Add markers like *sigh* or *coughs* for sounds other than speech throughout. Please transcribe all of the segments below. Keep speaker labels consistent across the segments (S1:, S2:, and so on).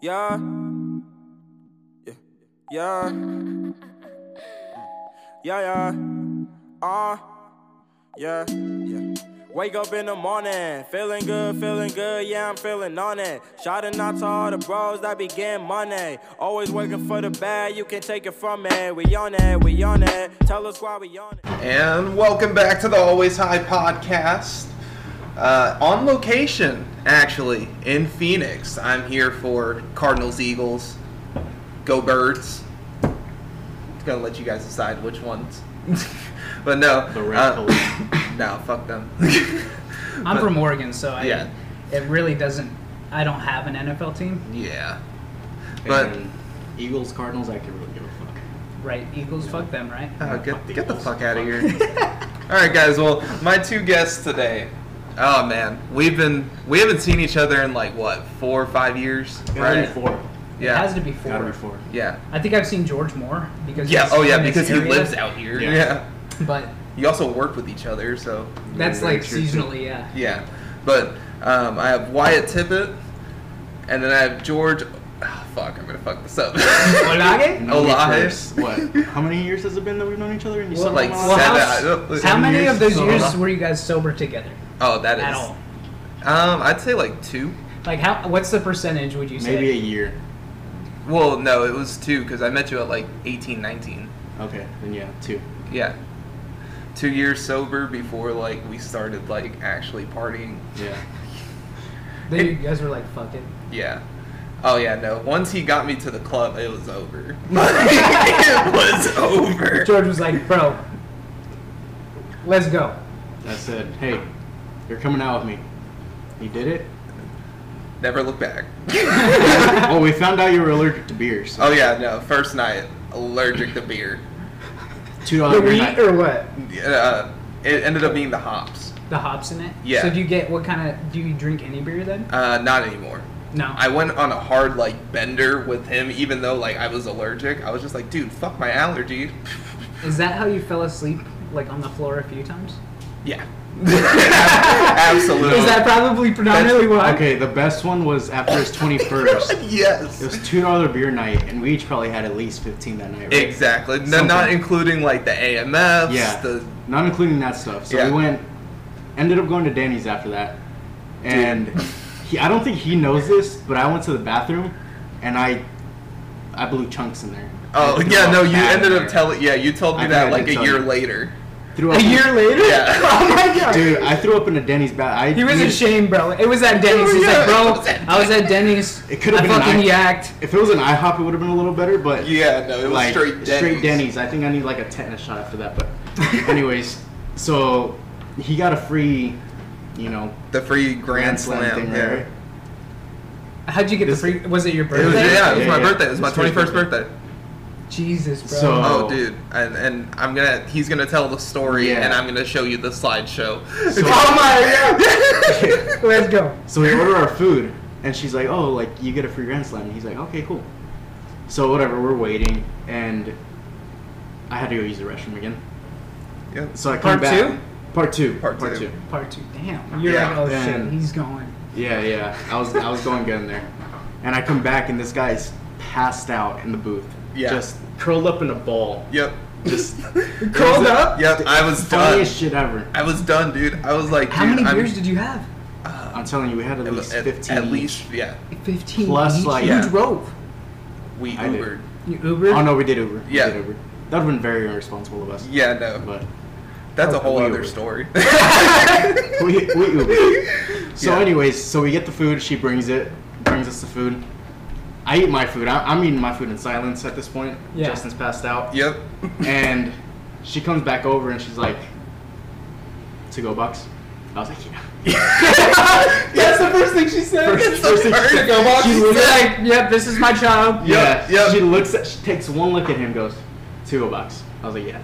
S1: Yeah. Yeah. Yeah. Yeah, yeah. Ah. yeah, yeah. Wake up in the morning, feeling good, feeling good, yeah, I'm feeling on it. Shouting out to all the bros that be getting money. Always working for the bag, you can take it from it. We on it, we on it. Tell us why we on it.
S2: And welcome back to the Always High podcast. Uh, on location, actually, in Phoenix. I'm here for Cardinals Eagles. Go Birds. It's gonna let you guys decide which ones. *laughs* but no.
S3: The Red
S2: uh,
S3: Police.
S2: No, fuck
S3: *laughs*
S2: them.
S4: I'm
S2: But-
S4: from Oregon, so I,
S2: Yeah.
S4: it really doesn't. I don't have an NFL team,
S2: yeah. *laughs* But
S3: But Eagles, Cardinals, I can really give a fuck.
S4: right? Eagles, fuck them, right?
S2: Oh, get,
S3: Fuck the
S2: get the
S3: Eagles.
S2: fuck out of
S3: *laughs*
S2: here. All right, guys. Well, my two guests today. Oh man, we've been we haven't seen each other in like what four or five years, right?
S3: Gotta be four.
S4: It
S2: Yeah,
S4: has to be 4
S3: Gotta be four.
S2: yeah,
S4: I think I've seen George Moore because
S2: yeah.
S4: he's
S2: Oh yeah,
S4: in this
S2: because he
S4: area,
S2: lives out here.
S3: Yeah.
S2: Yeah.
S4: But
S2: You also work with each other, so
S4: that's
S3: very
S4: like
S3: true.
S4: seasonally, yeah.
S2: yeah. But um, I have Wyatt Tippett, and then I have George. ah, fuck, I'm gonna fuck this
S4: *laughs*
S2: up.
S4: Olage?
S3: No need for
S2: Olave.
S3: us. What?
S2: *laughs*
S3: How many years has it been that we've known each other? And you
S2: Well,
S3: still
S2: like,
S3: don't know
S4: Well,
S3: us?
S2: seven-
S4: how,
S2: uh,
S4: how
S2: seven
S4: many
S2: years?
S4: of those
S2: So-
S4: years were you guys sober together
S2: oh, that is.
S4: at all?
S2: Um, I'd say like two.
S4: Like, how? What's the percentage? Would you say?
S3: maybe a year.
S2: Well, no, it was two because I met you at like 18, 19.
S3: Okay, then yeah, two.
S2: Yeah. Two years sober before like we started like actually partying.
S3: Yeah.
S4: Then you guys were like, fuck it.
S2: Yeah. Oh yeah, no. Once he got me to the club, it was over. *laughs* it was over.
S4: George was like, bro, let's go.
S3: I said, hey, you're coming out with me. You
S2: *laughs*
S3: did it?
S2: Never look back. *laughs*
S3: oh, we found out you were allergic to beer. So
S2: Oh yeah, no. First night, allergic to beer. Oh.
S3: two
S4: The
S3: dollars a
S4: wheat
S3: night.
S4: or what?
S2: Uh, it ended up being the hops.
S4: The hops in it.
S2: Yeah.
S4: So do you get what kind of? Do you drink any beer then?
S2: Uh, not anymore.
S4: No.
S2: I went on a hard like bender with him, even though like I was allergic. I was just like, dude, fuck my
S3: *laughs*
S2: allergy.
S4: Is that how you fell asleep, like on the floor a few times?
S2: Yeah. *laughs* Absolutely.
S4: Is that probably predominantly why?
S3: Okay, the best one was after his 21st.
S2: *laughs* yes.
S3: It was two dollar beer night, and we each probably had at least fifteen that night. Right?
S2: Exactly. No, not
S3: Something.
S2: including like the AMFs.
S3: Yeah,
S2: The
S3: not including that stuff. So
S2: Yeah.
S3: we went, ended up going to Danny's after that, and he, I don't think he knows this, but I went to the bathroom, and I, I blew chunks in there.
S2: oh
S3: I threw
S2: yeah,
S3: up
S2: no, you
S3: bad in
S2: ended up
S3: there.
S2: telling. Yeah, you told me
S3: I think
S2: that
S3: I
S2: like
S3: did
S2: a
S3: tell
S2: year
S3: you.
S2: later.
S3: Threw
S4: A
S3: up
S4: year later?
S2: Yeah.
S4: *laughs* Oh my god.
S3: Dude, I threw up in a Denny's bath.
S4: He was ashamed, bro. It was at Denny's. He's
S2: Yeah.
S4: like, bro, I was at Denny's.
S3: It could've
S4: I
S3: been an
S4: fucking
S3: act-
S4: yacked.
S3: If it was an IHOP, it would have been a little better, but
S2: Yeah, no, it was
S3: like
S2: straight Denny's.
S3: I think I need like a tetanus shot after that. But, anyways, so he got a free, you know,
S2: The free Grand, Slam. yeah.
S3: right?
S4: How'd you get the
S3: This-
S4: free? Was it your
S2: It was,
S4: birthday?
S2: yeah, it was
S3: Yeah,
S2: my
S3: yeah.
S2: birthday. It was my
S3: It's pretty
S2: 21st
S3: good.
S2: birthday.
S4: Jesus, bro.
S3: So-
S2: Oh,
S3: Oh.
S2: dude, and, and I'm gonna he's gonna tell the story,
S3: Yeah.
S2: and I'm gonna show you the slideshow. *laughs*
S3: So-
S4: *laughs*
S2: oh my god!
S4: Let's go.
S3: So we order our food, and she's like, "Oh, like you get a free grand slam." And he's like, "Okay, cool." So whatever, we're waiting, and I had to go use the restroom again.
S2: *laughs* Yep.
S3: So I come
S4: Part
S3: back.
S4: two?
S3: Part two.
S2: Part two.
S4: Part two. Damn. You're
S2: Yeah,
S4: like, oh
S3: man.
S4: shit, he's going.
S3: Yeah, yeah. I was I was going good in there, and I come back, and this guy's passed out in the booth.
S2: Yeah.
S3: Just curled up in a ball.
S2: Yep. *laughs*
S3: Just
S2: Curled up? Yep. I was done.
S3: funniest shit ever.
S2: I was done, dude. I was like,
S4: How
S2: dude,
S4: many
S2: I'm-
S4: beers did you have?
S3: I'm telling you, we had at
S2: At,
S3: least
S2: at-
S3: fifteen.
S2: at
S3: each.
S2: least, yeah.
S4: Fifteen.
S3: Plus,
S4: each?
S3: like-
S4: you
S2: Yeah.
S4: drove.
S2: We
S3: I did.
S2: Ubered.
S4: You Uber. *laughs*
S3: Oh no, we did Uber.
S2: Yeah.
S3: We did Uber. That would have been very irresponsible of us.
S2: Yeah, no.
S3: But
S2: That's a
S3: Okay,
S2: whole
S3: we
S2: other
S3: Ubered.
S2: story. *laughs*
S3: we, we Ubered. So,
S2: Yeah.
S3: anyways, so we get the food. She brings it, brings us the food. I eat my food. I, I'm eating my food in silence at this point.
S4: Yeah.
S3: Justin's passed
S2: *laughs*
S3: out.
S2: yep.
S3: And she comes back over and she's like, "To go bucks." I was like, "Yeah."
S2: *laughs* That's the first thing she said.
S3: First-
S2: It's the
S3: first thing she
S2: first
S3: said.
S2: thing
S3: She
S2: she
S4: You're
S3: literally-
S2: said.
S4: like, yep, this is my child.
S2: Yeah, yeah.
S3: She looks at. She takes one look at him. Goes, "To go bucks." I was like, "Yeah."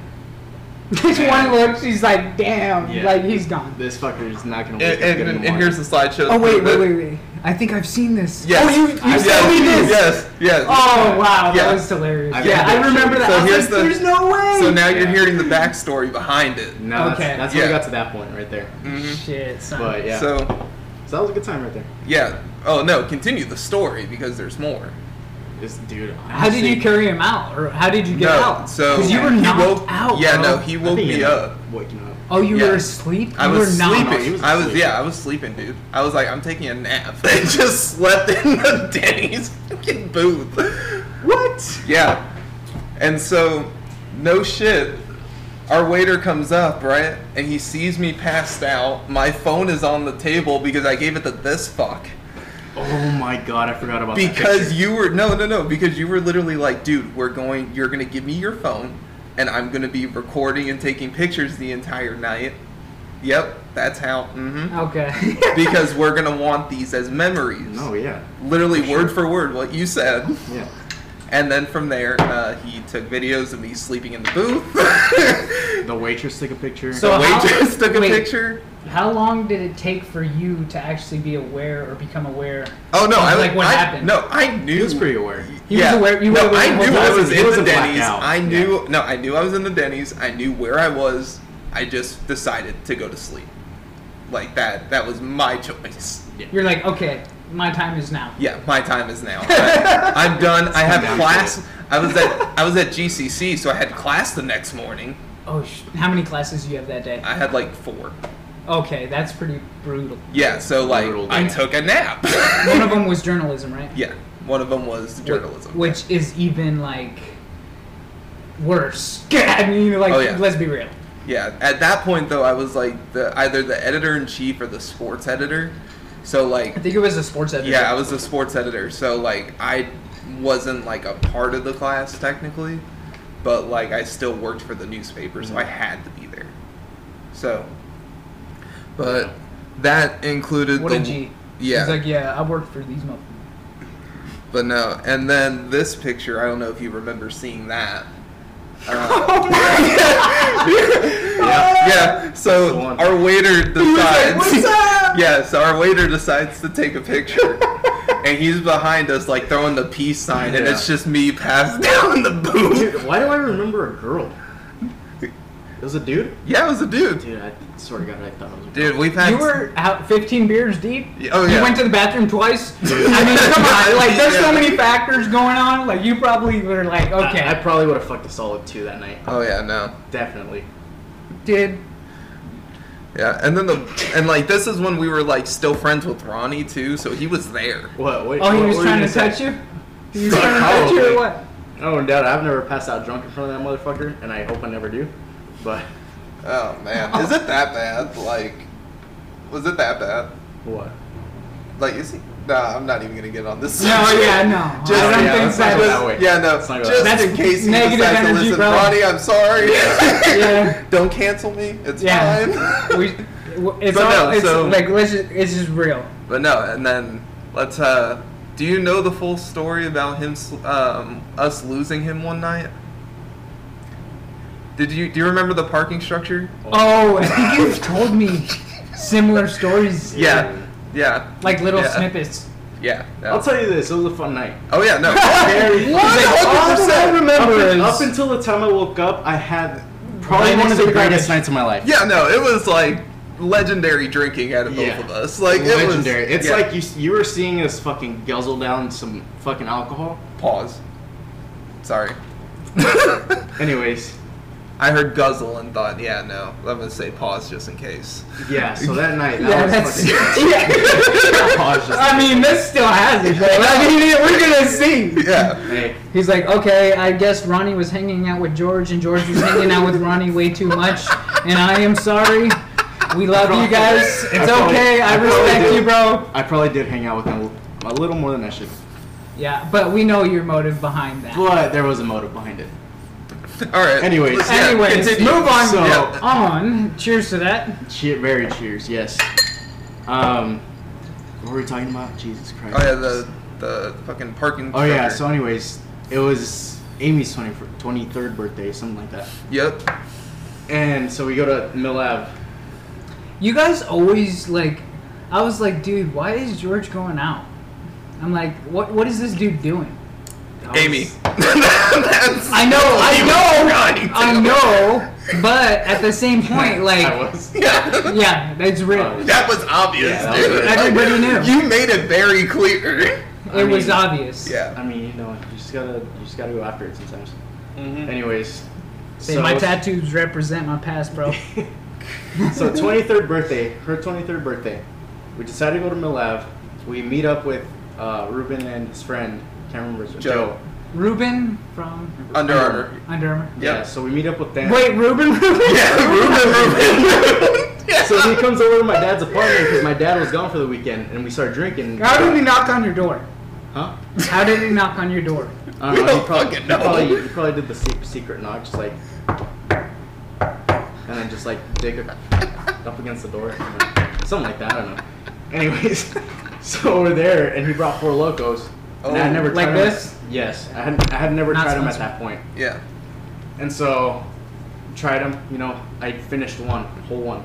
S4: Just one look, she's like, damn,
S3: Yeah.
S4: like he's gone.
S3: This fucker is not gonna. Wake
S2: And,
S3: up
S2: and,
S3: good in the
S2: and
S3: morning.
S2: here's the slideshow.
S4: Oh wait,
S2: for the-
S4: wait, wait, wait. I think I've seen this.
S2: Yes.
S4: Oh, you you
S3: I-
S4: sent me
S3: yeah,
S4: this.
S2: Yes, yes.
S4: Oh wow,
S2: Yeah.
S4: that was hilarious.
S3: I
S4: yeah,
S3: remember
S4: I
S3: that.
S4: remember that.
S2: So
S4: I was
S2: here's
S4: like,
S2: the-
S4: there's no way.
S2: So now you're
S3: Yeah.
S2: hearing the backstory behind it.
S3: No,
S4: Okay.
S3: that's, that's
S2: Yeah.
S4: Mm-hmm.
S3: when we got to that point right there.
S2: Mhm.
S4: Shit, son.
S3: But yeah, so,
S2: So,
S3: that was a good time right there.
S2: yeah, Oh no, continue the story because there's more.
S3: This dude.
S4: How did
S3: honestly-
S4: you carry him out, or how did you get
S2: no,
S4: out?
S2: so
S4: because you were
S2: he
S4: knocked
S2: woke,
S4: out.
S2: Yeah,
S4: bro.
S2: no, he
S3: I
S2: woke
S3: think he
S2: me
S3: ended
S2: up.
S3: Waking up.
S4: Oh, you
S2: yeah.
S4: were asleep. You
S2: I was
S4: were
S2: sleeping.
S4: knocked.
S3: he was
S2: I was
S3: asleep.
S2: yeah, I was sleeping, dude. I was like, I'm taking a nap. *laughs* I just slept in the *laughs* Denny's fucking booth. What? Yeah. And so, no shit. Our waiter comes up, right? And he sees me passed out. My phone is on the table because I gave it to this fuck.
S3: Oh my god, I forgot about that picture.
S2: Because you were no no no because you were literally like, dude, we're going you're gonna give me your phone and I'm gonna be recording and taking pictures the entire night. Yep, that's how mm-hmm
S4: Okay. *laughs*
S2: because we're gonna want these as memories.
S3: No, yeah,
S2: literally word for word what you said.
S3: yeah.
S2: And then from there, uh, he took videos of me sleeping in the booth. *laughs*
S3: The waitress took a picture.
S4: So-
S2: the
S4: how-
S2: waitress took a
S4: wait.
S2: picture.
S4: How long did it take for you to actually be aware or become aware?
S2: Oh no!
S4: of,
S2: I
S4: like what
S2: I-
S4: happened.
S2: No, I knew.
S3: he was pretty aware.
S4: He was aware- you were
S2: no,
S4: aware
S2: I
S4: the
S2: knew
S4: whole time.
S2: I
S4: He
S2: was
S3: wasn't- he
S2: in the
S3: wasn't blacked
S2: Denny's.
S3: out.
S2: I knew. No, I knew I was in the Denny's. I knew where I was. I just decided to go to sleep. Like that. That was my choice.
S4: You're like, okay, my time is now.
S2: Yeah, my time is now.
S4: *laughs*
S2: I, I'm done. I
S3: come
S2: have
S3: down to
S2: class.
S3: it.
S2: I was at I was at GCC, so I had class the next morning.
S4: Oh, sh- how many classes you have that day?
S2: I had like four.
S4: Okay, that's pretty brutal.
S2: Yeah, so like
S3: Brutal.
S2: I took a nap. *laughs*
S4: One of them was journalism, right?
S2: yeah, one of them was journalism.
S4: Which is even like worse. *laughs* I mean, like,
S2: Oh, yeah.
S4: let's be real.
S2: Yeah, at that point though, I was like the either the editor in chief or the sports editor. So like
S4: I think it was a sports editor.
S2: Yeah, I was a sports editor, so like I wasn't like a part of the class technically, but like I still worked for the newspaper, so I
S4: Mm-hmm.
S2: had to be there. So, but that included
S4: What
S2: the
S4: a G.
S2: yeah,
S4: He's like, yeah, I worked for these months.
S2: but no, and then this picture. I don't know if you remember seeing
S3: *laughs*
S2: that. Uh,
S3: Oh
S2: *laughs* yeah,
S3: Yeah. That's
S2: so
S3: the one.
S2: our waiter decides. *laughs*
S3: "What's up?"
S2: Yeah, so our waiter decides to take a
S3: *laughs*
S2: picture, and he's behind us, like throwing the peace sign, and
S3: Yeah.
S2: it's just me passed *laughs* down the booth.
S3: Dude, why do I remember a girl? It was a dude.
S2: Yeah, it was a dude.
S3: Dude, I swear to God, I thought it was a
S2: Dude, we've had.
S4: You were out 15 beers deep.
S2: Yeah, oh, yeah.
S4: You went to the
S2: *laughs*
S4: bathroom twice. I mean, come on. Like, there's so
S2: Yeah.
S4: many factors going on. Like, you probably were like, okay,
S3: I, I probably would have fucked a solid two that night.
S2: Oh yeah, no.
S3: Definitely.
S4: did.
S2: Yeah, and then the and like this is when we were like still friends with Ronnie too, so he was there.
S3: What? Wait,
S4: Oh, he
S3: what-
S4: was
S3: what were
S4: trying
S3: you
S4: to
S3: gonna
S4: touch
S3: say?
S4: you? He was trying to touch you or what?
S3: Oh, no doubt. I've never passed out drunk in front of that motherfucker, and I hope I never do. But
S2: Oh man, is it that bad? Like, was it that bad?
S3: what?
S2: Like, is he? Nah, I'm not even gonna get on this.
S4: *laughs* No,
S2: *laughs*
S4: yeah, no.
S2: Just-
S4: I don't
S3: yeah,
S4: think
S3: that's not
S4: that
S3: what
S4: was.
S3: I way.
S2: Yeah, no.
S3: Let's not go
S2: Just
S3: that
S4: way.
S2: in case he
S4: Negative
S2: decides to
S4: energy,
S2: listen,
S4: bro.
S2: Ronnie, I'm *laughs* sorry.
S4: Yeah.
S2: Don't cancel me. It's *laughs*
S4: Yeah.
S2: fine.
S4: We, it's
S2: But
S4: all,
S2: no,
S4: it's
S2: so-
S4: like let's just, it's just real.
S2: but no, and then let's. uh Do you know the full story about him? sl- Um, us losing him one night. Did you do you remember the parking structure?
S4: Oh, I think you've told me similar
S2: *laughs*
S4: stories.
S2: Yeah, yeah,
S4: Like little
S2: Yeah.
S4: snippets.
S2: yeah. no.
S3: I'll tell you this. It was a fun night.
S2: Oh yeah,
S3: *laughs*
S2: no.
S3: Very
S4: What?
S3: fun.
S4: All that I remember
S3: up,
S4: is-
S3: up until the time I woke up, I had probably
S4: Right
S3: one
S4: next
S3: of
S4: to
S3: the
S4: the
S3: greatest
S4: garbage.
S3: nights of my life.
S2: yeah, no. It was like legendary drinking out of
S3: Yeah.
S2: both of us. Like it was
S3: legendary. it's
S2: yeah.
S3: like you s- you were seeing us fucking guzzle down some fucking alcohol.
S2: pause.
S3: *laughs*
S2: Sorry.
S3: Anyways,
S2: I heard guzzle and thought, yeah, no, I'm gonna say pause just in
S3: *laughs*
S2: case.
S3: yeah. So that night, that
S4: Yeah,
S3: was
S4: that's.
S3: fucking. *laughs*
S4: *laughs* Yeah.
S2: *laughs*
S3: I was just-
S4: I mean, this still has it. Though. I mean, we're gonna see.
S2: *laughs* Yeah,
S3: hey,
S4: He's like, okay, I guess Ronnie was hanging out with George, and George was hanging out with Ronnie way too much, and I am sorry. We love
S2: *laughs*
S4: you guys. It's
S3: I probably-
S4: okay. I
S3: I probably
S4: respect
S3: do.
S4: you, bro.
S3: I probably did hang out with him a little more than I should,
S4: Yeah, but we know your motive behind that.
S3: but there was a motive behind it.
S2: all right.
S3: Anyways.
S2: Let's- yeah,
S4: Anyways,
S2: continue.
S4: move on.
S3: So-
S2: Yeah.
S4: On. Cheers to that.
S3: Cheer, very cheers, yes. Um, what were we talking about? Jesus Christ.
S2: Oh yeah, the the fucking parking.
S3: Oh yeah. So,
S2: structure.
S3: anyways, it was Amy's 20, 23rd birthday, something like that.
S2: Yep.
S3: And so we go to Mill Ave.
S4: You guys always like. I was like, dude, why is George going out? I'm like, what? What is this dude doing?
S3: I
S2: Amy.
S3: was-
S2: *laughs* That's-
S4: I know,
S2: You
S4: I
S2: were trying
S4: know, I
S2: to.
S4: know, but at the
S3: *laughs*
S4: same point,
S3: I
S4: like,
S3: was.
S2: *laughs* Yeah.
S4: yeah, it's real.
S3: Oh,
S2: That was obvious,
S3: Yeah, that was
S2: dude.
S3: it.
S4: Everybody knew.
S2: You made it very clear.
S4: It was
S3: mean-
S4: obvious.
S2: Yeah.
S3: I mean, you know, you just gotta, you just gotta go after it sometimes.
S2: Mm-hmm.
S3: Anyways,
S4: Say, my tattoos represent my past, bro.
S3: *laughs* so 23rd birthday, her 23rd birthday, we decided to go to Milav. We meet up with uh, Ruben and his friend. Can't remember his
S2: Joe.
S4: Ruben from
S2: Under Armour.
S4: Under Armour.
S2: Yeah.
S3: Yeah. So we meet up with them.
S4: Wait, Ruben, Ruben.
S2: Yeah, *laughs* Ruben, Ruben. *laughs* yeah.
S3: So he comes over to my dad's apartment because my dad was gone for the weekend, and we start drinking.
S4: How did he knock on your door?
S3: Huh?
S4: How did he knock on your door?
S3: I
S2: We
S3: don't know.
S2: don't
S3: He probably,
S2: fucking know.
S3: He probably, he probably did the secret, secret knock, just like, and then just like dig it up against the door, something like that. I don't know. Anyways, *laughs* so we're there, and he brought four locos. and I
S2: Oh.
S3: had never
S4: Like
S3: tried 'em-
S4: this?
S3: Yes, I had I had never
S4: Not
S3: tried them at
S4: sponsored.
S3: that point,
S2: yeah.
S3: and so tried them. You know, I finished one, whole one.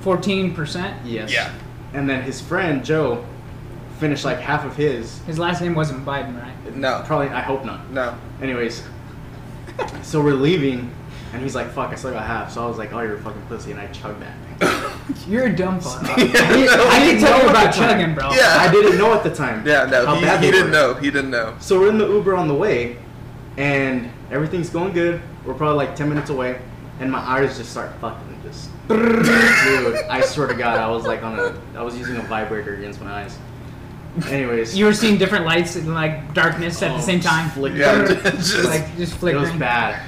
S4: Fourteen percent.
S3: Yes.
S2: Yeah.
S3: And then his friend Joe finished like half of his.
S4: His last name wasn't Biden, right?
S2: No.
S3: Probably, I hope not.
S2: No. *laughs*
S3: Anyways, so we're leaving, and he's like, "Fuck, I still got half." So I was like, "Oh, you're a fucking pussy," and I chugged that. Thing.
S4: You're a dumb fuck. I
S2: I
S4: can
S3: didn't
S4: tell
S3: know
S4: you
S3: at
S4: about
S3: the time.
S4: chugging, bro.
S2: Yeah.
S3: I didn't know at the
S2: *laughs*
S3: time.
S2: Yeah, no,
S3: how
S2: he,
S3: bad
S2: he
S3: they
S2: didn't
S3: were.
S2: know. He didn't know.
S3: So we're in the Uber on the way, and everything's going good. We're probably like ten minutes away, and my eyes just start fucking just. *laughs* Dude, I swear to God, I was like on a, I was using a vibrator against my eyes. Anyways,
S4: You were seeing different lights and like darkness at
S3: Oh,
S4: the same time.
S3: flick-
S2: Yeah, *laughs* just
S4: like just
S3: it
S4: flickering.
S3: was bad.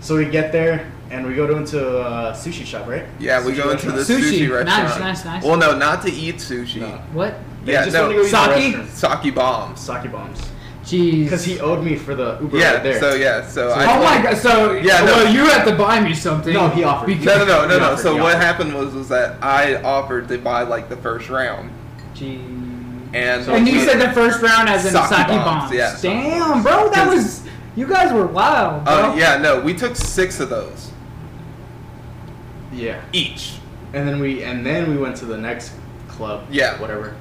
S3: So we get there, and we go to into a sushi shop, right?
S2: yeah. We
S3: Sushi
S2: go into
S3: restaurant.
S2: the
S4: Sushi.
S2: sushi, restaurant.
S4: Nice, nice, nice.
S2: Well, no, not to eat sushi.
S3: No.
S4: What?
S3: They
S2: Yeah,
S3: just
S2: no.
S3: wanted to go eat at
S4: Sake?
S3: the restaurant.
S2: Saki bombs.
S3: Sake bombs.
S4: Jeez.
S3: Because he owed me for the Uber
S2: Yeah.
S3: right there.
S2: So yeah. So, I.
S4: Oh my god. So
S2: Yeah, no.
S4: Well, you have to buy me something.
S3: No, he offered.
S4: Because,
S2: No, no, no, no, no.
S3: He
S2: So
S3: offered,
S2: what
S3: he offered.
S2: happened was was that I offered to buy like the first round,
S4: Jeez.
S2: and
S3: So
S4: and you
S3: he-
S4: said the first round as in
S2: Sake
S4: sake,
S2: bombs,
S4: bombs.
S2: yeah.
S4: Damn, bro, that was. You guys were wild, bro.
S2: uh, yeah, no, we took six of those
S3: Yeah.
S2: each.
S3: And then we and then we went to the next club.
S2: Yeah.
S3: Whatever.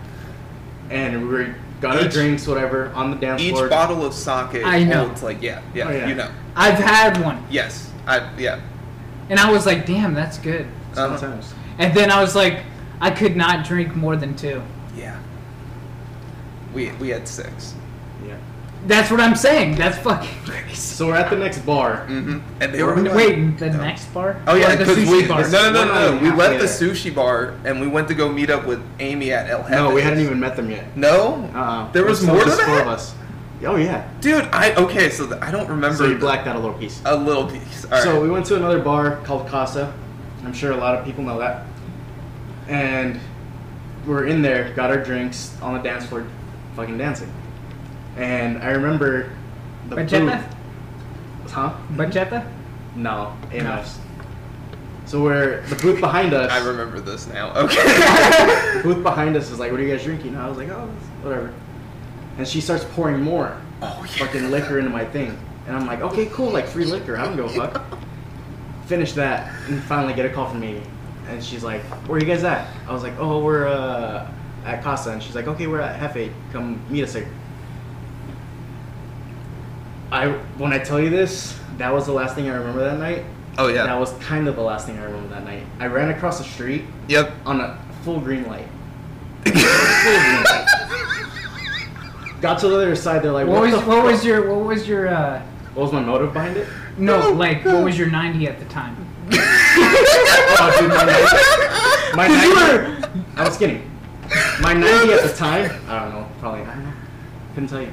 S3: And we were, got our
S2: Each-
S3: drinks, whatever, on the dance
S2: Each
S3: floor.
S2: bottle of sake
S4: I know.
S2: holds like yeah, yeah,
S3: Oh, yeah.
S2: you know,
S4: I've had one,
S2: yes, I yeah.
S4: and I was like, damn, that's good.
S2: Uh-huh.
S3: Sometimes.
S4: And then I was like, I could not drink more than two.
S2: Yeah. We we had 6
S3: Yeah.
S4: That's what I'm saying. That's fucking crazy.
S3: So we're at the next bar.
S2: Mm-hmm. And *laughs* they were
S3: Wait,
S2: like-
S4: Wait, the
S2: No.
S4: next bar?
S2: Oh yeah,
S4: Or the
S2: because we
S4: sushi
S2: no
S4: bar.
S2: no
S3: We're not
S2: no no
S3: even
S2: we left
S3: halfway
S2: the
S3: there.
S2: sushi bar and we went to go meet up with Amy at El Heaven.
S3: No, we hadn't even met them yet.
S2: No.
S3: Uh-uh.
S2: There was
S3: So
S2: more
S3: just
S2: than
S3: four
S2: that?
S3: of us. Oh yeah.
S2: Dude, I okay. So the, I don't remember.
S3: So you blacked out a little piece.
S2: A little piece. All right.
S3: So we went to another bar called Casa. I'm sure a lot of people know that. And we're in there, got our drinks on the dance floor, fucking dancing. And I remember the
S4: Bachata?
S3: booth- Huh?
S4: Bachata?
S3: No, AMFs. So we're the booth behind us.
S2: I remember this now.
S3: *laughs*
S2: Okay.
S3: The booth behind us is like, "What are you guys drinking?" I was like, "Oh, it's- whatever." And she starts pouring more
S2: oh
S3: fucking liquor into my thing. And I'm like, okay, cool, like free liquor. I don't give a fuck. Finish that and finally get a call from Amy. And she's like, where are you guys at? I was like, oh, we're uh, at Casa. And she's like, okay, we're at Hefe. Come meet us here. I when I tell you this, that was the last thing I remember that night.
S2: Oh yeah.
S3: That was kind of the last thing I remember that night. I ran across the street
S2: Yep. *laughs*
S3: on a full green
S4: *laughs*
S3: light. full green light. Got to the other side. They're like,
S4: What was
S3: the
S4: what
S3: fuck?"
S4: was your what was your uh
S3: What was my motive behind it?
S4: no like what was your 90 at the time?
S3: Oh, dude, my 90, my 90 I was kidding. My 90 at the time, I don't know, probably, I don't know. Couldn't tell you.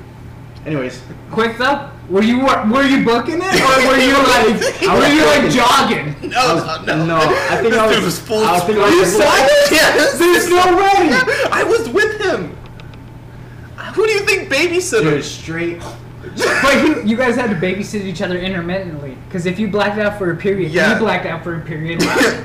S3: Anyways,
S4: Quick though, were you wor- were you booking it
S2: *laughs*
S4: or were you like
S2: I
S4: were
S3: was
S4: you like
S3: booking.
S4: jogging?
S2: No,
S3: I was- no, I think
S2: This
S3: I was-
S2: dude was full.
S3: I think I was-
S2: you saw it? Yes.
S4: There's no way.
S2: I was with him. Who do you think
S3: dude,
S2: babysitted
S3: straight.
S4: But you, you guys had to babysit each other intermittently because if you blacked out for a period,
S2: Yeah.
S4: you blacked out for a
S2: *laughs*
S4: period.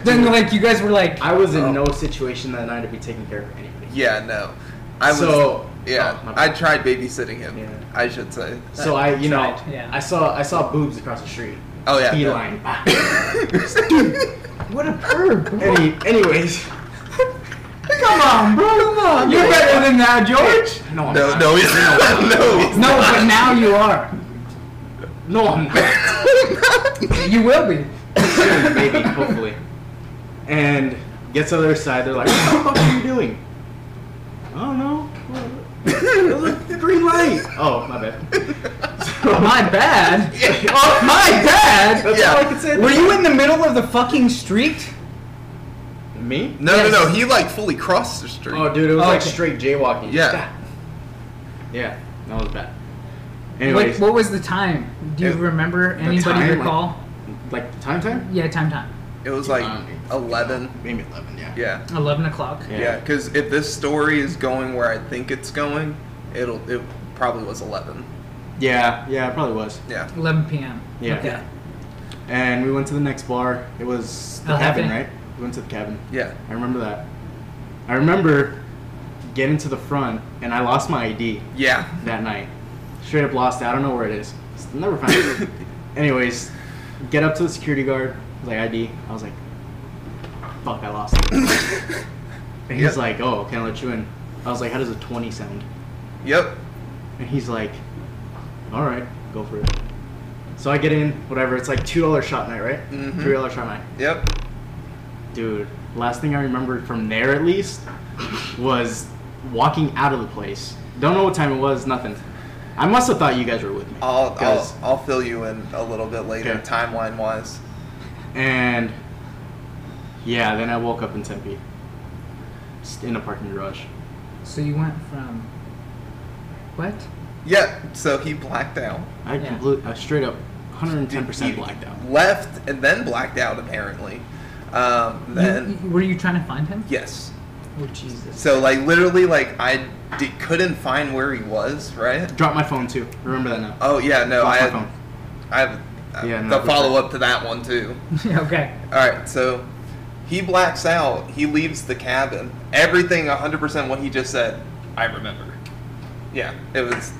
S4: then like you guys were like
S3: I was in
S2: Oh.
S3: no situation that night to be taking care of anybody.
S2: him? Yeah, no. I was.
S3: So-
S2: yeah,
S3: oh, my
S2: I
S3: bad.
S2: tried babysitting him.
S3: Yeah.
S2: I should say.
S3: So I, you know,
S4: Tried, yeah.
S3: I saw I saw boobs across the street.
S2: Oh yeah. no.
S3: Beeline.
S2: *laughs*
S3: *laughs*
S4: what a perv.
S3: Any, anyways,
S4: Come on, bro, come on. You're better than that, George.
S3: no,
S2: *laughs*
S3: I'm
S2: No,
S3: not.
S2: no, he's- no, he's
S4: No,
S2: not.
S4: but now you are.
S3: No, I'm not.
S4: You will be.
S3: Soon, *coughs* maybe, hopefully. And gets to the other side. They're like, *coughs* "What the fuck are you doing?" I don't know. It was a green light. Oh, my bad.
S4: My bad.
S3: Oh,
S4: My bad.
S3: That's
S2: Yeah.
S3: all I can say.
S4: Were you in the middle of the fucking street?
S3: me?
S2: No,
S4: Yes.
S2: no, no. He like fully crossed the street.
S3: Oh, dude, it was like
S4: Okay.
S3: straight jaywalking.
S2: Yeah.
S3: God. Yeah, that was bad.
S4: What,
S3: Anyways,
S4: what was the time? Do you
S2: It-
S4: remember? Anybody
S3: time, like-
S4: recall?
S3: like time time?
S4: yeah, time time.
S2: it was like
S3: Um,
S2: eleven.
S3: Maybe eleven. Yeah.
S2: Yeah,
S4: Eleven o'clock.
S3: Yeah.
S2: yeah. Because if this story is going where I think it's going, it'll it probably was eleven.
S3: Yeah. Yeah. It probably was.
S2: Yeah.
S4: Eleven p.m.
S3: Yeah.
S4: Okay.
S3: And we went to the next bar. It was the
S4: El
S3: cabin,
S4: Jefe.
S3: right? We went to the cabin.
S2: Yeah.
S3: I remember that. I remember getting to the front, and I lost my ID
S2: Yeah.
S3: that night. Straight up lost it. I don't know where it is. It's never found it. Anyways, get up to the security guard. He's like, ID. I was like, fuck, I lost it. and he's
S2: Yep.
S3: like, oh, can I let you in? I was like, how does a 20 sound?
S2: Yep.
S3: And he's like, all right, go for it. So I get in, whatever. It's like $2 shot night, right?
S2: Mhm.
S3: $3 shot night.
S2: Yep.
S3: Dude, last thing I remembered from there at least was walking out of the place. Don't know what time it was, nothing. I must have thought you guys were with me.
S2: I'll I'll,
S3: 'cause-
S2: I'll fill you in a little bit later,
S3: Okay.
S2: timeline wise.
S3: And yeah, then I woke up in Tempe. Just in a parking garage.
S4: So you went from what?
S2: Yep. So he blacked out,
S3: I
S4: Yeah.
S3: complete, I straight up 110%
S2: He
S3: blacked out.
S2: left, and then blacked out apparently. Um,
S4: You-
S2: then
S3: Mm-hmm.
S4: you- were you trying to find him?
S2: yes.
S4: Oh Jesus.
S2: So like literally like I d- couldn't find where he was. Right.
S3: Dropped my phone too. Remember that now.
S2: Oh yeah. No.
S3: Dropped
S2: I
S3: my
S2: had,
S3: phone.
S2: I have uh,
S3: Yeah, no,
S2: the
S3: for sure.
S2: follow up to that one too.
S4: *laughs* okay.
S2: All right, so he blacks out. He leaves the cabin. Everything 100% what he just said, I remember. Yeah, it was.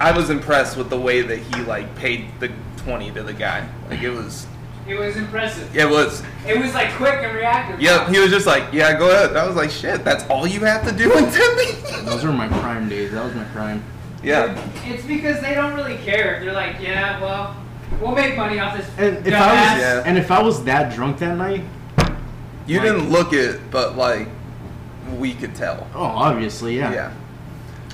S2: I was impressed with the way that he like paid the 20 to the guy. Like it was.
S4: It was impressive.
S2: It was.
S4: It was like quick and reactive.
S2: Yep. He was just like, yeah, go ahead. I was like, shit. That's all you have to do *laughs* in Tempe.
S3: Those were my prime days. That was my prime.
S2: yeah.
S4: It's because they don't really care. They're like, yeah, well, we'll make money off this.
S3: And if I was
S2: Yeah.
S3: and if I was that drunk that night,
S2: You didn't look it, but like, we could tell.
S3: oh, obviously,
S2: Yeah.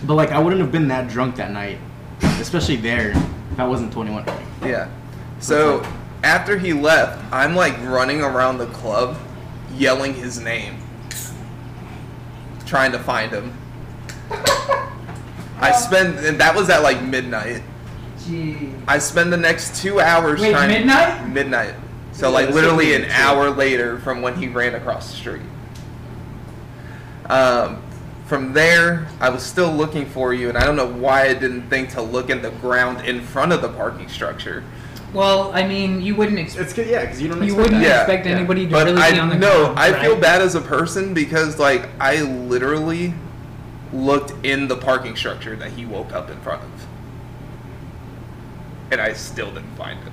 S3: But like, I wouldn't have been that drunk that night, especially there. If I wasn't 21.
S2: Yeah. So after he left, I'm like running around the club yelling his name, trying to find him. I spend, and that was at like midnight.
S4: Gee.
S2: I spend the next two hours
S4: Wait,
S2: trying.
S4: midnight?
S2: Midnight. So,
S3: Yeah,
S2: like,
S3: that's
S2: literally
S3: definitely
S2: an
S3: true.
S2: hour later from when he ran across the street. Um, from there, I was still looking for you, and I don't know why I didn't think to look at the ground in front of the parking structure.
S4: Well, I mean, you wouldn't expect.
S3: It's good, yeah, because you don't.
S4: You
S3: expect
S4: wouldn't
S3: that.
S2: Yeah,
S4: expect
S3: yeah.
S4: anybody to
S2: But
S4: really
S2: I
S4: be on the
S2: no,
S4: ground,
S2: I feel
S4: right?
S2: bad as a person because like I literally looked in the parking structure that he woke up in front of, and I still didn't find him.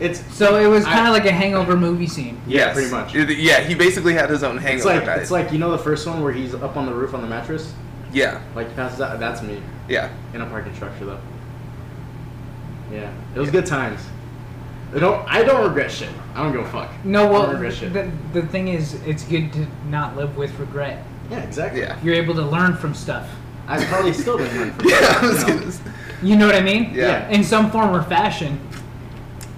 S3: It's
S4: So it was
S3: I-
S4: kind of like a hangover movie scene.
S3: yeah,
S2: Yes.
S3: pretty much.
S2: It- yeah, he basically had his own hangover
S3: It's like
S2: night.
S3: it's like you know the first one where he's up on the roof on the mattress,
S2: yeah,
S3: like he passes out. That's me *laughs*
S2: yeah, *laughs*
S3: in a parking structure though. Yeah, it was good times. I don't I don't regret shit. I don't give a fuck.
S4: No,
S3: I
S4: well,
S3: don't regret shit.
S4: the, the thing is, it's good to not live with regret.
S3: yeah, exactly.
S2: yeah.
S4: You're able to learn from stuff.
S3: I probably still didn't learn
S2: *laughs*
S3: from
S2: Yeah,
S3: that,
S2: I was
S3: you know?
S2: gonna s-
S4: You know what I mean?
S2: Yeah.
S4: In some form or fashion.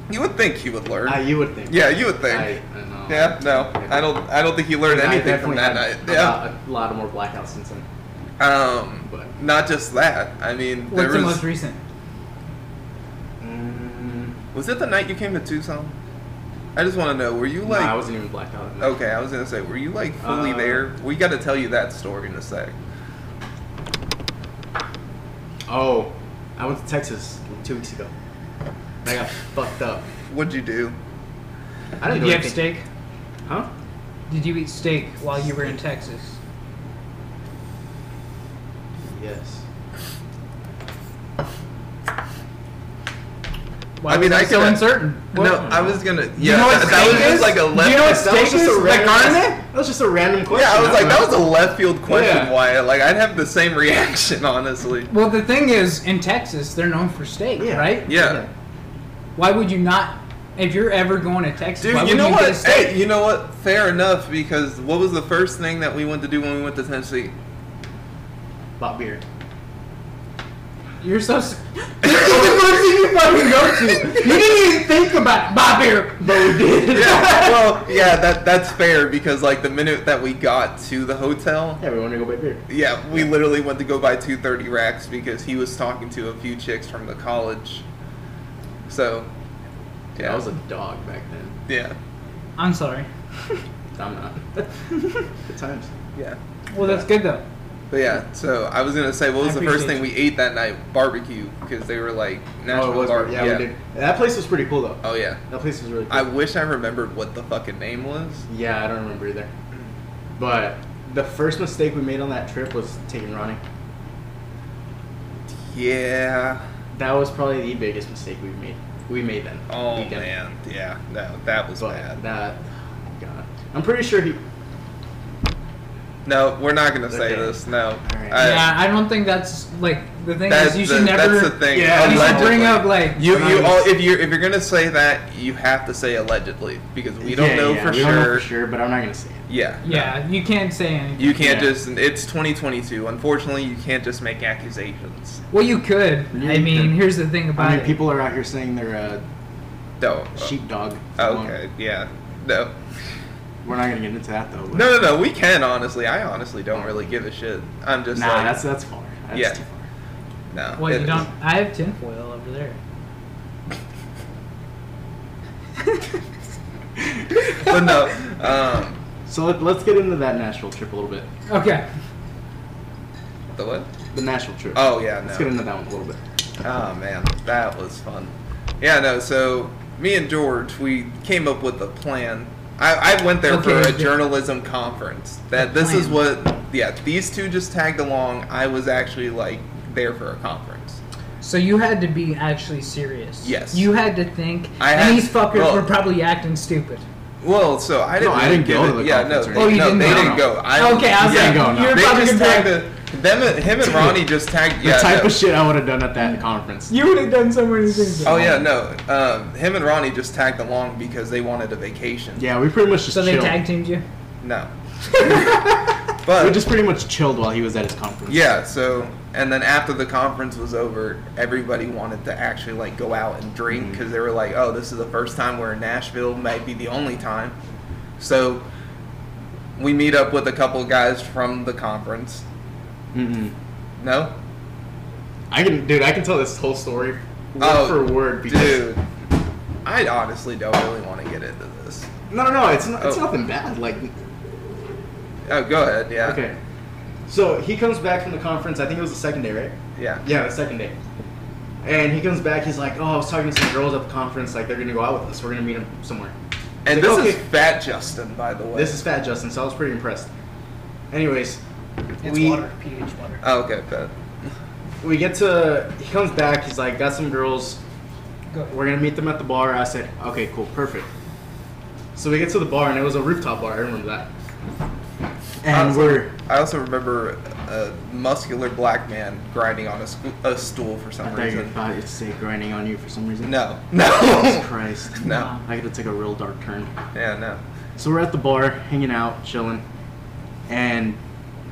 S2: you would think he would learn.
S3: Ah, you would think.
S2: yeah, you would think.
S3: I, I know.
S2: yeah, no, I don't. I don't think he learned
S3: I
S2: anything
S3: definitely
S2: from that night.
S3: had
S2: Yeah,
S3: A lot of more blackouts since then.
S2: um,
S3: But-
S2: not just that. I mean,
S4: What's
S2: there
S4: the
S2: was
S4: most recent?
S3: Mm,
S2: Was it the night you came to Tucson? I just want to know. Were you
S3: nah,
S2: like?
S3: I wasn't even blacked out.
S2: Okay, I was gonna say, were you like fully
S3: Uh,
S2: there? We got to tell you that story in a sec.
S3: Oh, I went to Texas two weeks ago. I got fucked up.
S2: What'd you do?
S3: I didn't
S4: Did
S3: do
S4: you have
S3: anything.
S4: steak?
S3: Huh?
S4: Did you eat steak while you were in Texas?
S3: Yes.
S4: Why
S2: I mean,
S4: was
S2: I
S4: so
S2: could-
S4: uncertain.
S2: no, I was gonna. Yeah,
S4: you know what
S2: that, that
S4: steak
S2: was
S4: is?
S2: just like a.
S4: Do you know
S2: left-
S3: That
S4: what
S3: was
S4: steak
S3: just
S4: is?
S3: a
S4: The
S3: regular-
S4: carne?
S3: That was just a random question.
S2: Yeah, I was like,
S3: don't
S2: that
S3: know.
S2: was a left field question,
S3: Yeah.
S2: Wyatt. Like, I'd have the same reaction, *laughs* honestly.
S5: Well, the thing is, in Texas, they're known for steak,
S3: Yeah.
S5: right?
S2: Yeah.
S5: Why would you not? If you're ever going to Texas,
S2: Dude,
S5: why
S2: you
S5: would
S2: know
S5: you Get a
S2: what?
S5: steak?
S2: Hey, you know what? Fair enough, because what was the first thing that we went to do when we went to Tennessee?
S3: Bought beer.
S5: You're so. s- *laughs* this is the first thing you fucking go to. You didn't even think about it. Buy beer, but we did.
S2: *laughs* *laughs* yeah, well, yeah, that that's fair because like the minute that we got to the hotel,
S3: Yeah, we wanted to go buy beer.
S2: yeah, we literally went to go buy 230 racks because he was talking to a few chicks from the college. So, yeah,
S3: I was a dog back then.
S2: yeah,
S5: I'm sorry. *laughs*
S3: I'm not. *laughs* Good times.
S2: yeah.
S5: Well, that's good though.
S2: But yeah, so I was gonna say, what was
S5: I
S2: the first
S5: appreciate
S2: thing we ate that night? Barbecue, because they were like national
S3: oh, it was.
S2: bar-
S3: yeah, we did. That place was pretty cool though.
S2: Oh yeah.
S3: That place was really cool.
S2: I wish I remembered what the fucking name was.
S3: yeah, I don't remember either. But the first mistake we made on that trip was taking Ronnie.
S2: Yeah.
S3: That was probably the biggest mistake we made. We made then.
S2: Oh
S3: We did.
S2: man. Yeah. No, that was
S3: But
S2: bad.
S3: that, oh God, I'm pretty sure he.
S2: No, we're not gonna
S3: Okay.
S2: say this. No.
S3: right.
S2: I-
S5: yeah, I don't think that's like the thing
S2: That's
S5: is you
S2: the-
S5: should never.
S2: that's the thing.
S5: You should
S2: Allegedly.
S5: bring up like
S2: You, you
S3: Nice.
S2: all, if you if you're gonna say that, you have to say allegedly because we don't
S3: Yeah,
S2: know
S3: yeah,
S2: for
S3: we
S2: sure.
S3: don't know for sure, but I'm not gonna say it.
S2: Yeah.
S5: Yeah, you can't say anything.
S2: You can't
S3: Yeah.
S2: just. It's 2022. Unfortunately, you can't just make accusations.
S5: well, you could.
S3: Yeah,
S5: I
S3: you
S5: mean,
S3: could.
S5: here's the thing about
S3: I mean,
S5: it.
S3: people are out here saying they're
S2: No.
S3: a sheepdog.
S2: Oh. Okay. Yeah. No.
S3: We're not gonna get into that though. but-
S2: No. No. No. We can honestly. I honestly don't really give a shit. I'm just.
S3: Nah,
S2: like,
S3: that's that's far. That's
S2: Yeah.
S3: too far.
S2: No.
S5: Well,
S2: it
S5: you
S2: is.
S5: don't. I have tinfoil over there.
S2: *laughs* But no. Um.
S3: So let, let's get into that Nashville trip a little bit.
S5: *laughs* Okay.
S2: The what?
S3: The Nashville trip.
S2: Oh yeah. No.
S3: Let's get into that one a little bit.
S2: Oh man, that was fun. Yeah, no. So me and George, we came up with a plan. I, I went there for
S5: Okay.
S2: a journalism conference. That this is
S5: plan.
S2: what. Yeah, these two just tagged along. I was actually like there for a conference.
S5: So you had to be actually serious.
S2: Yes.
S5: You had to think.
S2: I
S5: and
S2: had-
S5: these fuckers
S2: well-
S5: were probably acting stupid.
S2: Well, so I didn't.
S3: I
S2: really
S3: didn't
S2: give
S3: go
S2: it-
S3: to the
S2: Yeah, no.
S3: conference,
S2: They,
S3: right?
S5: Oh, you
S2: no,
S5: didn't
S2: they
S5: go.
S2: didn't go. I,
S5: Okay, I was
S2: yeah,
S3: like, Didn't go, no.
S2: They
S5: you're probably
S2: just
S5: gonna
S2: tagged
S5: be
S2: the, them. Him and Ronnie just tagged.
S3: The
S2: Yeah,
S3: type
S2: no.
S3: of shit I would have done at that conference.
S5: You would have done so many things.
S2: Oh yeah, no. Um, him and Ronnie just tagged along because they wanted a vacation.
S3: Yeah, we pretty much just
S5: So they
S3: chilled.
S5: tag teamed you.
S3: *laughs*
S2: No. but
S3: we just pretty much chilled while he was at his conference.
S2: Yeah, so and then after the conference was over, everybody wanted to actually like go out and drink
S3: Mm-hmm.
S2: because they were like, "Oh, this is the first time we're in Nashville, might be the only time." So we meet up with a couple of guys from the conference.
S5: Mm-hmm.
S3: Mm-mm.
S2: No,
S3: I can, dude. I can tell this whole story word
S2: Oh,
S3: for word because
S2: dude, I honestly don't really want to get into this.
S3: no, no, no. It's not, it's
S2: Oh.
S3: nothing bad. Like,
S2: Oh, go ahead. Yeah.
S3: okay. So he comes back from the conference. I think it was the second day, right?
S2: Yeah.
S3: Yeah, the second day. And he comes back. He's like, "Oh, I was talking to some girls at the conference. Like, they're gonna go out with us. We're gonna meet them somewhere."
S2: And
S3: It's
S2: this
S3: like,
S2: is
S3: okay.
S2: Fat Justin, by the way.
S3: This is Fat Justin, so I was pretty impressed. Anyways,
S5: It's
S3: we
S5: water. pH water.
S2: Oh, okay, Fat.
S3: we get to he comes back. He's like, "Got some girls.
S5: Go.
S3: We're gonna meet them at the bar." I said, "Okay, cool, perfect." So we get to the bar, and it was a rooftop bar. I remember that. And
S2: Also-
S3: we're
S2: I also remember a muscular black man grinding on a, sc- a stool for
S3: I
S2: some
S3: thought you
S2: reason.
S3: thought it's say grinding on you for some reason.
S2: No, *laughs*
S3: Jesus
S2: no, *laughs*
S3: Christ.
S2: no,
S3: I gotta take a real dark turn.
S2: yeah, no.
S3: So we're at the bar, hanging out, chilling, and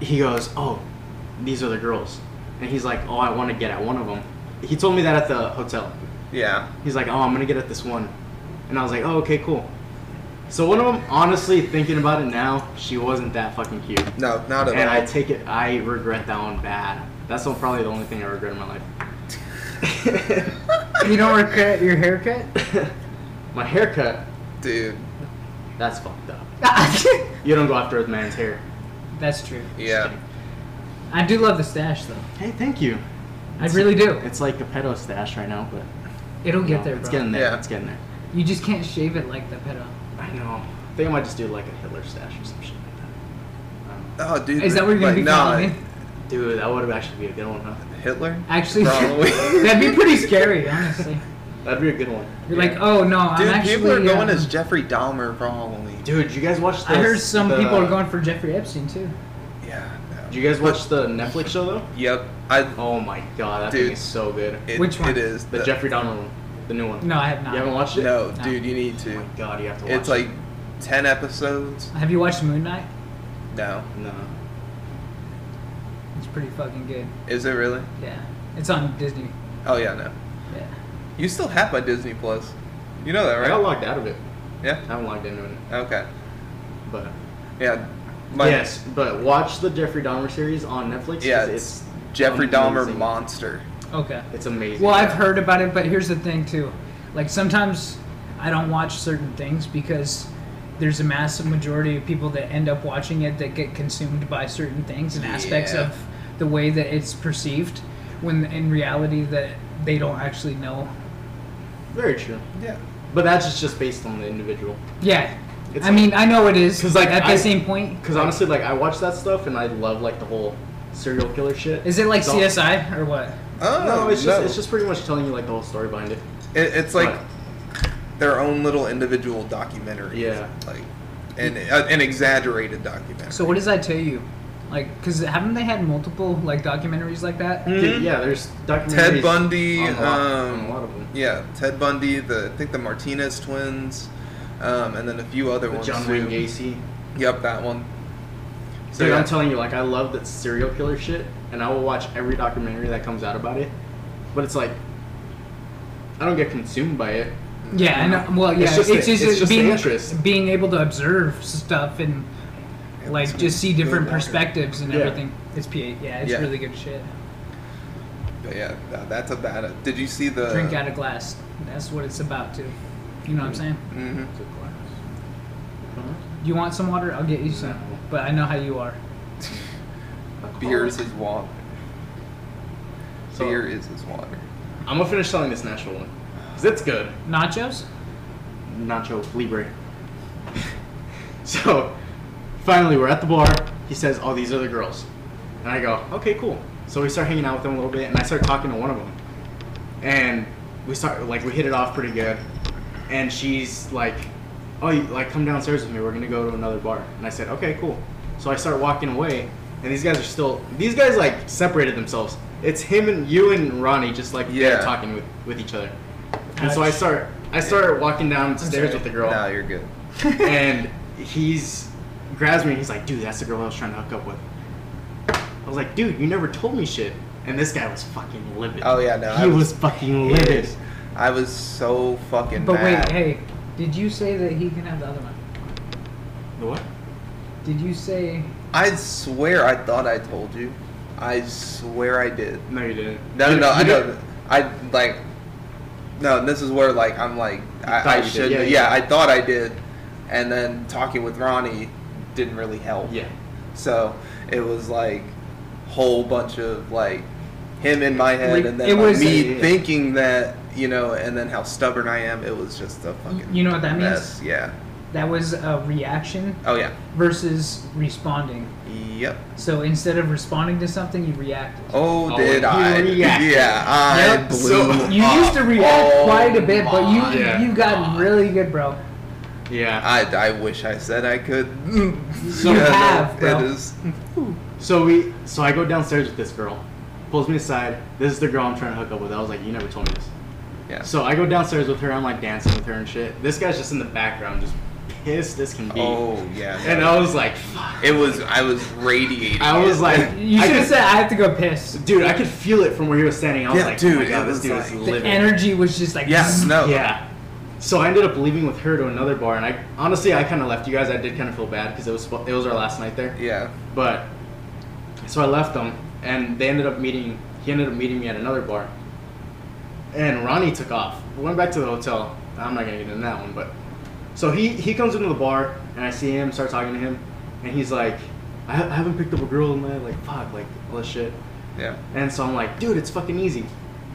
S3: he goes, "Oh, these are the girls," and he's like, "Oh, I want to get at one of them." He told me that at the hotel.
S2: Yeah,
S3: He's like, "Oh, I'm gonna get at this one," and I was like, "Oh, okay, cool." So one of them, honestly, thinking about it now, she wasn't that fucking cute,
S2: no, not at
S3: and I
S2: all.
S3: take it, I regret that one bad. That's the- probably the only thing I regret in my life.
S5: You don't regret your
S4: *laughs*
S5: haircut?
S3: *laughs* my haircut,
S2: Dude,
S3: that's fucked up. You don't go after a man's hair.
S5: That's true.
S2: yeah.
S5: I do love the stash though.
S3: Hey, thank you.
S5: I really do.
S3: It's like a pedo stash right now, but
S5: It'll
S3: you
S5: get
S3: know,
S5: there, bro.
S3: It's getting there.
S2: Yeah.
S3: It's getting there.
S5: You just can't shave it like the pedo.
S3: I know. I think I might just do like a Hitler stash or some shit like that. Um, I don't know.
S2: Oh, dude.
S5: Is that what you're gonna
S2: like,
S5: be
S2: nah,
S5: calling me?
S3: Dude, that would have actually be a good one, huh?
S2: Hitler?
S4: *laughs*
S5: Actually,
S2: *laughs* Probably. *laughs*
S5: that'd be pretty scary, honestly.
S3: That'd be a good one.
S4: You're like, oh no, I'm
S2: Dude,
S4: actually.
S2: people are going
S4: uh,
S2: as Jeffrey Dahmer for Halloween.
S3: Dude, you guys watch the.
S4: I heard some
S3: the-
S4: people are going for Jeffrey Epstein too.
S2: Yeah. no.
S3: Did you guys watch the Netflix show though?
S2: Yep. I.
S3: Oh my god, that
S2: Dude.
S3: thing is so good.
S2: It,
S4: Which one?
S2: It is
S3: the Jeffrey Dahmer one, the new one.
S4: No, I have not.
S3: you haven't watched it. Oh
S2: No,
S4: No.
S2: dude, you need to.
S3: God, you have to watch.
S2: It's like ten episodes.
S4: Have you watched Moon Knight?
S2: No,
S3: it. no.
S4: It's pretty fucking good.
S2: is it really?
S4: Yeah, it's on Disney.
S2: Oh yeah, no.
S4: Yeah.
S2: You still have my Disney Plus. You know that,
S3: I got
S2: right?
S3: logged out of it. I
S2: Yeah.
S3: haven't logged into it,
S2: Okay.
S3: but
S2: Yeah. My,
S3: yes, but watch the Jeffrey Dahmer series on Netflix. 'cause
S2: Yeah.
S3: it's
S2: It's Jeffrey Dahmer
S3: amazing.
S2: monster.
S4: Okay.
S3: It's amazing.
S4: Well, I've heard about it, but here's the thing too. Like sometimes I don't watch certain things because there's a massive majority of people that end up watching it that get consumed by certain things and aspects
S2: Yeah.
S4: of the way that it's perceived when in reality that they don't actually know.
S3: very true.
S2: Yeah.
S3: But that's just- just based on the individual.
S4: Yeah.
S3: It's
S4: I mean, I know it is
S3: 'Cause, like,
S4: at
S3: I-
S4: the same point.
S3: Because honestly, like I watch that stuff and I love like the whole serial killer shit.
S4: Is it like
S3: So-
S4: CSI or what?
S2: Oh
S3: No, it's just it's just pretty much telling you like the whole story behind it.
S2: It, it's like
S3: But-
S2: their own little individual documentary.
S3: Yeah.
S2: Like, an uh, an exaggerated documentary.
S4: So what does that tell you? Like, cause haven't they had multiple like documentaries like that?
S3: Dude, yeah, there's documentaries.
S2: Ted Bundy,
S3: on a lot, on
S2: um,
S3: a lot of them.
S2: Yeah, Ted Bundy, the I think the Martinez twins, um, and then a few other
S3: The
S2: ones.
S3: John
S2: too.
S3: Wayne Gacy.
S2: Yep, that one.
S3: Dude,
S2: yeah.
S3: I'm telling you, like I love that serial killer shit, and I will watch every documentary that comes out about it. But it's like, I don't get consumed by it.
S4: Yeah, I know. Well, yeah,
S3: It's
S4: it's
S3: just
S4: just,
S3: the- it's just the
S4: being
S3: interest.
S4: being able to observe stuff and like just see different perspectives and
S3: Yeah.
S4: everything. It's PA. Yeah, it's
S2: Yeah.
S4: really good shit.
S2: But yeah, tha- that's about it. Did you see the
S3: Uh,
S4: Drink out of glass. That's what it's about too. You know what I'm saying?
S2: hmm
S4: You want some water? I'll get you some.
S3: No.
S4: But I know how you are.
S2: Beers is water.
S3: So-
S2: Beer is his water.
S3: I'm gonna finish selling this Nashville one, cause it's good.
S4: Nachos?
S3: Nacho Libre. *laughs* so, finally, we're at the bar. He says, "Oh, these are the girls," and I go, "Okay, cool." So we start hanging out with them a little bit, and I start talking to one of them, and we start like we hit it off pretty good, and she's like, "Oh, you, like come downstairs with me. We're gonna go to another bar." And I said, "Okay, cool." So I start walking away, and these guys are still these guys like separated themselves. It's him and you and Ronnie just like
S2: Yeah.
S3: talking with with each other, and so I start I start walking downstairs with the girl
S2: Now you're good.
S3: *laughs* and he's grabs me and he's like, dude, that's the girl I was trying to hook up with. I was like, dude, you never told me shit. And this guy was fucking livid.
S2: Oh yeah, no. I
S3: he was fucking
S2: he
S3: livid.
S2: is. I was so fucking.
S4: *laughs* But wait,
S2: mad.
S4: hey, did you say that he can have the other one?
S3: The what?
S4: Did you say?
S2: I swear I thought I told you. I swear I did.
S3: No, you didn't.
S2: No,
S3: You-
S2: no, no.
S3: you
S2: I
S3: didn't-
S2: know. I like. No, this is where like I'm like
S3: thought
S2: I,
S3: you
S2: I
S3: did.
S2: should.
S3: Yeah,
S2: Yeah,
S3: yeah.
S2: I thought I did, and then talking with Ronnie didn't really help.
S3: Yeah.
S2: So it was like whole bunch of like him in my head,
S4: Like,
S2: and then
S4: it
S2: like,
S4: was-
S2: me
S3: Yeah.
S2: thinking that you know, and then how stubborn I am. It was just a fucking.
S4: You know what that means?
S2: mess. Yeah.
S4: That was a reaction
S2: Oh yeah.
S4: versus responding.
S2: Yep.
S4: So instead of responding to something, you reacted.
S2: Oh,
S3: Oh,
S2: did
S3: you
S2: I? *laughs*
S3: reacted.
S2: Yeah, I
S4: Yep.
S2: blew.
S3: So-
S4: You
S2: up.
S4: used to react
S2: Oh,
S4: quite a bit, but you
S2: my
S3: Yeah.
S4: you got really good, bro.
S3: Yeah.
S2: I, I wish I said I could. *laughs*
S4: You have, bro.
S2: It is.
S3: So we, so I go downstairs with this girl, pulls me aside. This is the girl I'm trying to hook up with. I was like, you never told me this.
S2: Yeah.
S3: So I go downstairs with her. I'm like dancing with her and shit. This guy's just in the background, just pissed as can be.
S2: oh yeah.
S3: And I was like, fuck.
S2: it was. I was radiating.
S3: I was
S2: it.
S3: like,
S4: You
S3: I
S4: should have
S3: could-
S4: said, "I have to go piss."
S3: Dude, I could feel it from where he was standing. I was
S2: Yeah,
S3: like,
S2: dude,
S3: oh my god,
S2: it
S3: this
S2: was
S3: dude is
S2: like-
S4: The
S3: living.
S4: energy was just like,
S2: yes, no.
S3: Yeah. So I ended up leaving with her to another bar, and I honestly I kind of left you guys. I did kind of feel bad because it was it was our last night there.
S2: Yeah.
S3: But so I left them, and they ended up meeting. He ended up meeting me at another bar, and Ronnie took off. Went back to the hotel. I'm not gonna get into that one, but so he he comes into the bar, and I see him, start talking to him, and he's like, I, I haven't picked up a girl in my like fuck like all this shit.
S2: Yeah.
S3: And so I'm like, dude, it's fucking easy.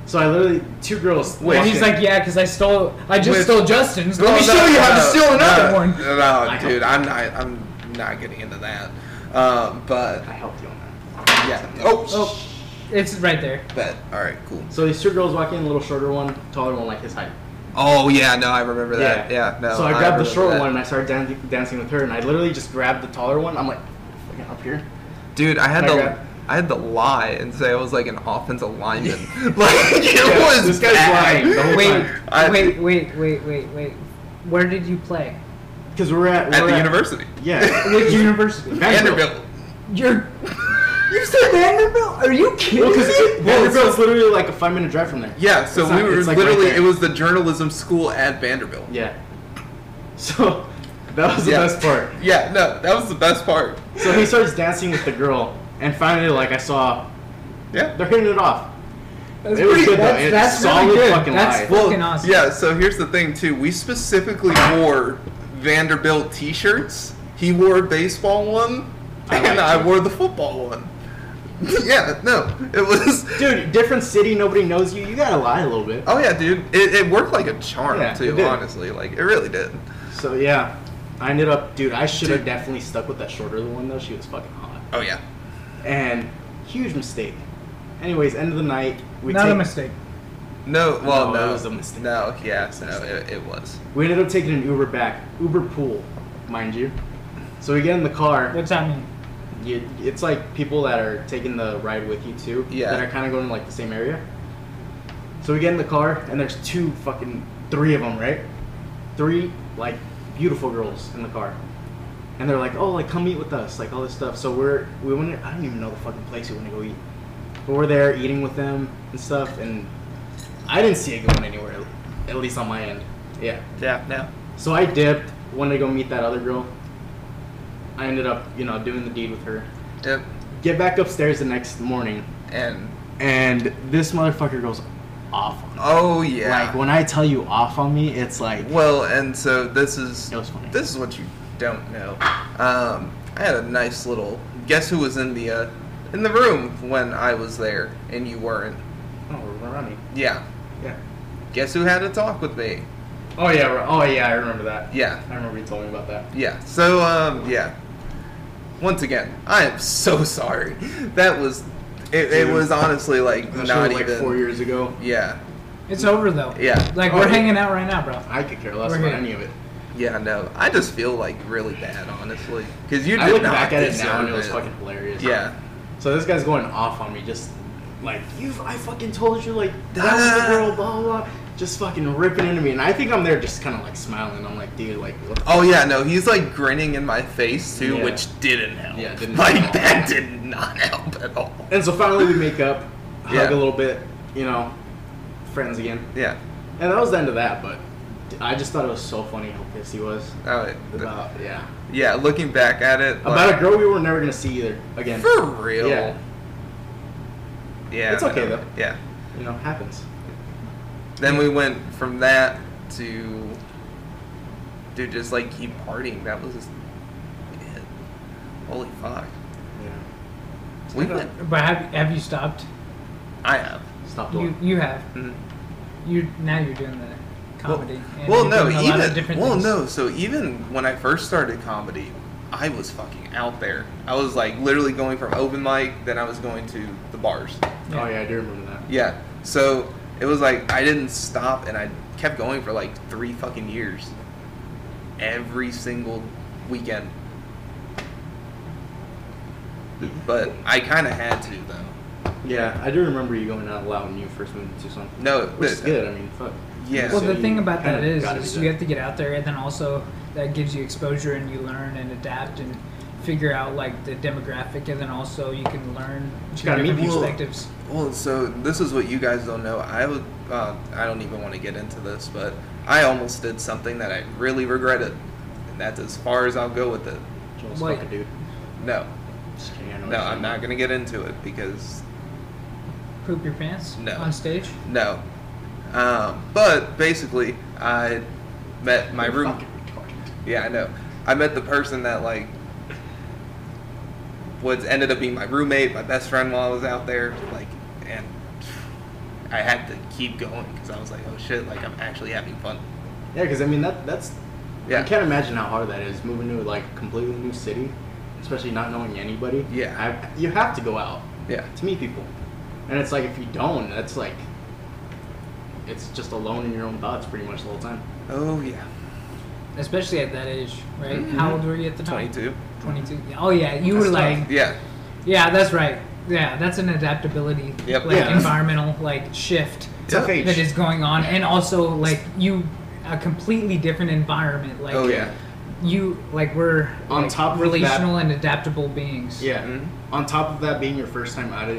S3: So I literally two girls.
S2: Wait,
S4: And he's
S2: Okay.
S4: like, "Yeah, because I stole. I just
S2: Wait.
S4: stole Justin's.
S2: Oh,
S4: Let me
S2: no,
S4: show you how to
S2: no,
S4: steal another
S2: no,
S4: one."
S2: No,
S3: I
S2: dude, I'm not. I'm not getting into that. Um, but
S3: I helped you on that.
S2: yeah. Oh.
S4: Oh.
S5: It's right there.
S2: Bet. All right, cool.
S3: So these two girls walk in, little shorter one, taller one, like his height.
S2: Oh yeah, no, I remember that. Yeah, no.
S3: So I grabbed the
S2: remember
S3: short
S2: that.
S3: one and I started dan- dancing with her, and I literally just grabbed the taller one. I'm like, fucking up here.
S2: Dude, I had
S3: I
S2: to
S3: grab-
S2: I had to lie and say I was like an offensive
S3: *laughs*
S2: lineman. *laughs* like it
S3: Yeah,
S2: was
S3: this guy's
S2: bad.
S3: lying the whole
S5: Wait,
S3: time.
S2: I-
S5: wait, wait, wait, wait, wait. Where did you play?
S3: Because we're at
S2: at
S3: we're
S2: the university. *laughs*
S3: Yeah,
S5: Which university?
S2: Vanderbilt.
S5: You're. You said Vanderbilt? Are you kidding
S3: Well, 'cause
S5: me?
S3: Vanderbilt's literally like a five minute drive from there.
S2: Yeah, so
S3: It's not-
S2: we were
S3: it's, like, right
S2: literally
S3: there.
S2: it was the journalism school at Vanderbilt.
S3: Yeah. So that was the
S2: Yeah.
S3: best part.
S2: Yeah, no, that was the best part.
S3: So he starts dancing with the girl, and finally, like I saw,
S2: Yeah.
S3: they're hitting it off.
S5: That's
S3: It was
S5: pretty-
S3: good, though.
S5: That's,
S3: It's
S5: that's
S3: solid
S5: really good.
S3: fucking lie.
S5: that's
S3: Well,
S5: fucking awesome.
S2: Yeah, so here's the thing too. We specifically wore Vanderbilt t-shirts. He wore a baseball one,
S3: I
S2: and
S3: liked
S2: I
S3: it.
S2: wore the football one. yeah, no, it was.
S3: Dude, different city, nobody knows you. You gotta lie a little bit.
S2: Oh yeah, dude, it, it worked like a charm
S3: Yeah, it
S2: too.
S3: did.
S2: Honestly, like it really did.
S3: So yeah, I ended up, dude. I should have
S2: Dude.
S3: definitely stuck with that shorter one though. She was fucking hot.
S2: Oh yeah.
S3: And huge mistake. Anyways, end of the night. We
S5: Not
S3: take,
S5: a mistake.
S2: No, well,
S3: No,
S2: no,
S3: it was a mistake.
S2: No, yeah,
S3: It was a
S2: no,
S3: mistake.
S2: it, it was.
S3: We ended up taking an Uber back, Uber pool, mind you. So we get in the car.
S5: What's that mean?
S3: You, it's like people that are taking the ride with you too.
S2: Yeah.
S3: That are kind of going to like the same area. So we get in the car, and there's two fucking three of them, right? Three like beautiful girls in the car, and they're like, "Oh, like come eat with us, like all this stuff." So we're we went. I don't even know the fucking place we want to go eat, but we're there eating with them and stuff, and I didn't see it going anywhere, at least on my end. Yeah.
S2: Yeah, no.
S3: So I dipped, wanted to go meet that other girl. I ended up, you know, doing the deed with her.
S2: Yep.
S3: Get back upstairs the next morning,
S2: And
S3: and this motherfucker goes off on me.
S2: oh yeah.
S3: Like, when I tell you off on me, it's like,
S2: Well, and so this is
S3: It was funny.
S2: this is what you don't know. Um, I had a nice little guess who was in the uh, in the room when I was there and you weren't.
S3: oh, we're running.
S2: Yeah.
S3: Yeah.
S2: Guess who had a talk with me?
S3: Oh, yeah, we're- oh, yeah, I remember that.
S2: Yeah.
S3: I remember you told me about that.
S2: Yeah. So um, yeah. Once again, I am so *laughs* sorry. That was it. it
S3: Dude.
S2: was honestly like
S3: That shit
S2: not
S3: was like
S2: even.
S3: four years ago.
S2: Yeah.
S5: It's over though.
S2: Yeah.
S5: Like
S3: Oh,
S5: we're
S3: yeah.
S5: hanging out right now, bro.
S3: I could care less
S5: We're
S3: about
S5: here.
S3: any of it.
S2: Yeah. No. I just feel like really bad, honestly, because you did
S3: I look
S2: not
S3: back at it now
S2: deserve
S3: and it was fucking hilarious.
S2: Yeah.
S3: So this guy's going off on me, just like you. I fucking told you, like that's the girl, blah blah. blah. Just fucking ripping into me, and I think I'm there, just kind of like smiling. I'm like, dude, like what? the-
S2: Oh yeah, no, he's like grinning in my face too,
S3: Yeah.
S2: which didn't help.
S3: Yeah, didn't
S2: like
S3: help.
S2: that did not help at all.
S3: And so finally we make
S2: *sighs*
S3: up, hug
S2: Yeah.
S3: a little bit, you know, friends again.
S2: Yeah.
S3: And that was the end of that. But I just thought it was so funny how pissed he was
S2: Oh, it-
S3: about yeah
S2: yeah. Looking back at it,
S3: about a
S2: like,
S3: girl we were never gonna see either again.
S2: for real.
S3: Yeah.
S2: Yeah,
S3: It's okay,
S2: no,
S3: though.
S2: Yeah.
S3: You know, happens.
S2: Then we went from that to, dude, just like keep partying. That was just it. Holy fuck.
S3: Yeah.
S2: We went.
S5: But have, have you stopped?
S2: I have.
S3: Stop
S5: You
S3: doing.
S5: you have.
S2: Mhm.
S5: You now you're doing the comedy. and
S2: Well,
S5: you're
S2: well no,
S5: doing a lot of
S2: even
S5: different
S2: well,
S5: things.
S2: no. So even when I first started comedy, I was fucking out there. I was like literally going from open mic, then I was going to the bars.
S3: Oh yeah, I do remember that.
S2: Yeah. So it was like I didn't stop, and I kept going for like three fucking years. Every single weekend. But I kind of had to though.
S3: Yeah, I do remember you going out loud when you first moved to Tucson.
S2: No,
S3: Which is
S2: but- uh,
S3: good. I mean, fuck.
S2: Yeah.
S5: Well,
S3: So
S5: the
S3: you
S5: thing about
S3: kind
S5: that
S3: of
S5: is,
S3: gotta
S5: is
S3: do
S5: you
S3: that.
S5: have to get out there, and then also that gives you exposure, and you learn and adapt and figure out like the demographic, and then also you can learn two
S3: gotta meet
S5: different
S2: people.
S5: perspectives.
S2: Well, so this is what you guys don't know. I would, uh, I don't even want to get into this, but I almost did something that I really regretted, and that's as far as I'll go with it.
S3: Joel's
S5: Like-
S3: fucking dude.
S2: No,
S3: Just kidding, I know what
S2: no,
S3: you're
S2: I'm
S3: saying.
S2: not gonna get into it because
S5: Poop your pants
S2: No.
S5: on stage.
S2: no. Um, but basically, I met my
S3: You're
S2: room.
S3: fucking retarded.
S2: Yeah, I know. I met the person that like was ended up being my roommate, my best friend while I was out there, like, and I had to keep going because I was like, oh shit, like I'm actually having fun.
S3: Yeah, because I mean that that's.
S2: Yeah.
S3: I can't imagine how hard that is moving to like completely new city, especially not knowing anybody.
S2: Yeah.
S3: I, you have to go out
S2: Yeah,
S3: to meet people. And it's like if you don't, that's like it's just alone in your own thoughts pretty much the whole time.
S2: Oh yeah.
S4: Uh-huh. especially at that age, right?
S2: Mm-hmm.
S4: How old were you at the time?
S2: 22.
S4: 22. Oh yeah, you
S3: That's
S4: were
S3: tough.
S4: like,
S2: Yeah.
S4: yeah, that's right. Yeah, that's an adaptability,
S2: Yep.
S4: like
S3: Yeah.
S4: environmental like shift
S2: Yeah.
S3: Tough age.
S4: that is going on, and also like you a completely different environment. Like
S2: Oh yeah.
S4: you like we're
S3: On
S4: like,
S3: top of
S4: relational and adaptable beings.
S3: Yeah.
S2: Mhm.
S3: On top of that being your first time out of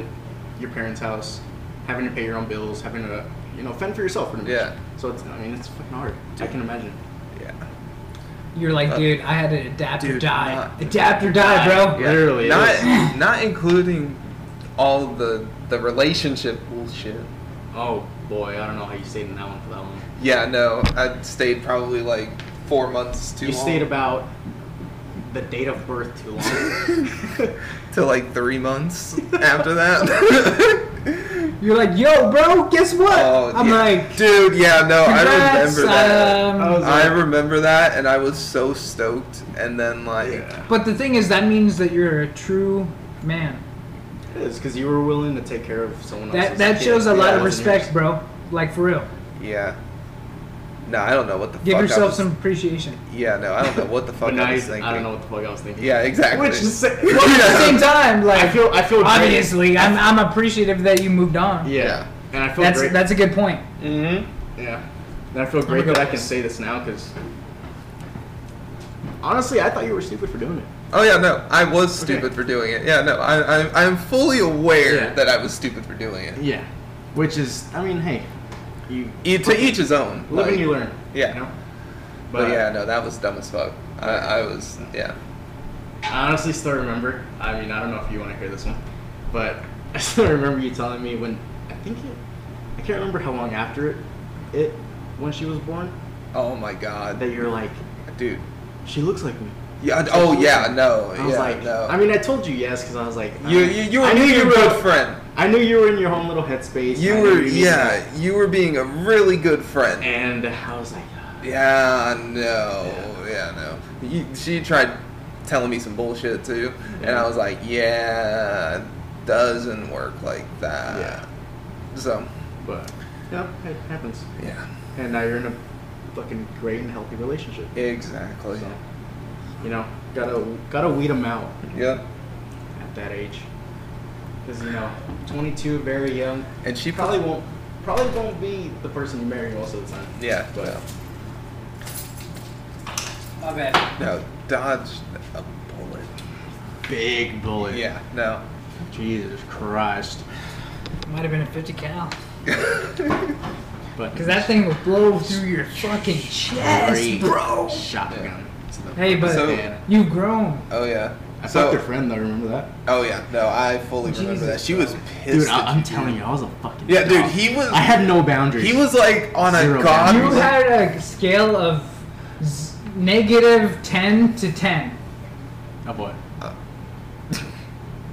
S3: your parents' house, having to pay your own bills, having to you know fend for yourself pretty much.
S2: Yeah.
S3: So it's I mean it's fucking hard. I can imagine.
S2: Yeah.
S4: You're like,
S2: Uh,
S4: dude, I had to adapt or
S2: dude,
S4: die.
S2: not-
S4: adapt or die,
S3: Yeah.
S4: bro.
S2: Yeah.
S3: Literally, it
S2: Not not including all the the relationship bullshit.
S3: Oh boy, I don't know how you stayed in that one for that one.
S2: Yeah, no, I stayed probably like four months too
S3: you
S2: long.
S3: stayed about the date of birth too long.
S2: *laughs* to like three
S3: *laughs*
S2: months after that.
S4: *laughs* You're like, yo, bro, guess what?
S2: oh,
S4: I'm
S2: yeah.
S4: like,
S2: dude, yeah, no, I
S4: congrats,
S2: remember that.
S4: um,
S3: I was
S2: I
S3: like-
S2: remember that, and I was so stoked. And then like,
S3: yeah.
S4: But the thing is, that means that you're a true man.
S3: It is because you were willing to take care of someone
S4: That
S3: else's
S4: that
S3: kid.
S4: shows a lot
S2: yeah,
S4: of
S3: It wasn't yours.
S4: respect, bro. Like for real,
S2: yeah. No, I don't know what the
S4: give
S2: fuck. I
S4: yourself
S2: was-
S4: some appreciation.
S2: Yeah, no, I don't know what the fuck
S3: But now
S2: I
S3: you-
S2: was thinking.
S3: I don't know what the fuck I was thinking.
S2: Yeah, exactly.
S3: Which *laughs* is well,
S4: Well, at the
S2: *laughs*
S4: same
S2: Yeah.
S4: time, like
S3: I feel I feel great.
S4: obviously, I'm I'm appreciative that you moved on.
S3: Yeah.
S2: Yeah.
S3: And I feel
S4: that's
S3: great.
S4: that's a good point.
S3: Mm-hmm. Yeah. And I feel great
S4: my
S3: that I
S4: goodness.
S3: can say this now because honestly, I thought you were stupid for doing it.
S2: Oh yeah, no, I was stupid
S3: Okay.
S2: for doing it. Yeah, no, I, I, I'm fully aware
S3: Yeah.
S2: that I was stupid for doing it.
S3: Yeah. Which is, I mean, hey, you
S2: E- to each his own.
S3: live
S2: like-
S3: and you learn.
S2: yeah.
S3: You know?
S2: But, yeah, no, that was dumb as fuck. I, I was, yeah.
S3: I honestly still remember. I mean, I don't know if you want to hear this one, but *laughs* I still remember you telling me when I think it, I can't remember how long after it, it when she was born
S2: Oh my god,
S3: that you're like,
S2: dude.
S3: she looks like me.
S2: Yeah. d- Oh yeah, no.
S3: I was
S2: yeah,
S3: like,
S2: no.
S3: I mean, I told you yes because I was like,
S2: you,
S3: I-
S2: you, you
S3: I
S2: were
S3: knew
S2: being
S3: you
S2: a
S3: were.
S2: good friend.
S3: I knew you were in your own little headspace. I
S2: You
S3: knew
S2: were,
S3: needed that.
S2: yeah, you were being a really good friend.
S3: And I was like,
S2: Yeah, no, yeah, no. You, she tried telling me some bullshit too, and I was like, yeah, it doesn't work like that.
S3: Yeah.
S2: So,
S3: "Ah." but yeah, it happens.
S2: yeah,
S3: And now you're in a fucking great and healthy relationship.
S2: exactly.
S3: So, you know, gotta gotta weed them out.
S2: Yep.
S3: at that age. Because you know, 22, very young.
S2: And she
S3: You probably won't probably won't be the person you marry most of the time.
S2: Yeah.
S3: But
S2: no.
S4: My bad.
S2: No, dodge a bullet.
S3: big bullet.
S2: Yeah, no.
S3: Jesus Christ.
S4: Might have been a 50 cal,
S3: But
S4: because that thing will blow through your fucking chest,
S3: Great
S4: bro.
S3: shotgun.
S4: Hey, but
S2: So-
S4: you've grown.
S2: Oh yeah.
S3: I
S2: so,
S3: fucked her friend though. Remember that?
S2: oh yeah. No, I fully remember
S4: Jesus,
S2: that. She
S4: bro.
S2: was pissed.
S3: Dude, I,
S2: at
S3: I'm telling you, I was a fucking.
S2: Yeah, dude,
S3: dog.
S2: he was-
S3: I had no boundaries.
S2: He was like on a
S3: Zero
S2: god.
S4: You had a scale of z- negative 10 to 10
S3: Oh boy.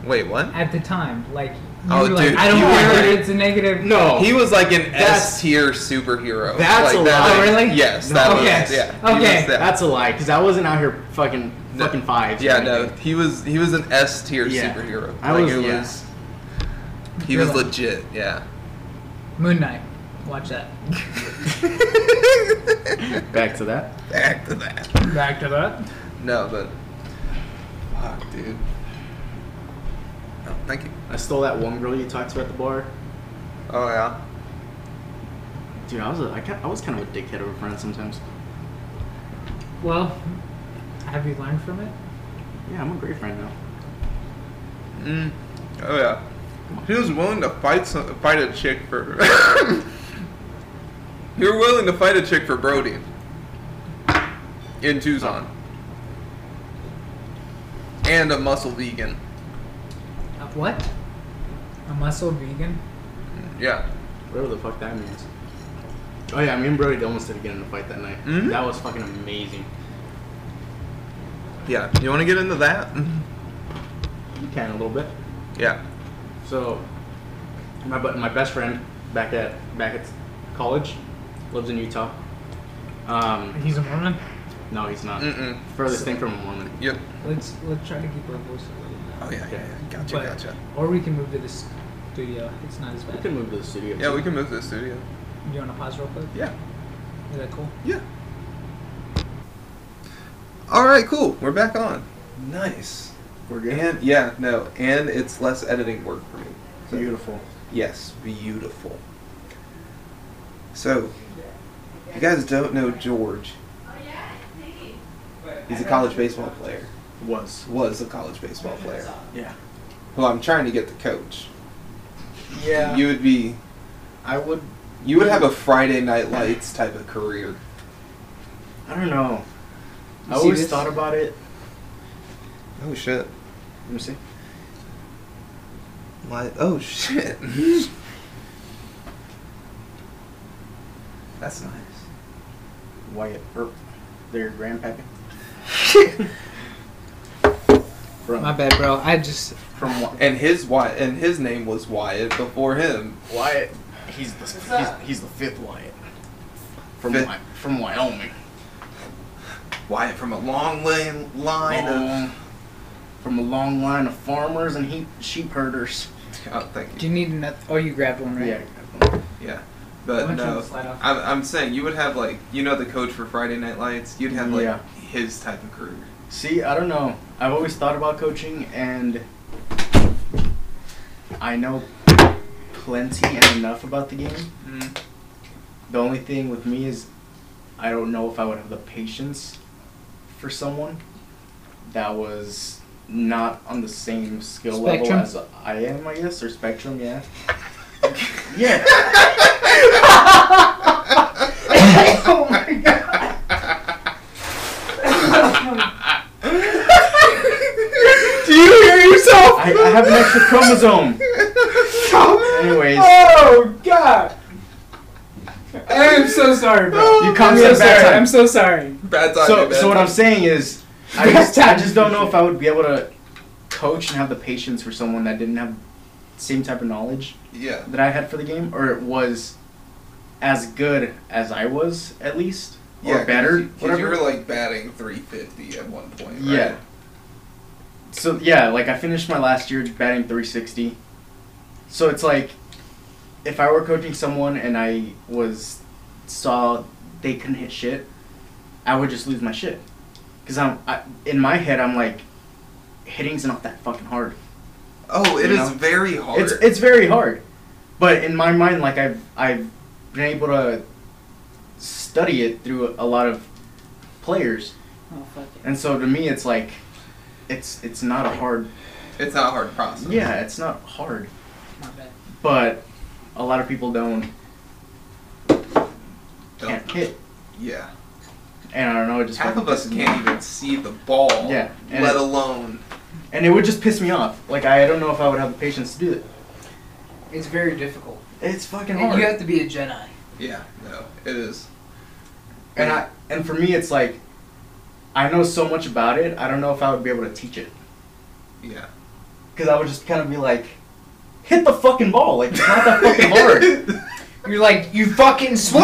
S2: Wait, what?
S4: at the time. Like, you
S2: Oh,
S4: were like,
S2: dude,
S4: I don't
S2: you
S4: care
S2: were-
S4: if it's a negative.
S3: No.
S2: He was like an
S3: Oh. That's-
S2: S tier superhero.
S3: That's
S2: like
S3: a
S2: that,
S3: lie.
S2: like-
S4: Oh, really?
S2: Yes.
S4: No.
S2: That
S4: Okay.
S2: was, yeah. he
S4: Okay.
S2: was that.
S3: That's a lie, because I wasn't out here fucking
S2: No.
S3: fucking fives. or
S2: Yeah, no.
S3: anything.
S2: He was he was an S tier
S3: Yeah.
S2: superhero.
S3: I
S2: Like,
S3: was-
S2: it
S3: yeah.
S2: was- He
S4: You're
S2: was
S4: like-
S2: legit.
S3: *laughs*
S2: Yeah.
S4: Moon Knight. Watch that.
S3: Back to that.
S2: Back to that.
S4: Back to that.
S2: No, but fuck, dude. No, thank you.
S3: I stole that one girl you talked to at the bar.
S2: Oh yeah.
S3: Dude, I was a, I, ki- I was kind of a dickhead of a friend sometimes.
S4: Well, have you learned from it?
S3: Yeah, I'm a great friend now.
S2: Mm. Oh yeah. He was willing to fight some, fight a chick for. *laughs* you were willing to fight a chick for Brody. In Tucson. And a muscle vegan.
S4: A Uh, what? A muscle vegan?
S2: Yeah.
S3: Whatever the fuck that means. Oh yeah, me and Brody almost did get in a fight that night.
S2: Mhm.
S3: That was fucking amazing.
S2: Yeah. You want to get into that? Mm-hmm.
S3: You can a little bit.
S2: Yeah.
S3: So, my bu- my best friend back at back at college lives in Utah. Um,
S4: He's a Mormon.
S3: no, he's not.
S2: Mm-mm.
S3: Furthest thing from a Mormon.
S2: Yep.
S4: Let's let's try to keep our voice a little.
S2: Oh yeah. Yeah. yeah. Gotcha.
S4: But,
S2: Gotcha.
S4: Or we can move to this
S5: studio. It's not as
S3: We
S5: bad.
S3: can move to the studio.
S2: Yeah,
S3: too.
S2: we can move to the studio.
S5: You want to pause real quick?
S2: Yeah.
S5: Is that cool?
S2: Yeah. All right, cool. We're back on. Nice.
S3: We're good.
S2: And yeah, no, and it's less editing work for me. So,
S3: Beautiful.
S2: Yes, beautiful. So, if you guys don't know George. He's a college baseball player.
S3: Was.
S2: Was a college baseball player.
S3: Yeah.
S2: Who I'm trying to get to coach.
S3: Yeah.
S2: You would be.
S3: I would.
S2: You would have a Friday Night Lights type of career.
S3: I don't know.
S5: You
S3: I
S5: see
S3: always
S5: this?
S3: thought about it.
S2: Oh shit.
S3: Let me see.
S2: Like, oh *laughs* shit. That's nice.
S3: Wyatt Earp, their
S5: *laughs*
S3: grandpappy. From
S5: My bad, bro. I just
S3: from Wy-
S2: and his Wyatt, and his name was Wyatt before him.
S3: Wyatt. He's the he's, he's the fifth Wyatt. From
S2: Fifth.
S3: Wy- from Wyoming.
S2: Wyatt from a long lane line
S3: Um, from a long line of farmers and he, sheep herders.
S2: of. Oh, thank
S5: do
S2: you.
S5: you need another? Oh, you grabbed one, right?
S3: Yeah.
S2: Yeah, but
S5: Why don't you
S2: no,
S5: slide off?
S2: I'm, I'm saying you would have like you know the coach for Friday Night Lights. You'd have like
S3: Yeah.
S2: his type of career.
S3: See, I don't know. I've always thought about coaching, and I know plenty and enough about the game.
S2: Mm.
S3: The only thing with me is I don't know if I would have the patience for someone that was not on the same skill
S5: Spectrum?
S3: level as I am, I guess, or spectrum, yeah. *laughs* yeah.
S5: *laughs*
S3: oh my god.
S2: *laughs* Do you hear yourself?
S3: I, I have an extra chromosome. Anyways,
S5: Oh God! I am so sorry, bro.
S3: you
S5: I'm
S3: come to
S5: so
S3: the back
S5: sorry.
S3: time.
S5: I'm so sorry.
S2: Bad time.
S3: so,
S2: bad
S3: so what
S2: time.
S3: I'm saying is, I just, I just don't know if I would be able to coach and have the patience for someone that didn't have the same type of knowledge
S2: yeah,
S3: that I had for the game, or it was as good as I was, at least, or
S2: yeah,
S3: better,
S2: Because
S3: whatever.
S2: you were like batting 350 at one point. Right?
S3: yeah. So yeah, like I finished my last year batting 360. So it's like, if I were coaching someone and I was saw they couldn't hit shit, I would just lose my shit. Cause I'm I, in my head, I'm like, hitting's not that fucking hard.
S2: Oh, it
S3: You
S2: is
S3: know?
S2: very hard.
S3: It's it's very hard, but in my mind, like I've I've been able to study it through a lot of players,
S5: Oh fuck it.
S3: and so to me, it's like, it's it's not a hard.
S2: It's not a hard process.
S3: Yeah, it's not hard,
S5: My bad.
S3: but a lot of people don't
S2: Don't-
S3: can't hit,
S2: yeah.
S3: and I don't know. It just
S2: Half
S3: fucking
S2: of us
S3: pisses me
S2: can't
S3: off.
S2: even see the ball.
S3: Yeah, and
S2: Let
S3: it-
S2: alone.
S3: and it would just piss me off. Like I don't know if I would have the patience to do it.
S5: It's very difficult.
S3: It's fucking hard.
S5: And you have to be a Jedi.
S2: Yeah. No. It is.
S3: and I and for me, it's like, I know so much about it. I don't know if I would be able to teach it.
S2: Yeah.
S3: Because I would just kind of be like, hit the fucking ball. Like, it's not that fucking
S2: *laughs*
S3: hard.
S5: You're like you fucking swing *laughs*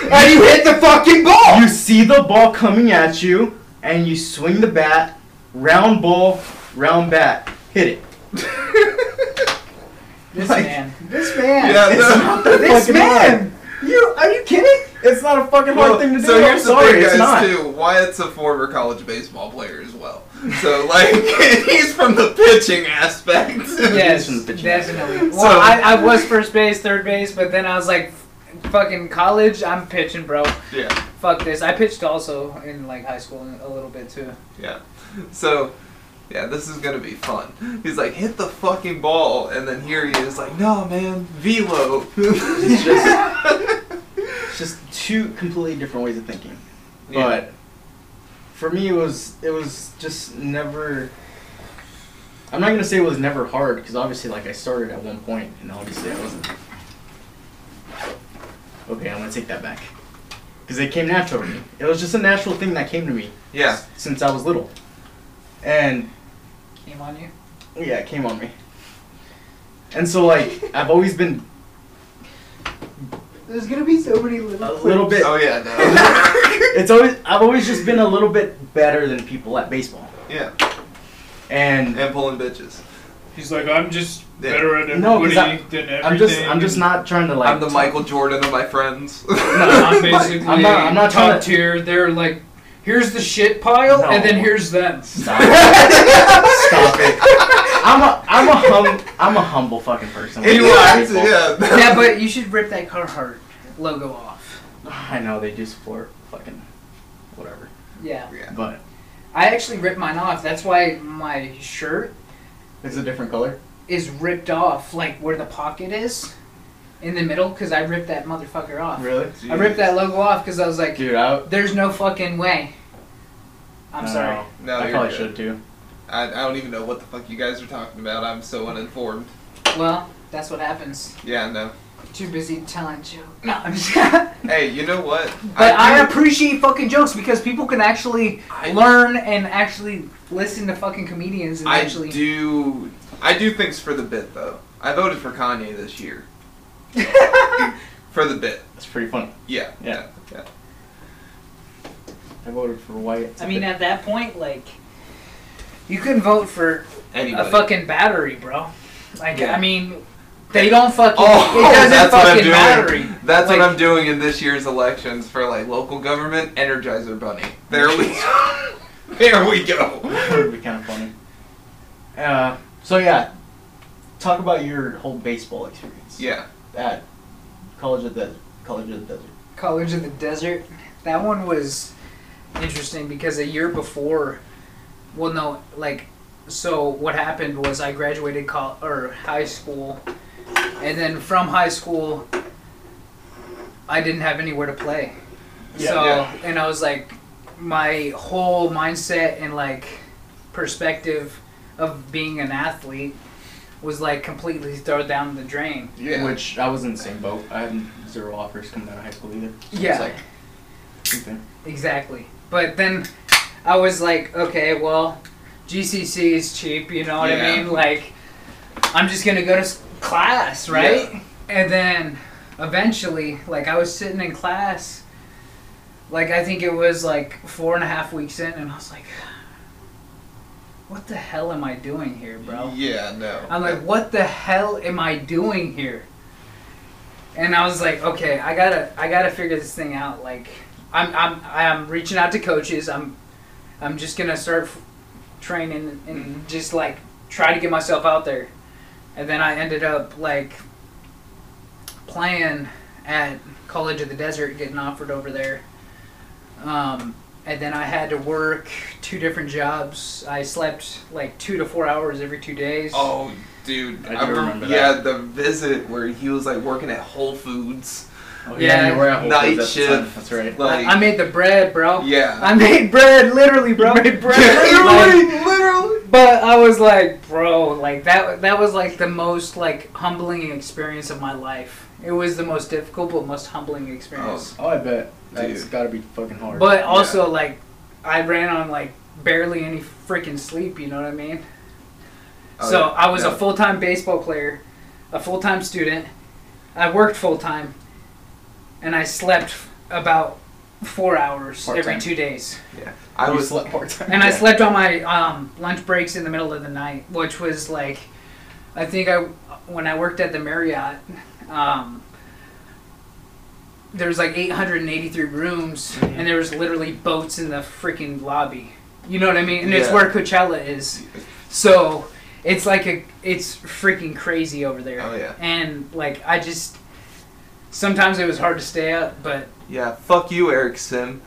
S3: *laughs*
S5: and you hit the fucking ball.
S3: you see the ball coming at you, and you swing the bat, round ball, round bat, hit it.
S5: This
S3: like-
S5: man. This man.
S2: Yeah,
S3: It's
S2: no.
S3: not that
S5: This
S3: fucking
S5: man!
S3: hard. You, are you kidding? It's not a fucking hard
S2: Well,
S3: thing to do.
S2: so
S3: I'm
S2: here's
S3: sorry,
S2: the thing, guys.
S3: it's not.
S2: Too. Wyatt's a former college baseball player as well. So like, *laughs* he's from the pitching
S3: *laughs*
S2: aspect.
S5: Yes,
S3: From the pitching. *laughs*
S5: definitely. Well,
S2: So-
S5: I, I was first base, third base, but then I was like, fucking college. I'm pitching, bro.
S2: yeah.
S5: Fuck this. I pitched also in like high school a little bit too.
S2: Yeah. So. Yeah, this is gonna be fun. He's like, hit the fucking ball, and then here he is, like, no, man, velo. *laughs*
S3: It's just, it's just two completely different ways of thinking.
S2: Yeah.
S3: But for me, it was it was just never. I'm not gonna say it was never hard because obviously, like I started at one point, and obviously I wasn't. Okay, I'm gonna take that back because it came natural to me. It was just a natural thing that came to me
S2: yeah,
S3: since I was little, and
S5: Came on you.
S3: yeah, it came on me. And so, like, I've always been
S5: There's gonna be so many
S3: a little bit.
S2: Oh yeah, no. *laughs*
S3: It's always I've always just been a little bit better than people at baseball,
S2: yeah,
S3: and
S2: and pulling bitches.
S6: He's like, I'm just
S2: Yeah.
S6: better at
S3: No,
S6: everybody
S3: 'cause I-
S6: than everything.
S3: I'm just I'm just not trying to like.
S2: I'm the Michael Jordan of my friends.
S6: *laughs*
S2: *laughs*
S6: I'm basically
S3: *laughs* I'm not- I'm not trying
S6: top
S3: to-
S6: tier. They're like, here's the shit pile,
S3: No.
S6: and then here's them. *laughs*
S3: Stop it. Stop
S2: *laughs*
S3: it. I'm a I'm a hum I'm a humble fucking person.
S2: He was, yeah. *laughs*
S4: yeah, but you should rip that Carhartt logo off.
S3: I know they just for fucking whatever.
S4: Yeah.
S3: But
S4: I actually ripped mine off. That's why my shirt
S3: it's a different color.
S4: is ripped off, like where the pocket is in the middle, because I ripped that motherfucker off.
S3: Really?
S4: I ripped that logo off because I was like,
S3: Dude, I
S4: there's no fucking way. I'm
S3: no,
S4: sorry.
S2: No,
S3: I
S2: you're
S3: probably
S2: good.
S3: should too.
S2: I, I don't even know what the fuck you guys are talking about. I'm so uninformed.
S4: Well, that's what happens.
S2: Yeah, no.
S4: Too busy telling jokes. No, I'm just *laughs* kidding.
S2: Hey, you know what?
S4: But I,
S2: do-
S4: appreciate fucking jokes because people can actually
S2: I-
S4: learn and actually listen to fucking comedians and
S2: I
S4: actually.
S2: do. I do things for the bit though. I voted for Kanye this
S4: *laughs*
S2: year. for the bit.
S3: That's pretty funny.
S2: Yeah.
S3: Yeah.
S2: Yeah.
S3: I voted for white.
S4: I
S3: *laughs*
S4: mean, uh, at that point, like, you can vote for
S2: Anybody.
S4: a fucking battery, bro. Like,
S2: Yeah.
S4: I mean, they don't fucking.
S2: Oh, *laughs*
S4: *laughs* it doesn't
S2: that's what I'm
S4: fucking
S2: doing.
S4: battery.
S2: That's
S4: Like-
S2: what I'm doing in this year's elections for like local government. Energizer Bunny. There
S4: *laughs*
S2: we. *laughs* there we go.
S3: would be kind of funny. Uh, so yeah, talk about your whole baseball experience.
S2: Yeah.
S3: At college of the college of the desert.
S4: Colors of the Desert. That one was interesting because a year before, well, no, like, so what happened was I graduated col- or high school, and then from high school, I didn't have anywhere to play.
S3: Yeah,
S4: so,
S2: yeah.
S4: and I was like, my whole mindset and like perspective of being an athlete was like completely thrown down the drain.
S2: Yeah.
S3: Which I was in the same boat. I had zero offers coming out of high school either. So
S4: Yeah.
S3: It's like, same thing.
S4: Exactly. But then I was like, okay, well, GCC is cheap, you know what
S2: Yeah.
S4: I mean? Like, I'm just going to go to s- class, right? And then eventually, like, I was sitting in class, like, I think it was like four and a half weeks in, and I was like, what the hell am I doing here, bro?
S2: Yeah. No.
S4: I'm like, what the hell am I doing here? And I was like, okay, I gotta, I gotta figure this thing out. Like, I'm, I'm, I'm reaching out to coaches. I'm, I'm just gonna start f- training and
S2: Mm-hmm.
S4: just like try to get myself out there. And then I ended up like playing at College of the Desert, getting offered over there. Um, and then I had to work two different jobs. I slept like two to four hours every two days.
S2: Oh, dude.
S3: I do
S2: rem-
S3: remember that.
S2: Yeah, the visit where he was like working at Whole Foods.
S3: Oh,
S4: Yeah.
S3: you were at Whole
S2: Night
S3: Foods at the time.
S2: shift.
S3: That's right.
S2: Like,
S4: I, I made the bread, bro.
S2: yeah.
S4: I made bread, literally, bro.
S2: *laughs*
S4: made bread.
S2: literally, literally.
S4: but I was like, bro, like that. That was like the most like humbling experience of my life. It was the most difficult but most humbling experience.
S3: Oh, I bet. That's
S2: Dude.
S3: got to be fucking hard.
S4: But also like, I ran on like barely any freaking sleep. You know what I mean?
S2: Oh,
S4: so
S2: yeah.
S4: I was
S2: Yeah.
S4: a full time baseball player, a full time student. I worked full time, and I slept about four hours
S3: Part-time.
S4: every two days.
S2: Oh, I
S3: You
S2: was
S3: slept part time.
S4: And I slept on my um, lunch breaks in the middle of the night, which was like, I think I when I worked at the Marriott, um, there was like 883 rooms,
S2: Mm-hmm.
S4: and there was literally boats in the freaking lobby. You know what I mean? And it's
S2: Yeah.
S4: where Coachella is, so it's like a it's freaking crazy over there.
S2: Oh, yeah.
S4: And like I just sometimes it was hard to stay up, but
S2: Yeah, fuck you, Eric Sim.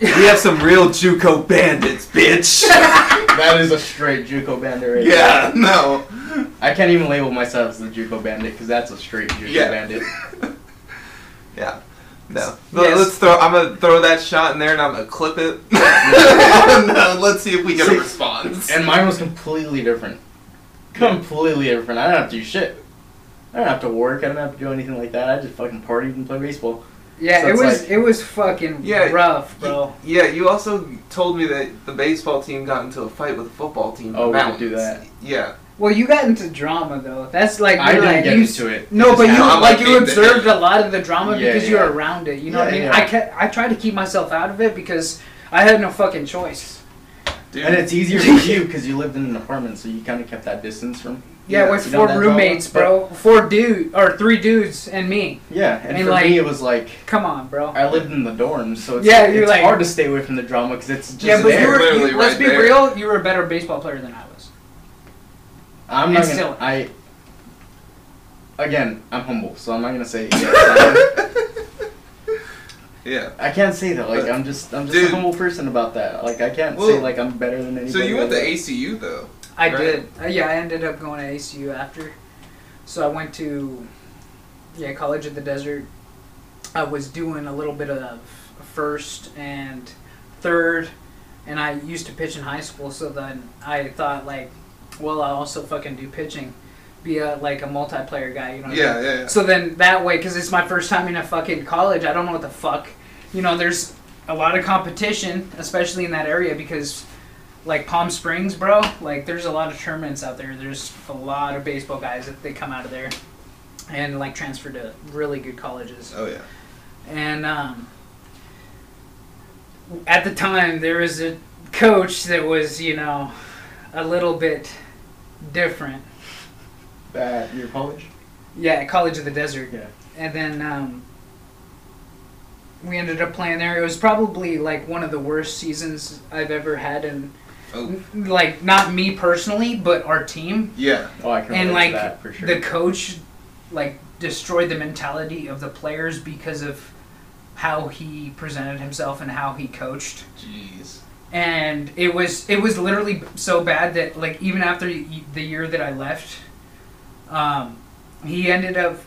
S2: We have some real JUCO bandits, bitch.
S3: *laughs* *laughs* That is a straight JUCO bandit. Right
S2: yeah, no.
S3: there. I can't even label myself as a JUCO bandit because that's a straight JUCO
S2: Yeah.
S3: bandit.
S2: Yeah. No.
S4: Yes.
S2: No, Let's throw. I'm gonna throw that shot in there, and I'm gonna clip
S3: *laughs*
S2: it. *laughs* no, let's see if we get a response.
S3: And mine was completely different. Completely different. I don't have to do shit. I don't have to work. I don't have to do anything like that. I just fucking partied and played baseball.
S4: yeah,
S3: So
S4: it
S3: it's
S4: was
S3: like-
S4: it was fucking
S2: Yeah,
S4: rough, bro.
S2: Yeah, you also told me that the baseball team got into a fight with a football team. in
S3: Oh,
S2: the
S3: we could do
S2: mountains. Yeah.
S4: Well, you got into drama though. That's like
S3: I
S4: you're,
S3: didn't
S4: like,
S3: get
S4: you,
S3: into it.
S4: No,
S3: It
S4: but
S3: just
S4: you
S2: happened.
S4: like
S2: I'm
S3: *laughs*
S4: you
S2: like,
S4: observed a lot of the drama
S3: Yeah,
S4: because you
S3: yeah.
S4: were around it. You know
S3: Yeah,
S4: what I mean?
S3: yeah.
S4: I kept, I tried to keep myself out of it because I had no fucking choice.
S2: Dude.
S3: And it's easier for you because you lived in an apartment, so you kind of kept that distance from
S4: Yeah,
S3: Yeah,
S4: with
S3: you know
S4: four
S3: that
S4: roommates, bro.
S3: problem?
S4: Four dude or three dudes and me.
S3: Yeah, and,
S4: And,
S3: for
S4: like-
S3: me it was like
S4: Come on, bro.
S3: I lived in the dorms, so it's,
S4: Yeah,
S3: yeah,
S4: you're
S3: it's
S4: like-
S3: hard to stay away from the drama because it's just
S4: yeah, but
S3: there.
S4: you were.
S6: Literally
S4: You, let's
S6: right
S4: be
S6: there.
S4: real. You were a better baseball player than I was.
S3: I'm not
S4: and
S3: gonna.
S4: still-
S3: I again, I'm humble, so I'm not gonna
S4: *laughs*
S3: say. yes,
S2: Yeah.
S3: I, I can't say that. Like I'm just, I'm just
S2: Dude.
S3: a humble person about that. Like I can't say
S2: Well,
S3: like I'm better than anybody.
S2: So you went to
S3: else.
S2: ACU though.
S4: I
S2: Right.
S4: did. Uh, yeah, I ended up going to ACU after. So I went to, yeah, College of the Desert. I was doing a little bit of first and third, and I used to pitch in high school. So then I thought like, well, I also fucking do pitching, be a like a multiplayer guy. You know? what I
S2: Yeah,
S4: mean?
S2: yeah, yeah.
S4: So then that way, because it's my first time in a fucking college, I don't know what the fuck. You know, there's a lot of competition, especially in that area, because like Palm Springs, bro, like there's a lot of tournaments out there. There's a lot of baseball guys that they come out of there and like transfer to really good colleges.
S2: Oh yeah.
S4: And um, at the time, there was a coach that was, you know, a little bit different.
S3: At your college?
S4: Yeah, at College of the Desert.
S3: Yeah.
S4: And then um, we ended up playing there. It was probably like one of the worst seasons I've ever had, and
S2: Oh
S4: like not me personally, but our team
S2: yeah.
S3: Oh, I can relate
S4: and
S3: to
S4: like
S3: that for sure.
S4: the coach, like destroyed the mentality of the players because of how he presented himself and how he coached
S2: Jeez.
S4: and it was it was literally so bad that like even after y- the year that I left, um, he ended up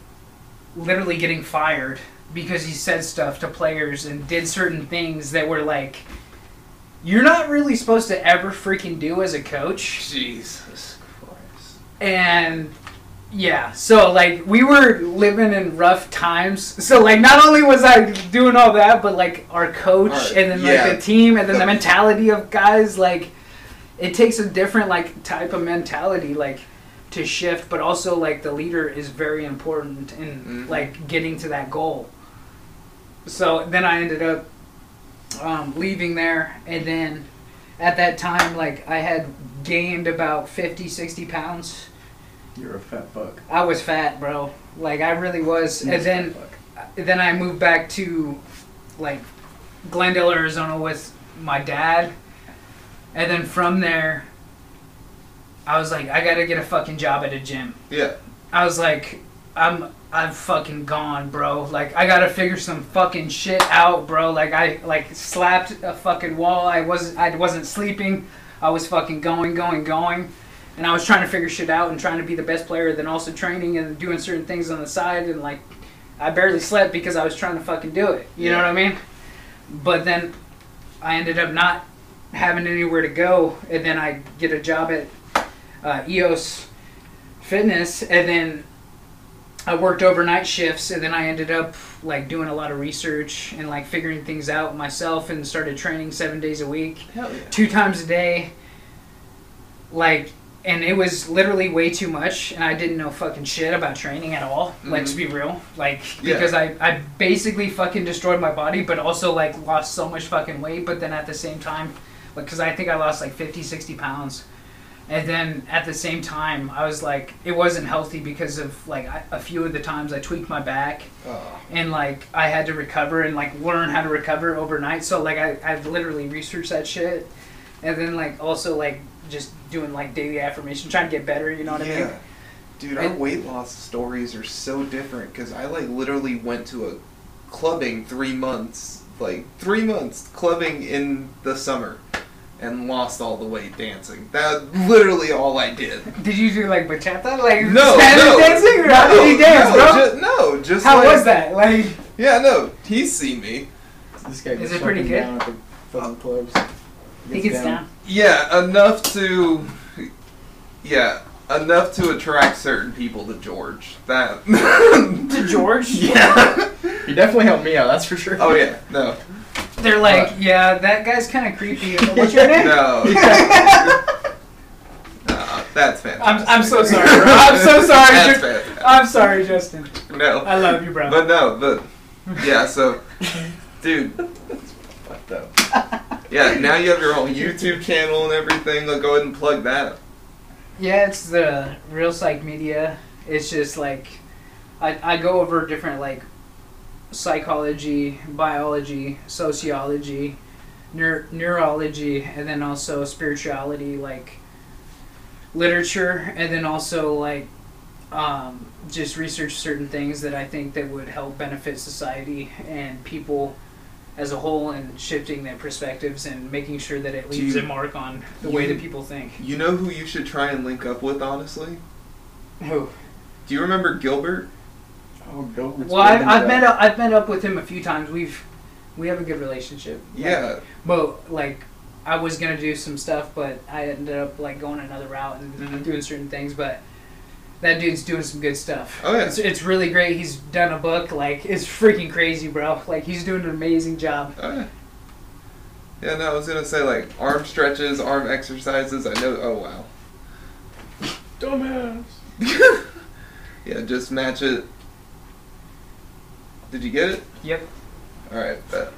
S4: literally getting fired because he said stuff to players and did certain things that were like you're not really supposed to ever freaking do as a coach
S2: Jesus Christ.
S4: and yeah so like we were living in rough times so like not only was i doing all that but like our coach
S2: Alright,
S4: and then
S2: yeah.
S4: like the team and then the
S2: The-
S4: mentality of guys like it takes a different like type of mentality like to shift but also like the leader is very important in
S2: Mhm.
S4: like getting to that goal so then i ended up um, leaving there and then at that time like i had gained about 50 60 pounds
S3: You're a fat fuck.
S4: I was fat, bro. Like I really was.
S3: You're a
S4: And then
S3: fat fuck.
S4: then I moved back to like Glendale, Arizona with my dad. And then from there I was like I got to get a fucking job at a gym.
S2: Yeah.
S4: I was like I'm I'm fucking gone, bro. Like I got to figure some fucking shit out, bro. Like I like slapped a fucking wall. I wasn't I wasn't sleeping. I was fucking going, going, going. And I was trying to figure shit out and trying to be the best player, then also training and doing certain things on the side. And like, I barely slept because I was trying to fucking do it. You know what I mean? But then I ended up not having anywhere to go. And then I get a job at uh, EOS Fitness. And then I worked overnight shifts. And then I ended up like doing a lot of research and like figuring things out myself and started training seven days a week
S2: Hell yeah.
S4: two times a day like and it was literally way too much and i didn't know fucking shit about training at all like to be real like
S2: Yeah.
S4: because I, I basically fucking destroyed my body but also like lost so much fucking weight but then at the same time like because i think i lost like 50 60 pounds and then at the same time i was like it wasn't healthy because of like I, a few of the times i tweaked my back
S2: Oh.
S4: and like I had to recover and like learn how to recover overnight. So like I I've literally researched that shit, and then like also like just doing like daily affirmation, trying to get better. You know what I mean?
S2: Dude, our
S4: And-
S2: weight loss stories are so different because I like literally went to a clubbing three months, like three months clubbing in the summer, and lost all the weight dancing. That literally all I did.
S4: Did you do like bachata, like
S2: No,
S4: Spanish
S2: no,
S4: dancing, or how
S2: no,
S4: did you dance,
S2: no,
S4: bro?
S2: ju- no, just
S4: how
S2: like-
S4: was that? Like
S2: Yeah, no, he's seen me.
S3: This guy
S4: Is
S3: gets
S4: it pretty
S3: fucking
S4: good?
S3: Down at the fucking clubs.
S4: he
S3: Gets
S4: gets down.
S2: Yeah, enough to, yeah, enough to attract certain people to George. That. *laughs*
S4: to George.
S2: yeah.
S3: He definitely helped me out. That's for sure.
S2: Oh yeah, no,
S4: They're like, yeah, that guy's kind
S2: *laughs*
S4: of creepy. What's your name?
S2: Uh, no. Uh, that's fantastic.
S4: I'm, I'm so sorry, bro. I'm so sorry.
S2: That's
S4: Ju-
S2: fantastic.
S4: *laughs* I'm sorry, Justin.
S2: No,
S4: I love you, bro.
S2: but no, but yeah. So, dude,
S3: Fucked up.
S2: yeah. Now you have your own YouTube channel and everything. Like, go ahead and plug that.
S4: Yeah, it's the real psych media. It's just like I, I go over different like psychology, biology, sociology, neur- neurology, and then also spirituality, like literature, and then also like um, just research certain things that I think that would help benefit society and people as a whole, and shifting their perspectives and making sure that it
S2: Do
S4: leaves
S2: you-
S4: a mark on the way
S2: you-
S4: that people think.
S2: You know who you should try and link up with, honestly?
S4: Who?
S2: Do you remember Gilbert?
S3: Oh, Gilbert's
S4: Well, I've,
S3: building
S4: I've
S3: it
S4: met up, I've met up with him a few times. We've we have a good relationship. Like,
S2: Yeah.
S4: but like, I was gonna do some stuff, but I ended up like going another route and
S2: Mhm.
S4: doing certain things. But that dude's doing some good stuff.
S2: Oh, yeah.
S4: It's, it's really great. He's done a book. Like it's freaking crazy, bro. Like he's doing an amazing job.
S2: Oh, yeah. Yeah, no, I was gonna say like arm stretches, arm exercises. I know. Oh wow.
S6: Dumbass.
S2: *laughs* Yeah, just match it. Did you get it?
S4: Yep.
S2: All right, bet.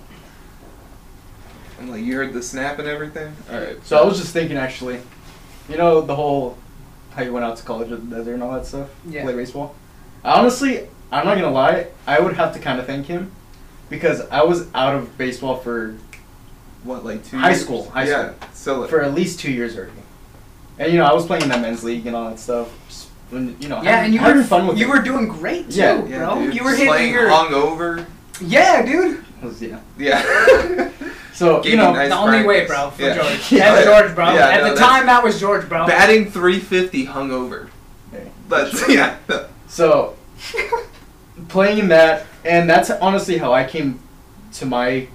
S2: I'm like, you heard the snap and everything. All right.
S3: So I was just thinking, actually, you know the whole how you went out to college in the desert and all that stuff,
S4: Yeah.
S3: play baseball. Honestly, I'm not gonna lie, I would have to kind of thank him because I was out of baseball for
S2: What, like two?
S3: High
S2: years?
S3: school, high
S2: yeah. So like,
S3: for at least two years already, and you know I was playing in that men's league and all that stuff. Just, when- you know,
S4: Yeah,
S3: having,
S4: and you
S3: having
S4: were
S3: fun with
S4: you
S3: it.
S4: were doing great too,
S3: Yeah,
S2: yeah,
S4: bro.
S2: dude,
S4: You were hitting
S2: slaying
S4: your
S2: hungover.
S4: yeah, dude.
S3: It was- yeah.
S2: Yeah.
S4: *laughs*
S3: So
S2: Gave
S3: you
S2: me
S3: know,
S2: nice
S4: the only way,
S2: practice.
S4: bro,
S2: *laughs*
S4: for
S2: Yeah.
S4: George.
S3: Yeah.
S4: That's George, bro.
S2: Yeah,
S4: At
S2: no,
S4: the
S2: that's-
S4: time, that was George, bro.
S2: Batting 350 hungover.
S3: Okay.
S2: That's *laughs* yeah. the-
S3: So, playing in that, and that's honestly how I came to my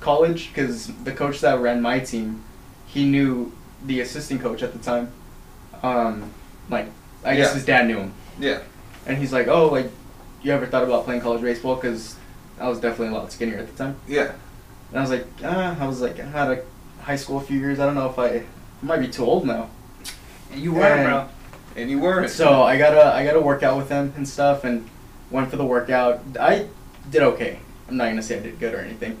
S3: college because the coach that ran my team, he knew the assistant coach at the time. Um, like, I guess
S2: Yeah.
S3: his dad knew him,
S2: Yeah.
S3: and he's like, "Oh, like, you ever thought about playing college baseball?" Because I was definitely a lot skinnier at the time,
S2: Yeah.
S3: and I was like, "Ah," I was like, "I had a high school a few years. I don't know if I, I might be too old now."
S4: *laughs* you were,
S3: And-
S4: bro.
S2: And you weren't.
S3: So I got a I got a workout with him and stuff, and went for the workout. I did okay. I'm not gonna say I did good or anything.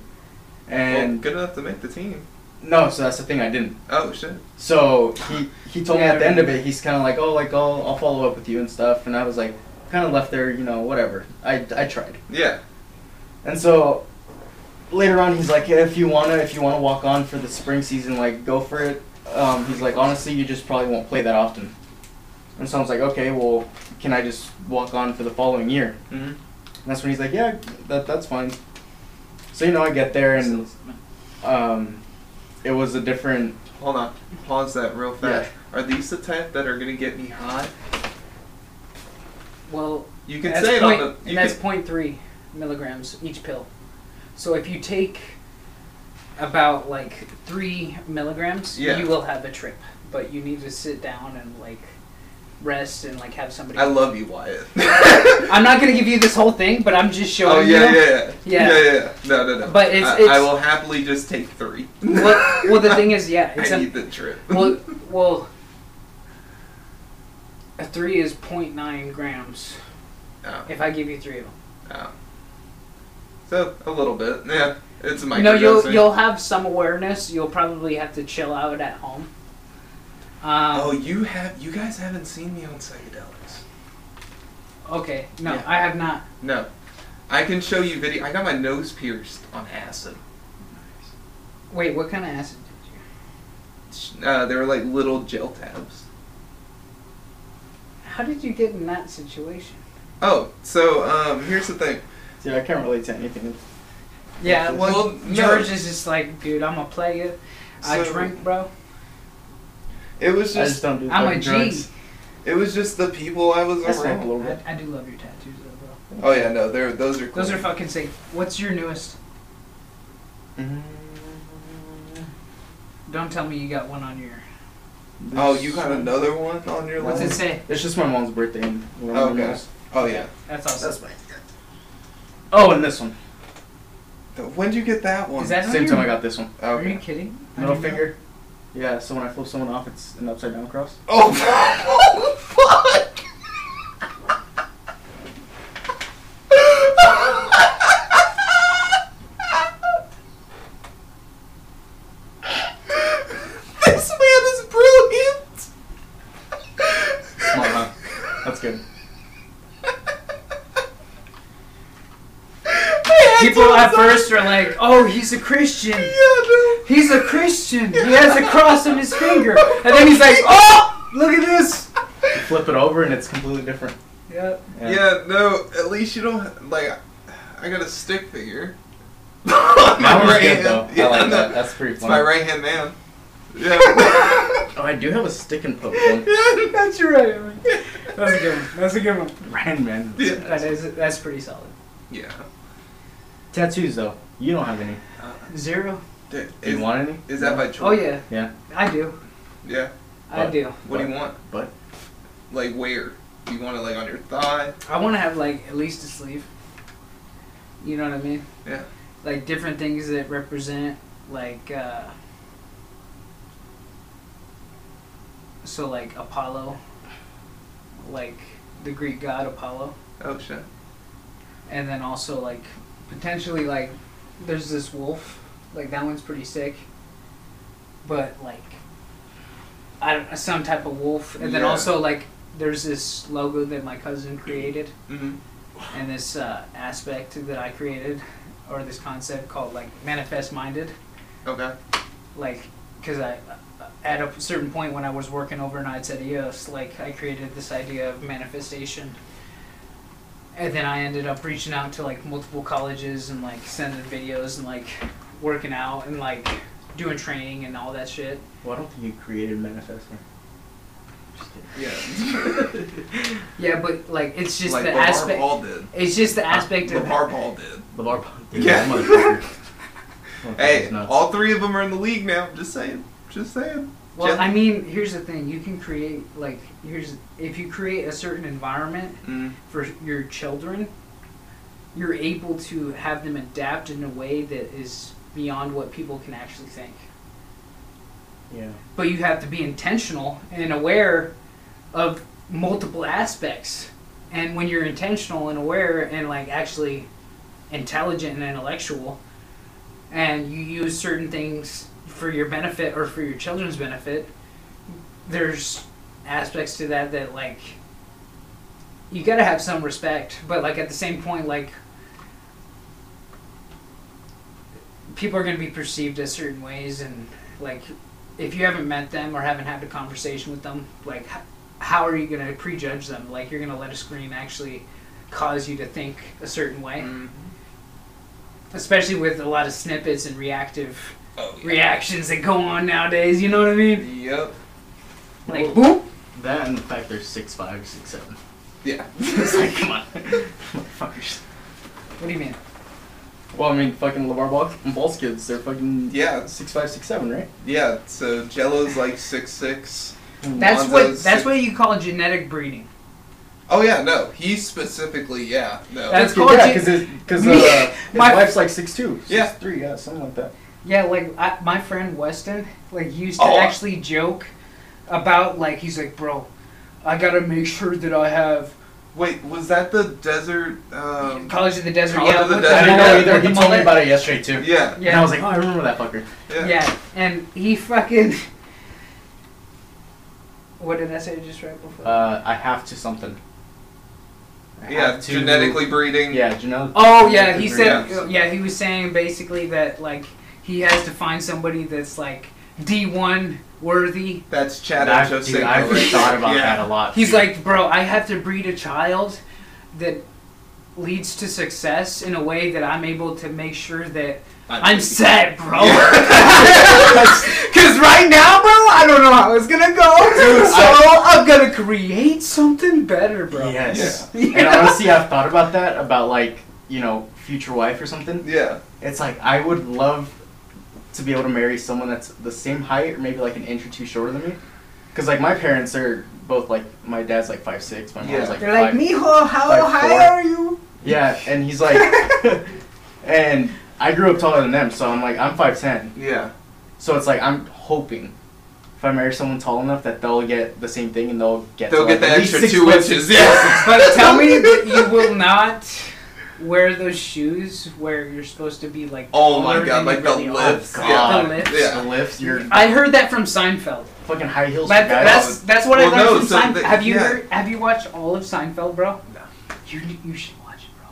S2: Well,
S3: And
S2: good enough to make the team.
S3: no, so that's the thing. I didn't.
S2: Oh shit.
S3: So he he told
S4: Yeah,
S3: me at the end of it, he's kind of like, oh, like I'll I'll follow up with you and stuff. And I was like, kind of left there, you know, whatever. I I tried.
S2: Yeah.
S3: And so later on, he's like, yeah, if you wanna, if you wanna walk on for the spring season, like go for it. Um, he's like, honestly, you just probably won't play that often. And so I was like, okay, well, can I just walk on for the following year?
S2: Mhm.
S3: And that's when he's like, yeah, that that's fine. So you know, I get there and um, it was a different.
S2: Hold on. Pause that real fast. Are these the type that are gonna get me hot?
S4: Well,
S2: You can
S4: that's
S2: say it
S4: point-
S2: on the.
S4: and
S2: You
S4: that's
S2: can,
S4: point three milligrams each pill. So if you take about like three milligrams,
S2: Yeah.
S4: you will have a trip. But you need to sit down and like rest and like have somebody.
S2: I love you, Wyatt. *laughs*
S4: I'm not gonna give you this whole thing, but I'm just showing
S2: oh yeah,
S4: you.
S2: yeah, yeah,
S4: Yeah.
S2: yeah, yeah, yeah. No, no, no.
S4: But it's-
S2: I, I
S4: it's-
S2: will happily just take three. *laughs*
S4: Well, well, the thing is, yeah, it's
S2: I
S4: a,
S2: need the trip. *laughs*
S4: well, well, a three is 0.9 grams.
S2: Oh,
S4: If I give you three of them,
S2: oh. So a little bit. Yeah. It's a microdosing.
S4: no, you'll you'll have some awareness. You'll probably have to chill out at home. Um,
S2: Oh, you have. You guys haven't seen me on psychedelics.
S4: Okay, no,
S2: Yeah.
S4: I have not.
S2: No. I can show you video. I got my nose pierced on acid.
S4: Wait, what kind of acid did you?
S2: Uh, they were like little gel tabs.
S4: How did you get in that situation?
S2: Oh, so um, here's the thing.
S3: Yeah, I can't relate to anything.
S4: Yeah,
S2: Well,
S4: well,
S2: no.
S4: George is just like, dude, I'm gonna play it. I
S2: So-
S4: drink, bro.
S2: It was
S3: I just
S2: just.
S3: don't do.
S4: I'm a
S3: fucking
S4: G.
S3: drugs.
S2: It was just the people I was
S3: That's not
S2: around.
S3: blowable.
S4: I, I do love your tattoos, though, bro.
S2: Oh yeah, no, they're those are. Cool.
S4: Those are fucking sick. What's your newest?
S3: Mm-hmm.
S4: Don't tell me you got one on your.
S2: Oh, you got another one on your
S4: What's it
S2: list?
S4: say?
S3: It's just my mom's birthday. And
S2: Oh, okay. Oh yeah.
S4: That's awesome.
S3: mine. Oh, and this one.
S2: The- When'd you get that one?
S4: Is that on
S3: Same
S4: your-
S3: time I got this one.
S4: Are you
S2: Okay.
S4: kidding? I
S3: Middle
S4: didn't know.
S3: finger. Yeah, so when I flip someone off, it's an upside down
S2: *laughs*
S3: cross.
S2: *laughs* Oh, fuck! this man is brilliant. *laughs*
S4: people at first are like, "Oh, he's a Christian. He's a Christian. He has a cross on his finger." And then he's like, "Oh, look at this."
S3: You flip it over and it's completely different.
S4: Yeah.
S2: Yeah, no. At least you don't like. I got a stick figure. *laughs* my
S3: That one's
S2: right
S3: good
S2: hand.
S3: though.
S2: Yeah,
S3: I like
S2: no, *laughs*
S3: that. That's pretty
S2: It's my
S3: funny.
S2: right hand
S3: *laughs*
S2: man. Yeah.
S3: Oh, I do have a stick and poke one.
S4: *laughs*
S2: *laughs*
S4: That's right. man. That's a good one. That's a good one.
S3: Ran man.
S2: yeah.
S4: That is, that's pretty solid.
S2: *laughs* Yeah.
S3: Tattoos though. You don't have any.
S4: Zero.
S2: Dude,
S3: Do you
S2: is-
S3: want any?
S2: Is that by choice?
S4: Oh yeah,
S3: Yeah.
S4: I do.
S2: Yeah.
S4: I
S3: But-
S4: do.
S2: What do you want?
S3: But
S2: Like where? Do you want it like on your thigh?
S4: I want to have like at least a sleeve. You know what I mean?
S2: Yeah.
S4: Like different things that represent like. uh So like Apollo. Like the Greek god Apollo,
S2: Oh shit.
S4: and then also like potentially like there's this wolf, like that one's pretty sick. But like. I don't, some type of wolf, and then
S2: Yeah.
S4: also like there's this logo that my cousin created
S2: Mm-hmm.
S4: and this uh, aspect that I created, or this concept called like manifest minded,
S2: Okay.
S4: like because I at a certain point when I was working overnights at EOS, E like I created this idea of manifestation, and then I ended up reaching out to like multiple colleges and like sending videos and like working out and like doing training and all that shit.
S3: well, I don't think you created manifesting. *laughs*
S2: Yeah.
S4: Yeah, but like it's just
S2: like
S4: the
S2: LeVar
S4: aspect.
S2: Ball did.
S4: It's just the aspect of
S2: LeVar Ball did.
S3: Levar.
S2: *laughs* Yeah. *laughs* Hey,
S3: Hey. All-
S2: all three of them are in the league now. Just saying. Just saying.
S4: Well,
S2: Yeah.
S4: I mean, here's the thing: you can create like here's if you create a certain environment
S3: Mm-hmm.
S2: Mm.
S4: for your children, you're able to have them adapt in a way that is beyond what people can actually think.
S3: yeah.
S4: But you have to be intentional and aware of multiple aspects. And when you're intentional and aware and like actually intelligent and intellectual, and you use certain things for your benefit or for your children's benefit, there's aspects to that that like you gotta have some respect, but like at the same point, like people are gonna be perceived as certain ways, and like if you haven't met them or haven't had a conversation with them, like h- how are you gonna prejudge them? Like you're gonna let a screen actually cause you to think a certain way,
S2: Mm.
S4: especially with a lot of snippets and reactive
S2: Oh
S4: reactions that go on nowadays. You know what I mean?
S2: Yep.
S4: Like boop.
S3: That and the fact they're six five, six seven. *laughs*
S2: Yeah.
S3: It's like, come on, *laughs* motherfuckers.
S4: What do you mean?
S3: Well, I mean, fucking Levar Ball, Ball's kids, they're fucking
S2: Yeah.
S3: six five, six seven, right?
S2: Yeah. So Jello's like six six.
S4: That's what
S2: Lonzo's
S4: that's
S2: six-
S4: what you call genetic breeding.
S2: Oh yeah, no. He specifically, yeah, no.
S4: That's
S3: Yeah,
S4: called
S3: yeah,
S4: gen-
S3: because because
S4: Me-
S3: uh, his
S4: my-
S3: wife's like six two,
S2: Yeah.
S3: six three, yeah, something like that.
S4: Yeah, like I, my friend Weston, like used to
S2: Oh, I-
S4: actually joke about like he's like, bro, I gotta make sure that I have
S2: Wait, was that the desert? Um,
S4: College of the Desert.
S2: College
S4: yeah,
S2: of the
S4: with
S2: Desert,
S3: I
S2: don't
S3: didn't
S4: mullet-
S3: know
S2: yeah.
S4: with
S3: either.
S4: the
S3: He told me
S4: mullet.
S3: about it yesterday too.
S2: yeah,
S3: And I
S4: Yeah,
S3: was like, oh, I remember that fucker.
S2: yeah,
S4: yeah, and he fucking. What did I say just right before?
S3: Uh, I have to something. I
S2: Yeah,
S3: have to-
S2: Genetically breeding.
S3: Yeah, genetic.
S4: oh yeah, he
S2: Yeah.
S4: said yeah he was saying basically that like he has to find somebody that's like D one worthy
S2: That's Chad
S3: That,
S2: and
S3: dude, I've thought about
S2: yeah.
S3: that a lot.
S4: He's
S3: dude. *laughs*
S4: like, bro, I have to breed a child that leads to success in a way that I'm able to make sure that I'm set, bro. Because right now, bro, I don't know how it's gonna go. so *laughs* I'm gonna create something better, bro.
S3: Yes.
S4: Yeah.
S3: And honestly, I've thought about that about like you know future wife or something.
S2: Yeah,
S3: It's like I would love to be able to marry someone that's the same height or maybe like an inch or two shorter than me. Because like my parents are both like my dad's like five six, my mom's
S2: Yeah.
S3: like
S4: They're like,
S3: five.
S4: mijo, how
S3: Like
S4: high
S3: four.
S4: are you?
S3: Yeah, and he's like, *laughs* and I grew up taller than them, so I'm like I'm five ten.
S2: yeah,
S3: So it's like I'm hoping if I marry someone tall enough that they'll get the same thing and they'll get to,
S2: they'll get
S3: like,
S2: the
S3: at least
S2: extra
S3: six
S2: two
S3: foot
S2: inches. Yeah,
S4: But tell *laughs* me that you will not wear those shoes where you're supposed to be like.
S2: *laughs* Oh my
S4: taller
S2: god,
S4: than
S2: like
S4: you
S2: the
S4: really are.
S2: lips.
S3: God.
S2: Yeah,
S4: The lips.
S2: yeah.
S3: The lifts, your
S4: I heard that from Seinfeld.
S3: fucking high heels.
S4: That,
S3: guys.
S4: that's that's what
S2: Well,
S4: I learned
S2: no,
S4: from
S2: so
S4: Seinfeld.
S2: the-
S4: have you
S2: yeah.
S4: heard, have you watched all of Seinfeld, bro? No. You you should watch it, bro.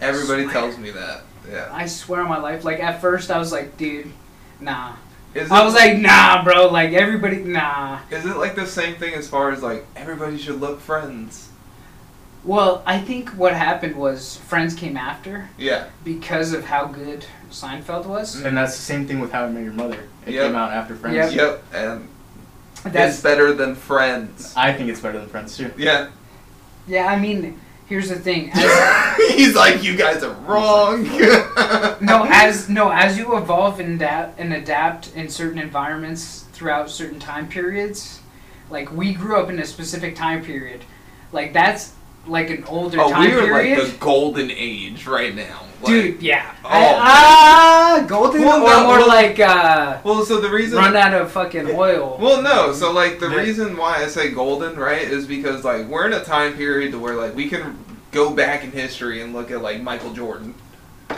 S2: Everybody
S4: Swear.
S2: tells me that. Yeah.
S4: I swear on my life. Like at first, I was like, dude, nah.
S2: Is
S4: I
S2: it-
S4: was like, nah, bro. Like everybody, nah.
S2: Is it like the same thing as far as like everybody should love friends?
S4: Well, I think what happened was Friends came after
S2: Yeah.
S4: because of how good Seinfeld was.
S3: And that's the same thing with How I Met Your Mother. It
S2: Yep.
S3: came out after Friends.
S4: Yep.
S2: Yep. And it's
S4: That's
S2: better than friends.
S3: I think it's better than Friends too.
S2: Yeah.
S4: yeah. I mean, here's the thing. As,
S2: *laughs* He's like, you guys are wrong. *laughs*
S4: no, as no, as you evolve and adapt and adapt in certain environments throughout certain time periods, like we grew up in a specific time period, like that's like an older
S2: oh,
S4: time
S2: we are
S4: period.
S2: like the golden age right now. Like-
S4: Dude, yeah.
S2: Oh.
S4: Ah, golden
S2: Well,
S4: or
S2: no,
S4: more
S2: well-
S4: like uh,
S2: Well, so the reason.
S4: run out of fucking oil.
S2: Well, no. So like the
S3: Yeah.
S2: reason why I say golden, right, is because like we're in a time period to where like we can go back in history and look at like Michael Jordan,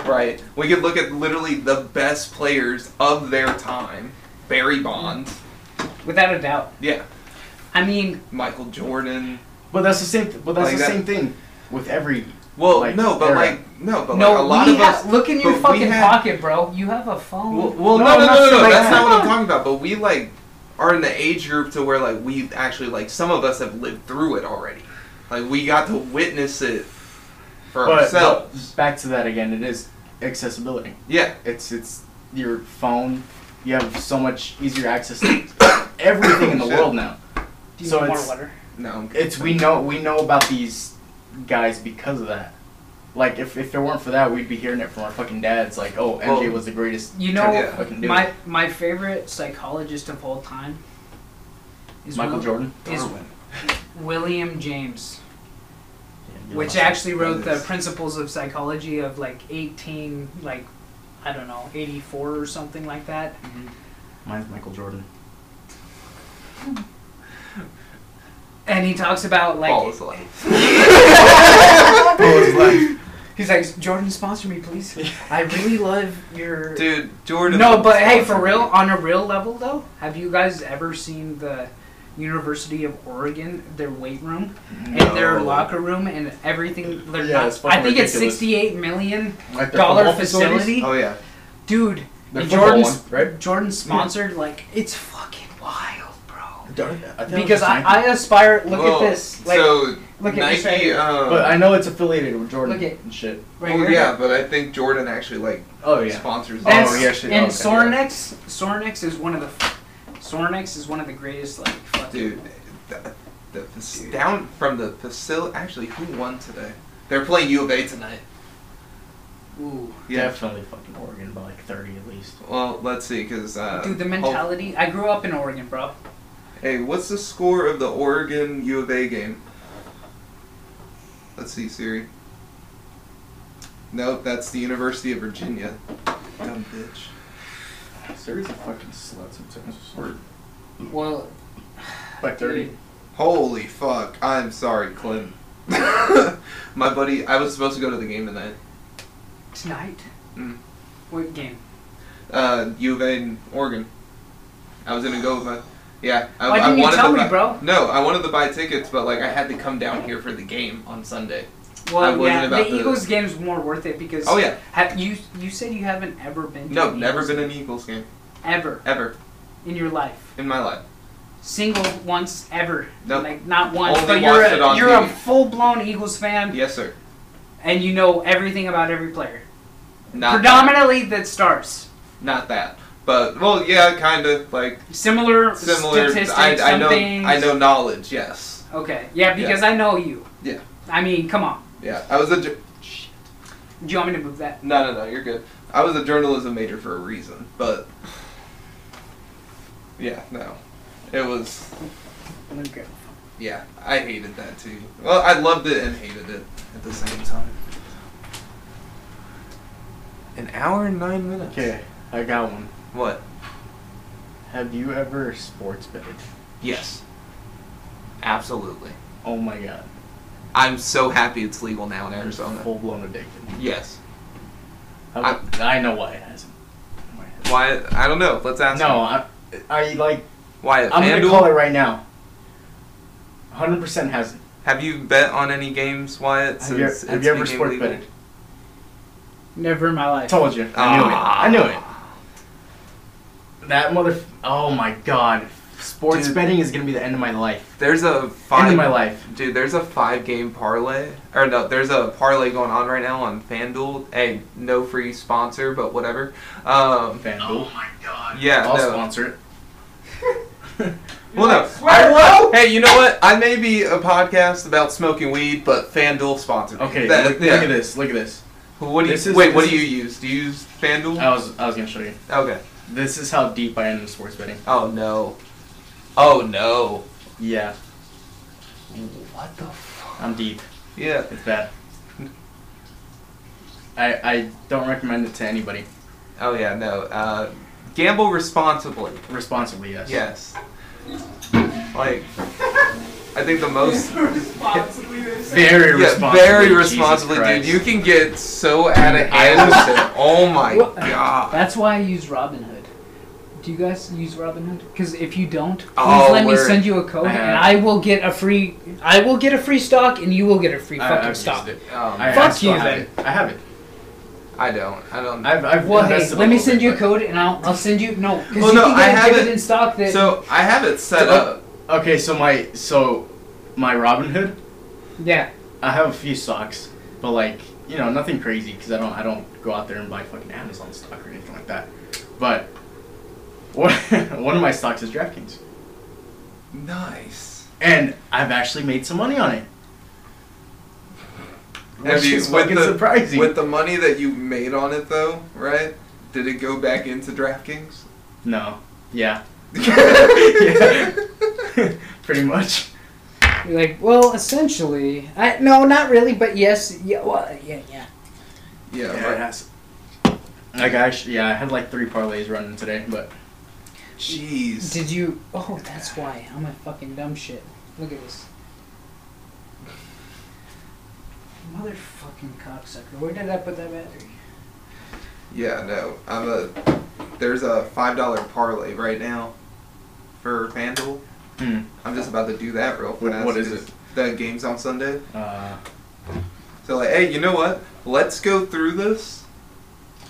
S2: right? We could look at literally the best players of their time, Barry Bonds,
S4: Without a doubt.
S2: yeah,
S4: I mean,
S2: Michael Jordan.
S3: But that's the same. Th- but that's
S2: Like
S3: the
S2: that-
S3: same thing with every.
S2: Well,
S3: Like,
S2: no, but
S3: era.
S2: like no, but
S4: no,
S2: like a lot
S4: we
S2: of
S4: have,
S2: us.
S4: look in your
S2: but we
S4: fucking
S2: have-
S4: pocket, bro. You have a phone.
S2: Well, well no,
S3: No, I'm
S2: no, no,
S3: not
S2: no, no,
S3: saying
S2: that's
S3: that.
S2: not what I'm talking about. But we like are in the age group to where like we actually like some of us have lived through it already. Like we got to witness it for
S3: But, but
S2: ourselves.
S3: back to that again. It is accessibility.
S2: yeah,
S3: It's it's your phone. You have so much easier access *coughs* to everything in the
S2: Shit.
S3: world now.
S4: Do you
S3: so
S4: want more
S3: it's-
S4: water?
S2: no, I'm good.
S3: It's we know we know about these guys because of that. Like if, if it weren't for that, we'd be hearing it from our fucking dads. Like, oh, MJ
S2: Well,
S3: was the greatest.
S4: You know,
S2: Yeah.
S3: fucking dude.
S4: my my favorite psychologist of all time is
S3: Michael
S4: Wil-
S3: Jordan,
S4: Is
S2: Darwin.
S4: William James,
S3: Yeah,
S4: which
S3: my-
S4: actually wrote the
S3: Yes.
S4: Principles of Psychology of like 18, like I don't know, 84 or something like that.
S3: Mine's Michael Jordan.
S4: And he talks about like
S2: Paul is alive.
S4: He's like, Jordan, sponsor
S3: *laughs*
S4: me, please. I really love your.
S2: Dude, Jordan.
S4: no, but hey, for real, on a real level though, have you guys ever seen the University of Oregon, their weight room and their
S2: No.
S4: locker room and everything? They're
S3: Yeah,
S4: not-
S3: it's fucking
S4: I think it's
S3: ridiculous.
S4: sixty-eight million
S3: Like the
S4: dollar
S3: football facilities?
S4: facility,
S2: Oh yeah.
S4: dude.
S3: The
S4: and
S3: football
S4: Jordan's
S3: one, right?
S4: Jordan sponsored like it's fucking wild, bro.
S3: Darn it, I think it was
S4: Because
S3: just
S4: I,
S3: Nike.
S4: I aspire. Look
S2: Well,
S4: at this. Like,
S2: so
S4: look at
S2: Nike.
S4: this right here.
S2: um,
S3: But I know it's affiliated with Jordan
S4: Look at-
S3: and shit.
S4: right
S2: well,
S4: here.
S2: yeah, but I think Jordan actually like
S3: Oh yeah.
S2: sponsors.
S4: That's,
S3: Oh, yeah, shit, okay,
S4: And
S3: yeah.
S4: Sornex, Sornex is one of the, Sornex is one of the greatest like fucking.
S2: Dude, the, the, the, down from the facility. Actually, who won today? They're playing U of A tonight.
S4: Ooh.
S3: Definitely fucking Oregon by like thirty at least.
S2: Well, let's see, because uh,
S4: Dude, the
S2: oh,
S4: mentality. I grew up in Oregon, bro.
S2: hey, what's the score of the Oregon U of A game? Let's see, Siri. Nope, that's the University of Virginia. Dumb bitch.
S3: Series of fucking sluts sometimes. Or
S4: Well,
S3: by thirty.
S4: dude,
S2: Holy fuck! I'm sorry, Clinton. *laughs* My buddy, I was supposed to go to the game tonight.
S4: tonight.
S2: Mm.
S4: What game?
S2: Uh, U of A in Oregon. I was gonna go, but yeah, I,
S4: Why
S2: I
S4: didn't you
S2: wanted
S4: tell
S2: to
S4: me,
S2: buy-
S4: bro?
S2: No, I wanted to buy tickets, but like I had to come down here for the game on Sunday. I
S4: Well,
S2: wasn't
S4: yeah,
S2: about
S4: the
S2: to-
S4: Eagles game's more worth it because.
S2: Oh yeah,
S4: Have, you you said you haven't ever been. To
S2: no,
S4: an
S2: never
S4: Eagles
S2: been
S4: game.
S2: an Eagles game
S4: ever
S2: ever.
S4: in your life.
S2: in my life.
S4: Single once ever.
S2: Nope.
S4: Like not once.
S2: Only
S4: but you're
S2: watched it
S4: a,
S2: on
S4: you're a
S2: TV.
S4: full blown Eagles fan
S2: Yes, sir.
S4: and you know everything about every player.
S2: Not
S4: Predominantly that starts.
S2: That, not that, but well, yeah, kind of like
S4: Similar,
S2: similar.
S4: statistics,
S2: I, I
S4: some
S2: know.
S4: things.
S2: I know knowledge. Yes.
S4: Okay, yeah, because I know you.
S2: Yeah.
S4: I mean, come on.
S2: Yeah. I was a. Ju-
S4: Do you want me to move that?
S2: no, no, no. You're good. I was a journalism major for a reason, but yeah, no, it was.
S4: Okay.
S2: Yeah, I hated that too. Well, I loved it and hated it at the same time. An hour and nine minutes.
S3: Okay, I got one.
S2: What?
S3: Have you ever sports betted?
S2: Yes. Absolutely.
S3: Oh my god.
S2: I'm so happy it's legal now in Arizona.
S3: Full blown addicted.
S2: Yes.
S3: How about- I, know why it hasn't. Why it hasn't.
S2: Why? I don't know. Let's ask.
S3: No,
S2: him.
S3: I, I like.
S2: Why?
S3: I'm gonna
S2: FanDuel?
S3: call it right now. 100% hasn't.
S2: Have you bet on any games, Wyatt?
S3: Have you,
S2: Since
S3: have
S2: it's
S3: you ever
S2: became
S3: sports
S2: legal?
S3: betted?
S4: Never in my life.
S3: Told you. I knew it. I knew it. That mother. Oh my god. Sports
S2: Dude.
S3: betting is gonna be the end of my life.
S2: There's a
S3: End
S2: five
S3: of my life.
S2: dude. There's a five game parlay, or no, there's a parlay going on right now on FanDuel. Hey, no free sponsor, but whatever. Um,
S3: FanDuel.
S4: Oh my god.
S2: yeah,
S3: I'll
S2: no.
S3: sponsor it.
S2: Well, no. I will. Hey, you know what? I may be a podcast about smoking weed, but FanDuel sponsored. me.
S3: Okay.
S2: That-
S3: look,
S2: yeah.
S3: look at this. Look at this.
S2: What do you
S3: This is- Oh.
S2: wait? What
S3: this
S2: do you use? Do you use FanDuel?
S3: I was I was gonna show you.
S2: Okay.
S3: This is how deep I am in sports betting.
S2: Oh no. Oh no.
S3: Yeah,
S2: What the? Fuck?
S3: I'm deep.
S2: Yeah.
S3: It's bad. I I don't recommend it to anybody.
S2: Oh yeah. No. Uh, gamble responsibly.
S3: Responsibly, yes.
S2: Yes. Like, I think the most.
S3: Very
S2: Yeah,
S3: responsibly.
S2: very
S3: Jesus
S2: responsibly, dude.
S3: Christ.
S2: You can get so out of hand with it. Oh my
S4: Well-
S2: god.
S4: That's why I use Robinhood. Do you guys use Robinhood? Because if you don't, please
S2: Oh,
S4: let me
S2: we're-
S4: send you a code,
S3: I
S4: and
S3: have-
S4: I will get a free. I will get a free stock, and you will get a free
S3: I,
S4: fucking
S3: I've
S4: stock.
S3: used it.
S2: Um,
S3: I, I
S4: Fuck
S3: still
S4: you,
S3: have
S4: then.
S3: it. I have it.
S2: I don't. I don't.
S3: I've I've
S4: Well, hey,
S3: invested a
S4: let me
S3: little
S4: send
S3: bit,
S4: you a
S3: but-
S4: code, and I'll, I'll send you no. Because
S2: Well,
S4: you
S2: no,
S4: can
S2: I
S4: get a
S2: have it-
S4: dividend stock that
S2: so I have it set
S3: Oh.
S2: up.
S3: Okay, so my so my Robinhood,
S4: yeah.
S3: I have a few stocks, but like you know nothing crazy because I don't I don't go out there and buy fucking Amazon stock or anything like that. But one *laughs* one of my stocks is DraftKings,
S2: Nice.
S3: and I've actually made some money on it. Which is fucking
S2: the,
S3: surprising.
S2: With the money that you made on it, though, right? Did it go back into
S3: *laughs*
S2: DraftKings?
S3: no, yeah, *laughs*
S2: yeah.
S3: pretty much.
S4: You're like, well, essentially, I no, not really, but yes, yeah, well, yeah, yeah.
S3: it
S2: Right.
S3: has. Like I actually, yeah, I had like three parlays running today, but
S2: Jeez.
S4: Did you? Oh, that's why I'm a fucking dumb shit. Look at this. Motherfucking cocksucker. Where did I put that battery?
S2: Yeah, no. I'm a. There's a five dollar parlay right now for FanDuel.
S3: mm,
S2: I'm just about to do that real
S3: What-
S2: fast.
S3: what is it?
S2: The game's on Sunday.
S3: uh,
S2: So like, hey, you know what? Let's go through this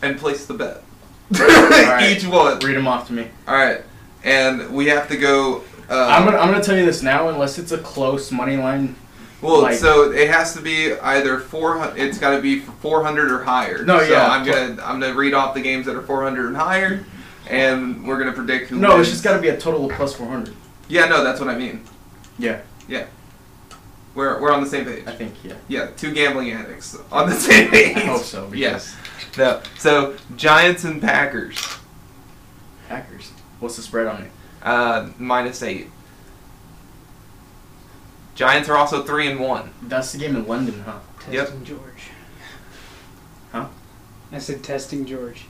S2: and place the bet. *laughs*
S3: right.
S2: Each one.
S3: read them off to me.
S2: All right, and we have to go. Uh,
S3: I'm gonna I'm gonna tell you this now, unless it's a close money line.
S2: Well,
S3: Like-
S2: so it has to be either four. hun- It's got to be four hundred or higher.
S3: No,
S2: so
S3: yeah.
S2: I'm gonna I'm gonna read off the games that are four hundred and higher, and we're gonna predict who.
S3: No,
S2: wins.
S3: it's just gotta be a total of plus 400.
S2: Yeah, no, that's what I mean.
S3: Yeah,
S2: We're we're on the same page.
S3: I think yeah.
S2: Yeah, two gambling addicts on the same page.
S3: I hope so. Because
S2: Yes. No. So Giants and Packers,
S3: Packers. What's the spread on it?
S2: uh, minus eight. Giants are also three and one.
S3: That's the game in London, huh?
S4: Testing
S2: Yep.
S4: George.
S3: Huh?
S4: I said testing George.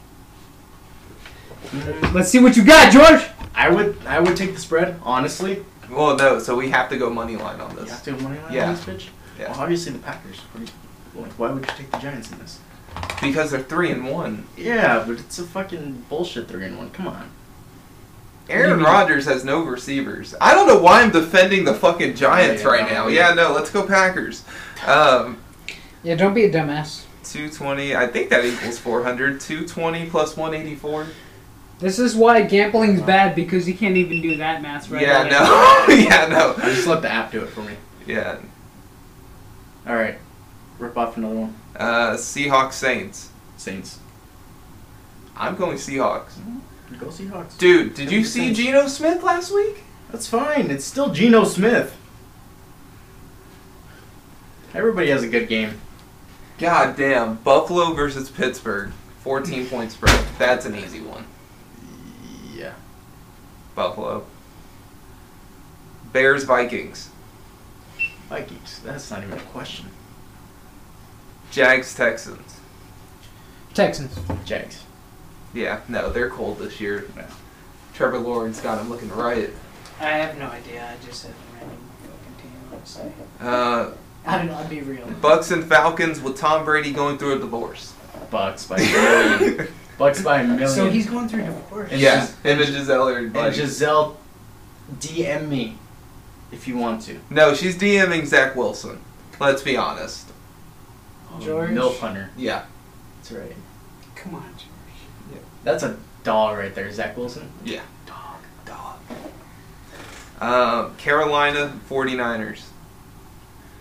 S4: Let's see what you got, George.
S3: I would I would take the spread honestly.
S2: Well, no. So we have to go money line on
S3: You have
S2: this.
S3: to have money line
S2: Yeah.
S3: on this bitch.
S2: Yeah.
S3: Well, obviously the Packers. Like, why would you take the Giants in this?
S2: Because they're three and one.
S3: Yeah, but it's a fucking bullshit three in one. Come on.
S2: Aaron Rodgers has no receivers. I don't know why I'm defending the fucking Giants
S3: Yeah, yeah,
S2: right
S3: no,
S2: now.
S3: yeah.
S2: Yeah, no, let's go Packers. Um,
S4: Yeah, don't be a dumbass.
S2: 220, I think that equals 400. 220 plus 184.
S4: This is why gambling's bad because you can't even do that math right.
S2: yeah,
S4: away.
S2: no. *laughs* yeah,
S3: I just
S2: no.
S3: let the app do it for me.
S2: Yeah.
S3: All right, rip off another one.
S2: Uh, Seahawks Saints.
S3: Saints.
S2: I'm going Seahawks.
S3: Go Seahawks.
S2: Dude, did you
S3: Who's
S2: see
S3: Saints?
S2: Geno Smith last week?
S3: That's fine. It's still Geno Smith. Everybody has a good game.
S2: God damn. Buffalo versus Pittsburgh. 14 point spread. That's an easy one.
S3: Yeah.
S2: Buffalo. Bears Vikings.
S3: Vikings. That's not even a question.
S2: Jags Texans.
S4: *laughs* Texans.
S3: Jags.
S2: Yeah, no, they're cold this year.
S3: Yeah.
S2: Trevor Lawrence got him looking right.
S4: I have no idea. I just said a random fucking team. Honestly,
S2: Uh,
S4: I don't know. I'd be real.
S2: Bucks and Falcons with Tom Brady going through a divorce.
S3: Bucks by a million. Bucks by a million.
S4: So he's going through divorce.
S3: And
S2: yeah,
S3: Gis-
S2: him and Giselle are
S3: and
S2: like,
S3: Giselle, DM me if you want to.
S2: no, she's DMing Zach Wilson. Let's be honest.
S3: Oh,
S4: George?
S3: Milf Hunter.
S2: Yeah,
S3: That's right.
S4: Come on.
S3: That's a dog right there, Zach Wilson.
S2: Yeah.
S3: Dog, dog.
S2: Um, Carolina 49ers.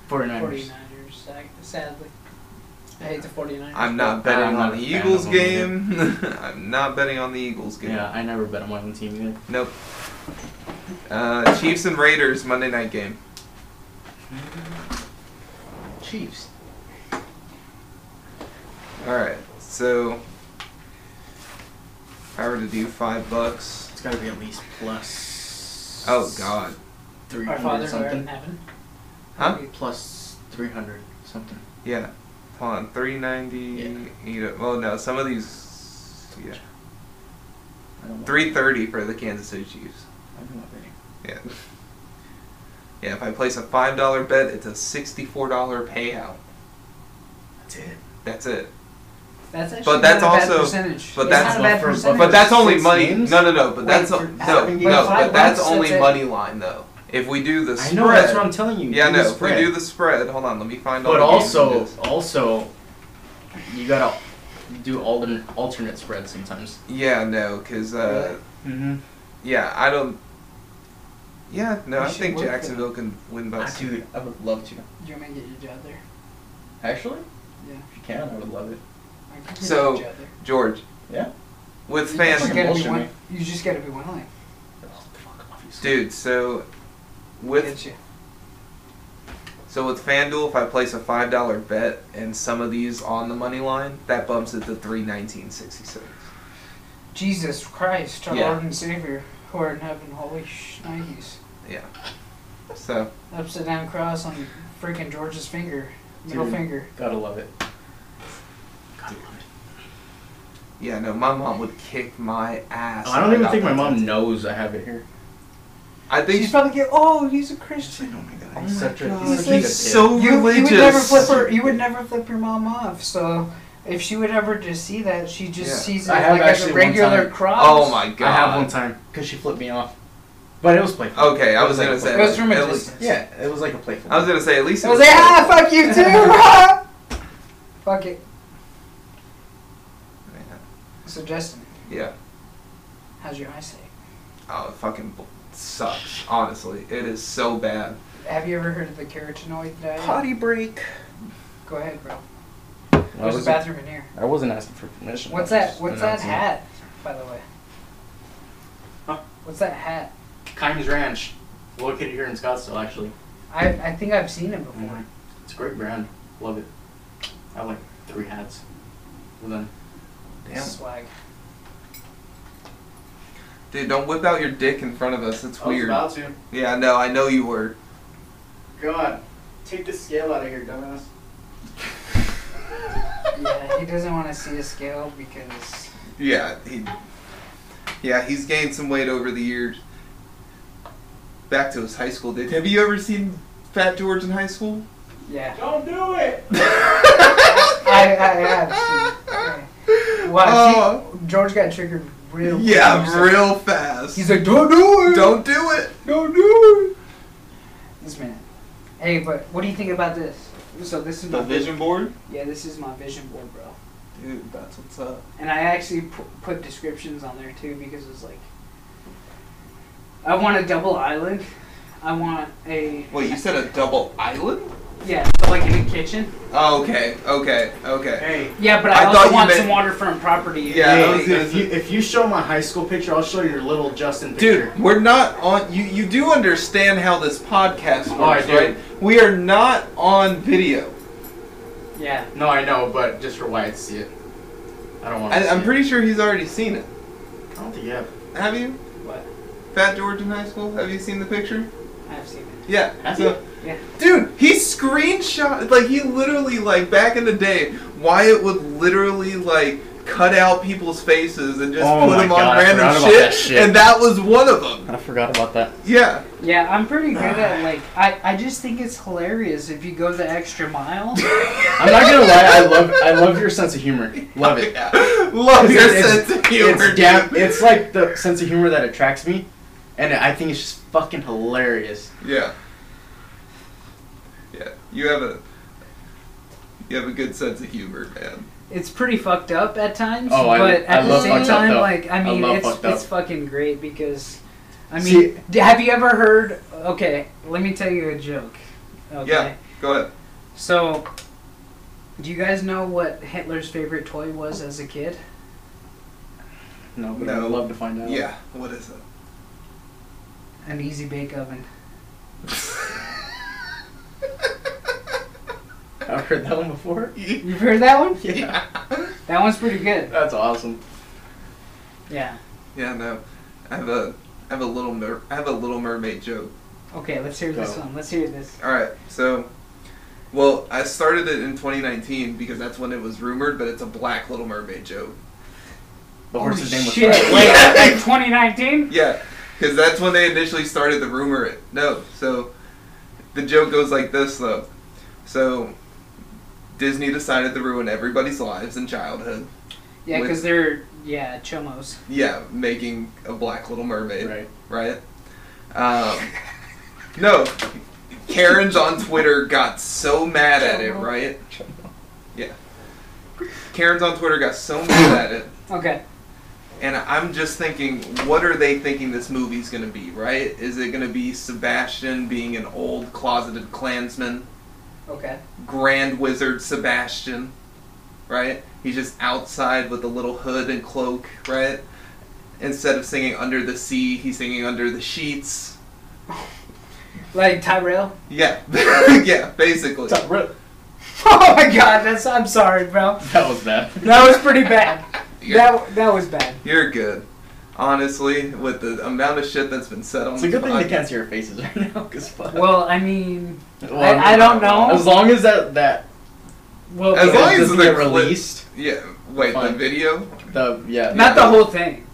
S3: 49ers.
S4: 49ers, sad- sadly. I hate the 49ers.
S2: I'm not betting
S3: I'm not
S2: on
S3: a
S2: the
S3: fan of
S2: Eagles
S3: them
S2: game. *laughs* I'm not betting on the Eagles game.
S3: Yeah, I never bet on one team either.
S2: Nope. Uh, Chiefs and Raiders Monday night game.
S3: Chiefs.
S2: All right. So, if I were to do five bucks.
S3: It's got to be at least plus.
S2: Oh God.
S3: Three
S4: Our
S3: hundred
S4: Father who art in
S3: something.
S4: heaven.
S2: Huh?
S3: Plus three hundred something.
S2: Yeah. Hold on. Three ninety. Yeah. Well, no. Some of these. Yeah.
S3: I don't want-
S2: Three thirty for the Kansas City Chiefs.
S3: I don't want any.
S2: Yeah. Yeah. If I place a five dollar bet, it's a sixty-four dollar payout.
S3: That's it.
S2: That's it.
S4: That's actually
S2: But that's
S4: not a bad
S2: also-
S4: percentage.
S2: but
S4: It's
S2: that's-
S4: not a bad
S3: But-
S4: percentage.
S2: But that's only
S3: Six
S2: money.
S3: names?
S2: No, no, no. But
S3: Wait,
S2: that's
S3: for
S2: no, no.
S3: having-
S4: But
S2: But
S4: five
S2: that's
S4: bucks,
S2: only
S4: that's it.
S2: money line though. If we do the
S3: I
S2: spread,
S3: know. That's what I'm telling you.
S2: yeah,
S3: do
S2: no.
S3: the
S2: If we
S3: spread.
S2: do the spread, hold on. Let me find. all
S3: But
S2: the games
S3: also,
S2: it is.
S3: also, you gotta do alternate alternate spreads sometimes.
S2: yeah, no, because uh,
S3: Mm-hmm.
S2: yeah, I don't. Yeah, no.
S4: You
S2: I
S4: should
S2: think
S4: work for
S2: Jacksonville can win by.
S3: I, Ah, dude, I would love to.
S4: You want me to get your job there?
S3: Actually,
S4: Yeah.
S3: if you can, I would love it.
S4: I can get your
S2: So-
S4: job there.
S2: George.
S3: Yeah.
S2: With
S4: You
S2: fans,
S4: just gotta be
S3: Bullshit
S4: one-
S3: me.
S4: You just gotta be one line.
S3: Oh, fuck, obviously.
S2: dude. So, with
S4: Get you.
S2: So with FanDuel, if I place a five dollar bet and some of these on the money line, that bumps it to three nineteen sixty six.
S4: Jesus Christ, our
S2: Yeah.
S4: Lord and Savior, who art in heaven, holy shnikes.
S2: So
S4: Upside down cross on freaking George's finger, middle
S3: Dude.
S4: finger.
S3: Gotta love it. Gotta love it.
S2: yeah, no, my mom would kick my ass.
S3: I
S2: if
S3: don't even
S2: got
S3: think my
S2: that
S3: mom
S2: tattoo.
S3: knows I have it here.
S2: I think
S4: She's probably get. Oh, he's a Christian.
S3: my god,
S2: Oh
S3: he's
S2: my
S3: such a
S2: God,
S3: he's, such
S2: he's
S3: a
S2: so
S4: You, you
S2: religious.
S4: would never flip her. You would never flip your mom off. So if she would ever just see that, she just
S2: Yeah.
S4: sees it
S3: I have
S4: like as a
S3: actually one
S4: regular
S3: time-
S4: cross.
S2: oh my god!
S3: I have one time because she flipped me off, but it was playful.
S2: Okay, I
S3: It
S2: was
S3: like
S2: gonna
S3: a
S2: say.
S4: It was from a
S2: at least-
S4: distance.
S3: Yeah, it was like a playful.
S2: I was gonna say at least.
S4: I was like, ah, fuck you
S2: *laughs*
S4: too. fuck it. So Justin,
S2: Yeah.
S4: how's your eyesight?
S2: Oh, it fucking b- sucks. Honestly, it is so bad.
S4: Have you ever heard of the carotenoid diet?
S2: break.
S4: Go ahead, bro.
S3: I,
S4: There's a
S3: was
S4: bathroom in here.
S3: I wasn't asking for permission.
S4: What's
S3: I was
S4: that?
S3: just
S4: What's that
S3: announcing it.
S4: hat? By the way.
S3: Huh?
S4: What's that hat?
S3: Kimes Ranch. Located here in Scottsdale, actually.
S4: I I think I've seen it before.
S3: It's a great brand. Love it. I have like three hats with them.
S2: Damn.
S4: Swag.
S2: Dude, don't whip out your dick in front of us. It's weird.
S3: I was about to.
S2: Yeah, no, I know you
S3: *laughs*
S2: were.
S3: God, take the scale out of here, dumbass.
S4: Yeah, he doesn't want to see a scale because
S2: Yeah, he. Yeah, he's gained some weight over the years. Back to his high school days. Have you ever seen Fat George in high school? *laughs*
S4: yeah,
S6: Don't do it.
S4: I I have seen. Okay. Wow, see, George got triggered real. quick.
S2: Uh, yeah,
S4: He's like-
S2: real fast.
S4: He's like, don't do it.
S2: Don't do it.
S4: Don't do it. This man. Hey, but what do you think about this? So this is my
S2: board.
S4: Yeah, this is my vision board, bro.
S2: Dude, that's what's up.
S4: And I actually pu- put descriptions on there too because it's like, I want a double island. I want a
S2: Wait, you said a double island?
S4: yeah, so like in a kitchen.
S2: Oh, okay, okay, okay.
S3: Hey.
S4: Yeah, but
S2: I
S4: I,
S2: thought
S4: also
S2: you
S4: want
S2: meant-
S4: some waterfront property.
S2: Yeah, I
S3: hey,
S2: was gonna
S3: if you if you show my high school picture, I'll show you your little Justin picture.
S2: Dude, we're not on. You you do understand how this podcast works,
S3: Oh, I do.
S2: right? We are not on video.
S4: Yeah.
S3: No, I know, but just for Wyatt to see it. I don't want to.
S2: I, I'm pretty sure he's already seen it.
S3: I don't think you have.
S2: Have you?
S4: What?
S2: Fat George in high school? Have you seen the picture?
S4: I've seen it.
S2: Yeah.
S3: Has
S2: so-
S4: he? Yeah.
S2: Dude, he screenshot like he literally like back in the day, Wyatt would literally like cut out people's faces and just
S3: Oh
S2: put
S3: my
S2: them
S3: God,
S2: on
S3: I
S2: random
S3: forgot about
S2: shit,
S3: that shit.
S2: and that was one of them.
S3: I forgot about that.
S2: Yeah.
S4: Yeah, I'm pretty good at like I, I just think it's hilarious if you go the extra mile.
S3: I'm not gonna lie. I love I love your sense of humor. Love
S2: *laughs*
S3: it.
S2: Yeah. Love your
S3: It's-
S2: sense of humor.
S3: It's
S2: dude.
S3: damn. It's like the sense of humor that attracts me, and I think it's just fucking hilarious.
S2: yeah. Yeah. You have a you have a good sense of humor, man.
S4: it's pretty fucked up at times.
S6: Oh, I-
S4: but
S6: I
S4: at the
S6: love
S4: same
S6: fucked up,
S4: time,
S6: though.
S4: like I
S6: I
S4: mean,
S6: love
S4: it's
S6: fucked up.
S4: it's fucking great because, I mean,
S3: See-
S4: d- have you ever heard? Okay, let me tell you a joke. Okay.
S2: Yeah. Go ahead.
S4: So, do you guys know what Hitler's favorite toy was as a kid?
S3: No, but
S2: No.
S3: I'd love to find out.
S2: Yeah. What
S3: *laughs*
S2: is it? *laughs*
S4: An easy bake oven.
S3: I've heard that one before.
S4: You've heard that one?
S2: Yeah.
S4: That one's pretty good.
S3: That's awesome.
S4: Yeah.
S2: Yeah. No. I have a I have a little mer- I have a Little Mermaid joke.
S4: Okay, let's hear this
S3: Go.
S4: one. Let's hear this.
S2: All right. So, well, I started it in 2019 because that's when it was rumored, but it's a black Little Mermaid joke.
S3: The horse's name was
S4: Shit,
S3: Fred.
S4: wait,
S2: Yeah.
S6: *laughs*
S4: like 2019?
S2: Yeah, because that's when they initially started the rumor. It no, so the joke goes like this though. So Disney decided to ruin everybody's lives in childhood.
S4: Yeah,
S2: With-
S4: because they're, yeah, chomos.
S2: Yeah, making a black Little Mermaid.
S3: Right.
S2: Right. Um, no, Karen's on Twitter got so mad at it. Right. Yeah. Karen's on Twitter got so mad at it
S4: Okay.
S2: And I'm just thinking, what are they thinking this movie's gonna be, right? Is it gonna be Sebastian being an old closeted clansman,
S4: Okay.
S2: Grand Wizard Sebastian, right? He's just outside with a little hood and cloak, right? Instead of singing Under the Sea, he's singing Under the Sheets.
S4: Like Tyrell?
S2: Yeah, *laughs* yeah, basically.
S3: Stop, bro.
S4: *laughs* Oh my god, that's, I'm sorry, bro.
S3: That
S2: *laughs*
S3: was bad.
S4: That was pretty *laughs* bad.
S2: You're,
S4: That, that was bad.
S2: you're good. Honestly, with the amount of shit that's been said on
S3: It's a good
S2: this
S3: thing they
S2: podcast-
S3: can't see our faces right now, cause fuck.
S4: Well, I mean,
S3: Well,
S4: I, I don't
S3: As
S4: know.
S3: long as that that
S4: Well,
S2: As
S3: that
S2: long as
S3: doesn't
S2: the
S3: get
S2: clip-
S3: released,
S2: Yeah, wait, the
S3: Fine.
S2: video?
S3: the yeah,
S4: not the whole *laughs* thing.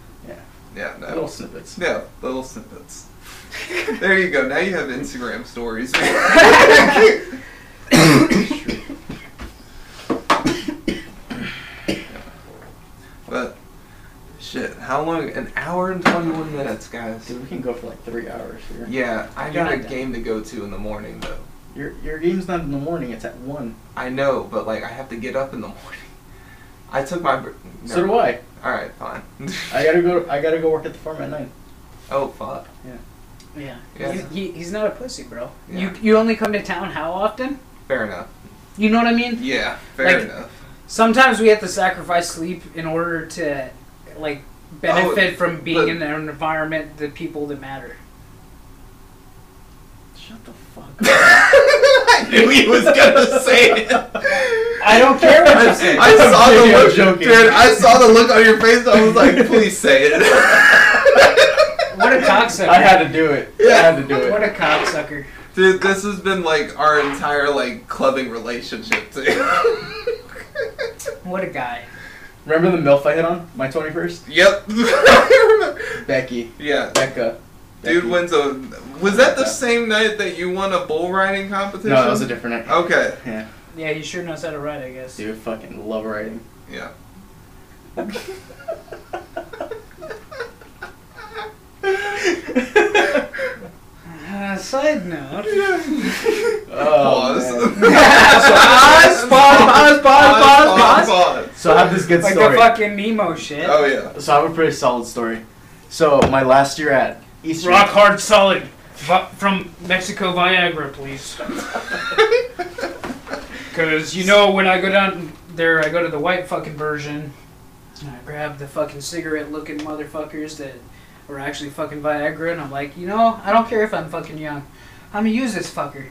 S2: Yeah, no.
S3: little snippets.
S2: Yeah, little snippets. there you go. Now you have Instagram
S3: *laughs*
S2: stories. but shit, how long? An hour and twenty-one minutes, guys.
S3: Dude, we can go for like three hours here.
S2: Yeah, I
S3: You're
S2: got a
S3: not done.
S2: game to go to in the morning though.
S3: Your your game's not in the morning; it's at one.
S2: I know, but like I have to get up in the morning. I took my. br- No.
S3: So do I.
S2: All right, fine.
S3: I gotta go. I gotta go work at the farm at nine.
S2: *laughs* oh fuck.
S4: Yeah.
S2: Yeah.
S4: He's, he, he's not a pussy, bro.
S2: Yeah.
S4: You, you only come to town how often?
S2: Fair enough.
S4: You know what I mean?
S2: Yeah, fair
S4: Like,
S2: enough. *laughs*
S4: Sometimes we have to sacrifice sleep in order to, like, benefit from being
S2: but-
S4: in an environment the people that matter.
S3: Shut the fuck. up.
S2: I knew he was gonna say it.
S3: I don't care what
S2: I, *laughs*
S3: you say.
S2: I saw the
S3: I'm
S2: look,
S3: joking.
S2: dude. I saw the look on your face. I was like, please say it.
S4: What a cocksucker.
S3: I had to do it. I had to do
S4: What
S3: it.
S4: a cocksucker.
S2: *laughs* dude, this has been like our entire like clubbing relationship. Too. *laughs*
S4: What a guy.
S3: Remember the milf I hit on my twenty first?
S2: yep. *laughs*
S3: Becky,
S2: yeah,
S3: Becca.
S2: dude
S3: Becky.
S2: wins a. Was that the
S3: Yeah.
S2: same night that you won a bull riding competition?
S3: No, that was a different night.
S2: Okay.
S3: Yeah,
S4: Yeah, he sure knows how to ride, I guess.
S3: dude, fucking love writing.
S2: Yeah.
S3: Oh,
S4: Uh, side note.
S3: Oh,
S2: Pause.
S3: man. *laughs*
S2: Pause,
S3: Pause, pause, pause,
S2: Pause.
S3: pause, pause.
S2: Pause.
S3: So I have this good
S4: *laughs* Like
S3: story.
S4: the fucking Nemo shit.
S2: Oh yeah.
S3: So I have a pretty solid story. So my last year at Eastern.
S6: Rock hard solid. Vi- From Mexico Viagra, please.
S3: *laughs*
S6: Because you know when I go down there, I go to the white fucking version.
S4: And I grabbed the fucking cigarette looking motherfuckers that were actually fucking Viagra, and I'm like, you know, I don't care if I'm fucking young. I'm gonna use this fucker.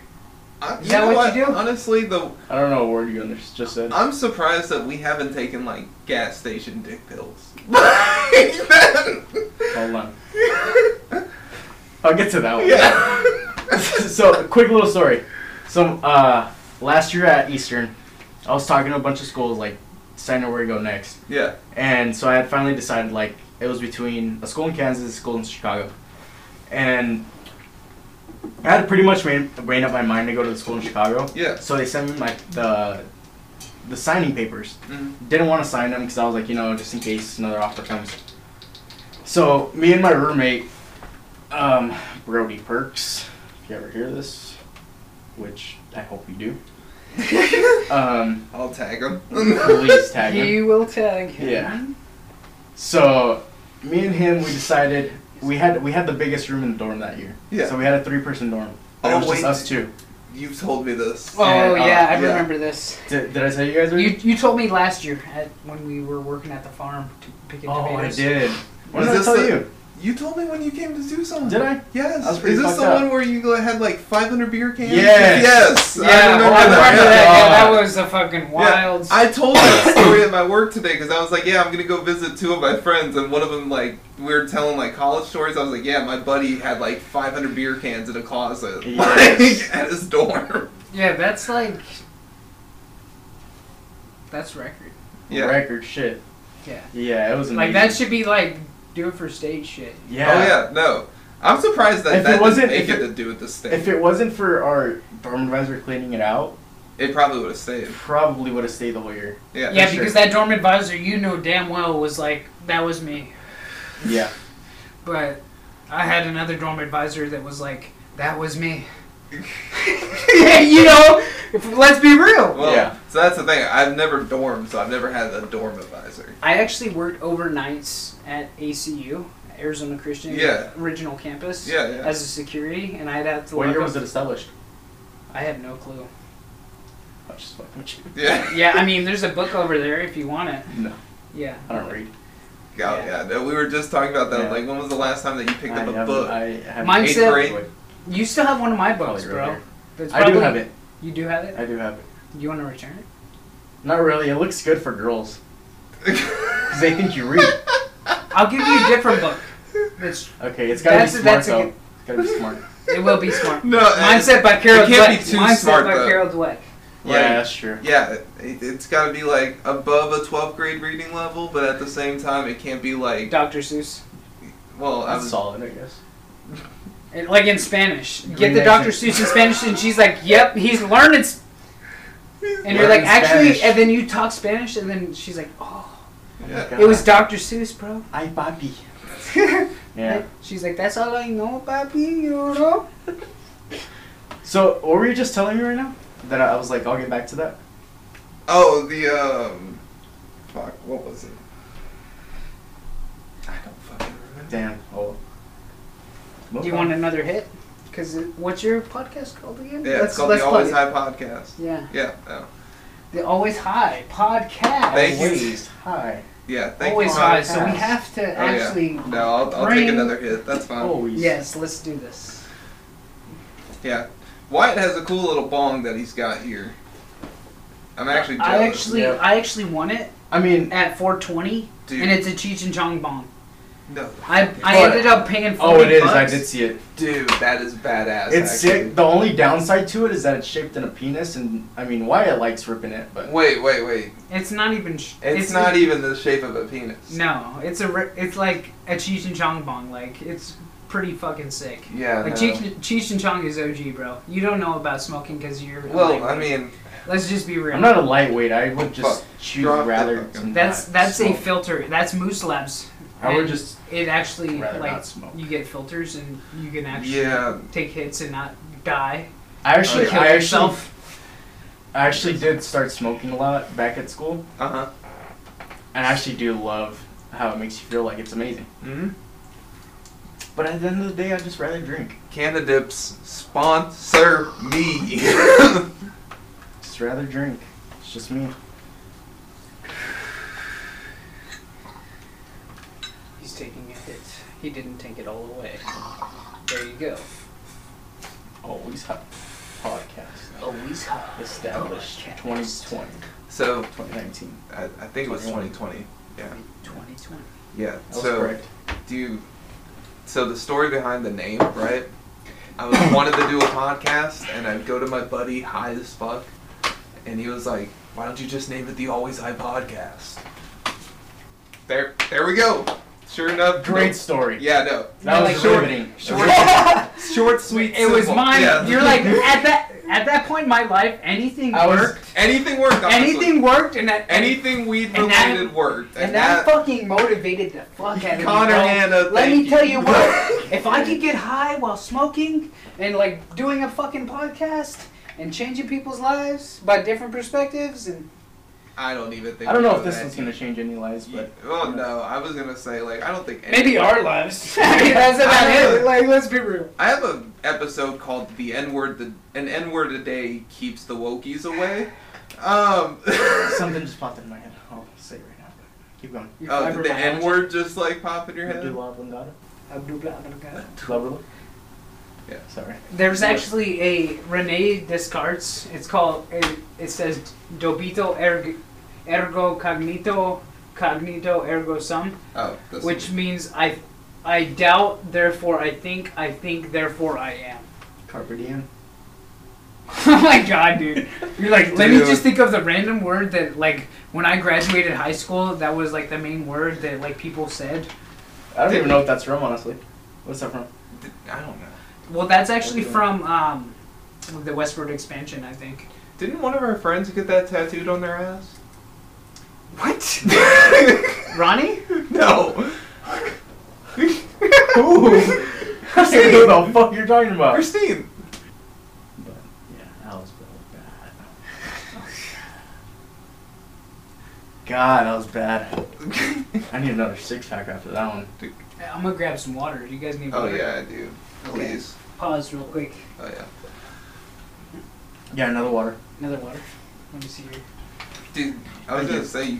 S2: I,
S4: Is that
S2: know
S4: what you do?
S2: Honestly, the
S3: I don't know what word you under- just said.
S2: I'm surprised that we haven't taken like gas station dick pills. *laughs* yeah.
S3: Hold on. I'll get to that one. *laughs* so quick little story. So uh, last year at Eastern, I was talking to a bunch of schools like deciding where to go next,
S2: Yeah.
S3: and so I had finally decided like it was between a school in Kansas, a school in Chicago, and I had pretty much made, made up my mind to go to the school in Chicago.
S2: Yeah.
S3: So they sent me my the the signing papers.
S2: Mhm.
S3: Didn't want to sign them because I was like, you know, just in case another offer comes. So me and my roommate, um, Brody Perks, if you ever hear this, which I hope you do,
S2: *laughs*
S3: Um,
S2: I'll tag him.
S3: *laughs* police tag him.
S4: He will tag him.
S3: Yeah. So me and him, we decided we had we had the biggest room in the dorm that year.
S2: Yeah.
S3: So we had a three person dorm. But
S2: Oh,
S3: it was
S2: wait.
S3: just us two.
S2: you told me this.
S4: Oh
S3: And, uh,
S4: yeah, I
S2: yeah.
S4: remember this.
S3: Did, did I tell you guys?
S4: You
S3: already?
S4: you told me last year at, when we were working at the farm to picking
S3: oh, I
S4: tomatoes.
S3: did. What
S2: Was
S3: did I
S2: this
S3: tell
S2: the-
S3: you?
S2: You told me when you came to Tucson.
S3: Did I?
S2: Yes.
S3: I was pretty
S2: Is this
S3: fucked
S2: the
S3: up.
S2: one where you go- had like 500 beer cans?
S3: Yes.
S2: Yes.
S4: Yeah, Oh, I remember,
S3: well, I remember
S4: that.
S3: that.
S4: yeah, that was a fucking wild.
S2: Yeah, I told that story at my work today because I was like, yeah, I'm gonna go visit two of my friends, and one of them like we were telling like college stories. I was like, yeah, my buddy had like 500 beer cans in a closet *laughs*
S3: Yes.
S2: like, at his
S3: *laughs*
S2: dorm.
S4: yeah, that's like that's record.
S2: Yeah.
S3: Record shit.
S4: Yeah.
S3: Yeah, it was amazing.
S4: Like that should be like do it for stage shit.
S3: Yeah.
S2: Oh yeah, no. I'm surprised that
S3: If it
S2: that
S3: wasn't-
S2: didn't make
S3: if
S2: it,
S3: it-
S2: to do with this thing.
S3: If it wasn't for our dorm advisor cleaning it out,
S2: it probably would have
S3: it
S2: stayed.
S3: probably would have stayed the
S2: *laughs*
S3: whole year.
S2: Yeah.
S4: Yeah,
S3: for sure.
S4: because that dorm advisor you know damn well was like that was me,
S3: Yeah.
S4: but I had another dorm advisor that was like that was me. *laughs* you know, if, let's be real.
S2: Well,
S3: Yeah.
S2: so that's the thing. I've never dormed, so I've never had a dorm advisor. *laughs*
S4: I actually worked overnights at ACU, Arizona Christian
S2: Yeah.
S4: original campus.
S2: Yeah, yeah.
S4: As a security, and I'd have to.
S3: What
S4: lock
S3: year
S4: up-
S3: was it established?
S4: I have no clue.
S3: I was just fucking with you.
S2: Yeah.
S4: Yeah, I mean, there's a book over there if you want it.
S3: No,
S4: Yeah.
S3: I don't read.
S2: God, yeah. no, We were just talking about that.
S3: Yeah.
S2: Like, when was the last time that you picked
S3: I
S2: up a
S3: haven't-
S2: book?
S3: I haven't.
S4: Mine
S2: Eighth
S4: said-
S2: grade?
S4: You still have one of my books,
S3: Probably right
S4: bro.
S3: here.
S4: That's
S3: I do
S4: probably-
S3: have it.
S4: You do have it.
S3: I do have it.
S4: You want to return it?
S3: Not really. It looks good for girls. *laughs*
S2: *laughs*
S3: 'Cause they think you
S4: *laughs*
S3: read.
S4: I'll give you a different book. That's
S3: Okay, it's gotta
S4: That's a-
S3: be smart
S4: that's a
S3: though.
S4: good-
S3: It's gotta be
S4: *laughs*
S3: smart.
S4: it will be
S2: *laughs*
S4: smart.
S2: No,
S4: Mine's
S2: it's-
S4: set by Carol
S2: it can't be
S4: Dweck.
S2: too
S4: Mine's
S2: smart,
S4: set by
S2: though.
S4: Carol Dweck.
S3: yeah, that's true.
S2: Yeah, it, it's got to be like above a 12th grade reading level, but at the same time, it can't be like
S4: Dr. Seuss.
S2: well, I
S3: That's
S2: was
S3: solid, I guess.
S4: And, like in Spanish. Get the
S3: Remix
S4: Dr.
S3: it.
S4: Seuss in Spanish, and she's like, "Yep, he's learning." Sp-. And you're like,
S3: Learning
S4: "Actually,"
S3: Spanish.
S4: and then you talk Spanish, and then she's like, "Oh,
S2: Yeah.
S4: it was Dr. Seuss, bro."
S3: I papi. *laughs* Yeah.
S4: She's like, "That's all I know, papi. You don't know."
S3: So what were you just telling me right now? That I I was like, I'll get back to that.
S2: oh the um, fuck, what was it? I don't fucking remember.
S3: Damn. Oh.
S4: Do you want another hit? Because what's your podcast called again?
S2: Yeah, it's called the
S4: plug
S2: Always
S4: it.
S2: High podcast.
S4: Yeah,
S2: Yeah, oh, no.
S4: the Always High podcast.
S2: Thank you.
S3: Always high.
S2: yeah. Thank
S4: Always
S2: you.
S4: High.
S2: Mom.
S3: Podcast.
S4: So we have to
S2: Oh, yeah.
S4: actually.
S2: No, I'll, I'll take
S4: bring-
S2: another hit. That's fine.
S3: Always.
S4: Yes, let's do this.
S2: Yeah. Wyatt has a cool little bong that he's got here. I'm actually jealous.
S4: I actually,
S3: Yeah.
S4: I actually won it
S3: I mean,
S4: at 420,
S2: Dude.
S4: and it's a Cheech and Chong bong.
S2: no.
S4: I, I
S3: But-
S4: ended up paying. 40
S3: oh, it is.
S4: Bucks.
S3: I did see it.
S2: Dude, that is badass.
S3: It's
S2: actually.
S3: sick. The only downside to it is that it's shaped in a penis, and I mean, Wyatt likes ripping it, but
S2: Wait, wait, wait.
S4: It's not even. Sh-
S2: It's, not even the shape of a penis.
S4: No, it's a. ri- It's like a Cheech and Chong bong. Like it's pretty fucking sick.
S2: Yeah.
S4: Like
S2: no.
S4: Cheech, Cheech and Chong is OG, bro. You don't know about smoking because you're. a
S2: Well, I
S4: lightweight.
S2: mean,
S4: let's just be real.
S3: I'm not a lightweight. I would just
S2: Fuck.
S3: choose
S2: Drop that
S3: rather.
S2: fucking-
S3: to not
S4: that's that's a
S3: smoke.
S4: filter. That's Moose Labs.
S3: I would
S4: and
S3: just
S4: It actually
S3: rather
S4: like
S3: not smoke.
S4: you get filters and you can actually
S2: yeah.
S4: take hits and not die.
S3: I actually,
S4: kill
S3: I actually,
S4: yourself.
S3: I actually did start smoking a lot back at school,
S2: Uh huh.
S3: and I actually do love how it makes you feel like it's amazing.
S2: hmm
S3: But at the end of the day, I'd just rather drink.
S2: Canada Dips sponsor me. *laughs*
S3: Just rather drink. It's just me.
S4: He's taking a hit. He didn't take it all away. There you go.
S3: Always hot podcast
S4: Always hot.
S3: established.
S4: Podcast.
S3: 2020,
S2: so
S3: 2019.
S2: I, I think it was 2020. Yeah.
S4: 2020.
S2: Yeah.
S3: That was
S2: So
S3: correct.
S2: do you, so the story behind the name, right? I
S3: *coughs*
S2: was wanted to do a podcast, and I'd go to my buddy high as fuck, and he was like, "Why don't you just name it the Always High Podcast?" There, there we go. Sure enough,
S3: Great
S2: no-
S3: story.
S2: Yeah, no.
S3: That
S4: Yeah,
S3: was
S2: like-
S3: riveting.
S2: Short, short, *laughs* sweet.
S4: It was
S2: simple.
S4: mine.
S2: Yeah.
S4: You're like at that at that point in my life, anything
S3: I was-
S4: worked.
S2: anything worked. Honestly.
S4: Anything worked, and that
S2: anything weed
S4: And that-
S2: related worked.
S4: And that fucking motivated the fuck out of me.
S2: Connor
S4: bro.
S2: Hannah,
S4: Let
S2: thank
S4: me tell
S2: you. *laughs*
S4: you what, if I could get high while smoking and like doing a fucking podcast and changing people's lives by different perspectives and
S2: I don't even think.
S3: I don't know
S2: we
S3: if this
S2: that
S3: one's gonna change any lives,
S2: deep.
S3: but
S2: Oh no, I was gonna say like I don't think.
S6: Maybe
S2: anyone-
S6: our lives.
S4: *laughs* I mean, that's about
S2: I
S4: it.
S2: know.
S4: Like, let's be real.
S2: I have an episode called "The N Word." The an N word a day keeps the wokies away. Um, *laughs*
S3: something just popped in my head. I'll say it right now. but Keep going.
S4: Your
S2: oh, did the
S4: fibromyalgia.
S2: N word just like pop in your head?
S3: Abdullah Abdullah.
S4: Abdul-Abdul-Abdul.
S3: Abdullah.
S2: Yeah.
S3: Sorry.
S4: There's
S3: Yeah.
S4: actually a Rene Descartes. It's called. It, it says "Dobito ergo, ergo cognito, cognito ergo sum,"
S2: Oh, that's
S4: which means I, I doubt, therefore I think. I think, therefore I am. *laughs*
S3: Carpe diem.
S4: oh my god, dude! You're like, let me
S2: Dude.
S4: just think of the random word that, like, when I graduated high school, that was like the main word that like people said.
S3: I don't even know if that's from, honestly. What's
S2: *laughs*
S3: that from?
S2: I don't know.
S4: Well, that's actually
S3: Okay.
S4: from um, the westward expansion, I think.
S2: Didn't one of our friends get that tattooed on their ass?
S4: What?
S2: *laughs*
S4: Ronnie?
S2: No.
S3: Ooh. *laughs* I don't know what the fuck you're talking about.
S2: Christine.
S3: But yeah, Al's
S2: *laughs*
S3: bad. God, that was bad. I need another six pack after that one.
S4: I'm gonna grab some water. You guys need
S2: Oh
S4: water.
S2: yeah, I do. Please.
S4: Pause real quick.
S2: Oh yeah.
S3: Yeah, another water.
S4: Another water. Let me see here.
S2: Dude, I was gonna say,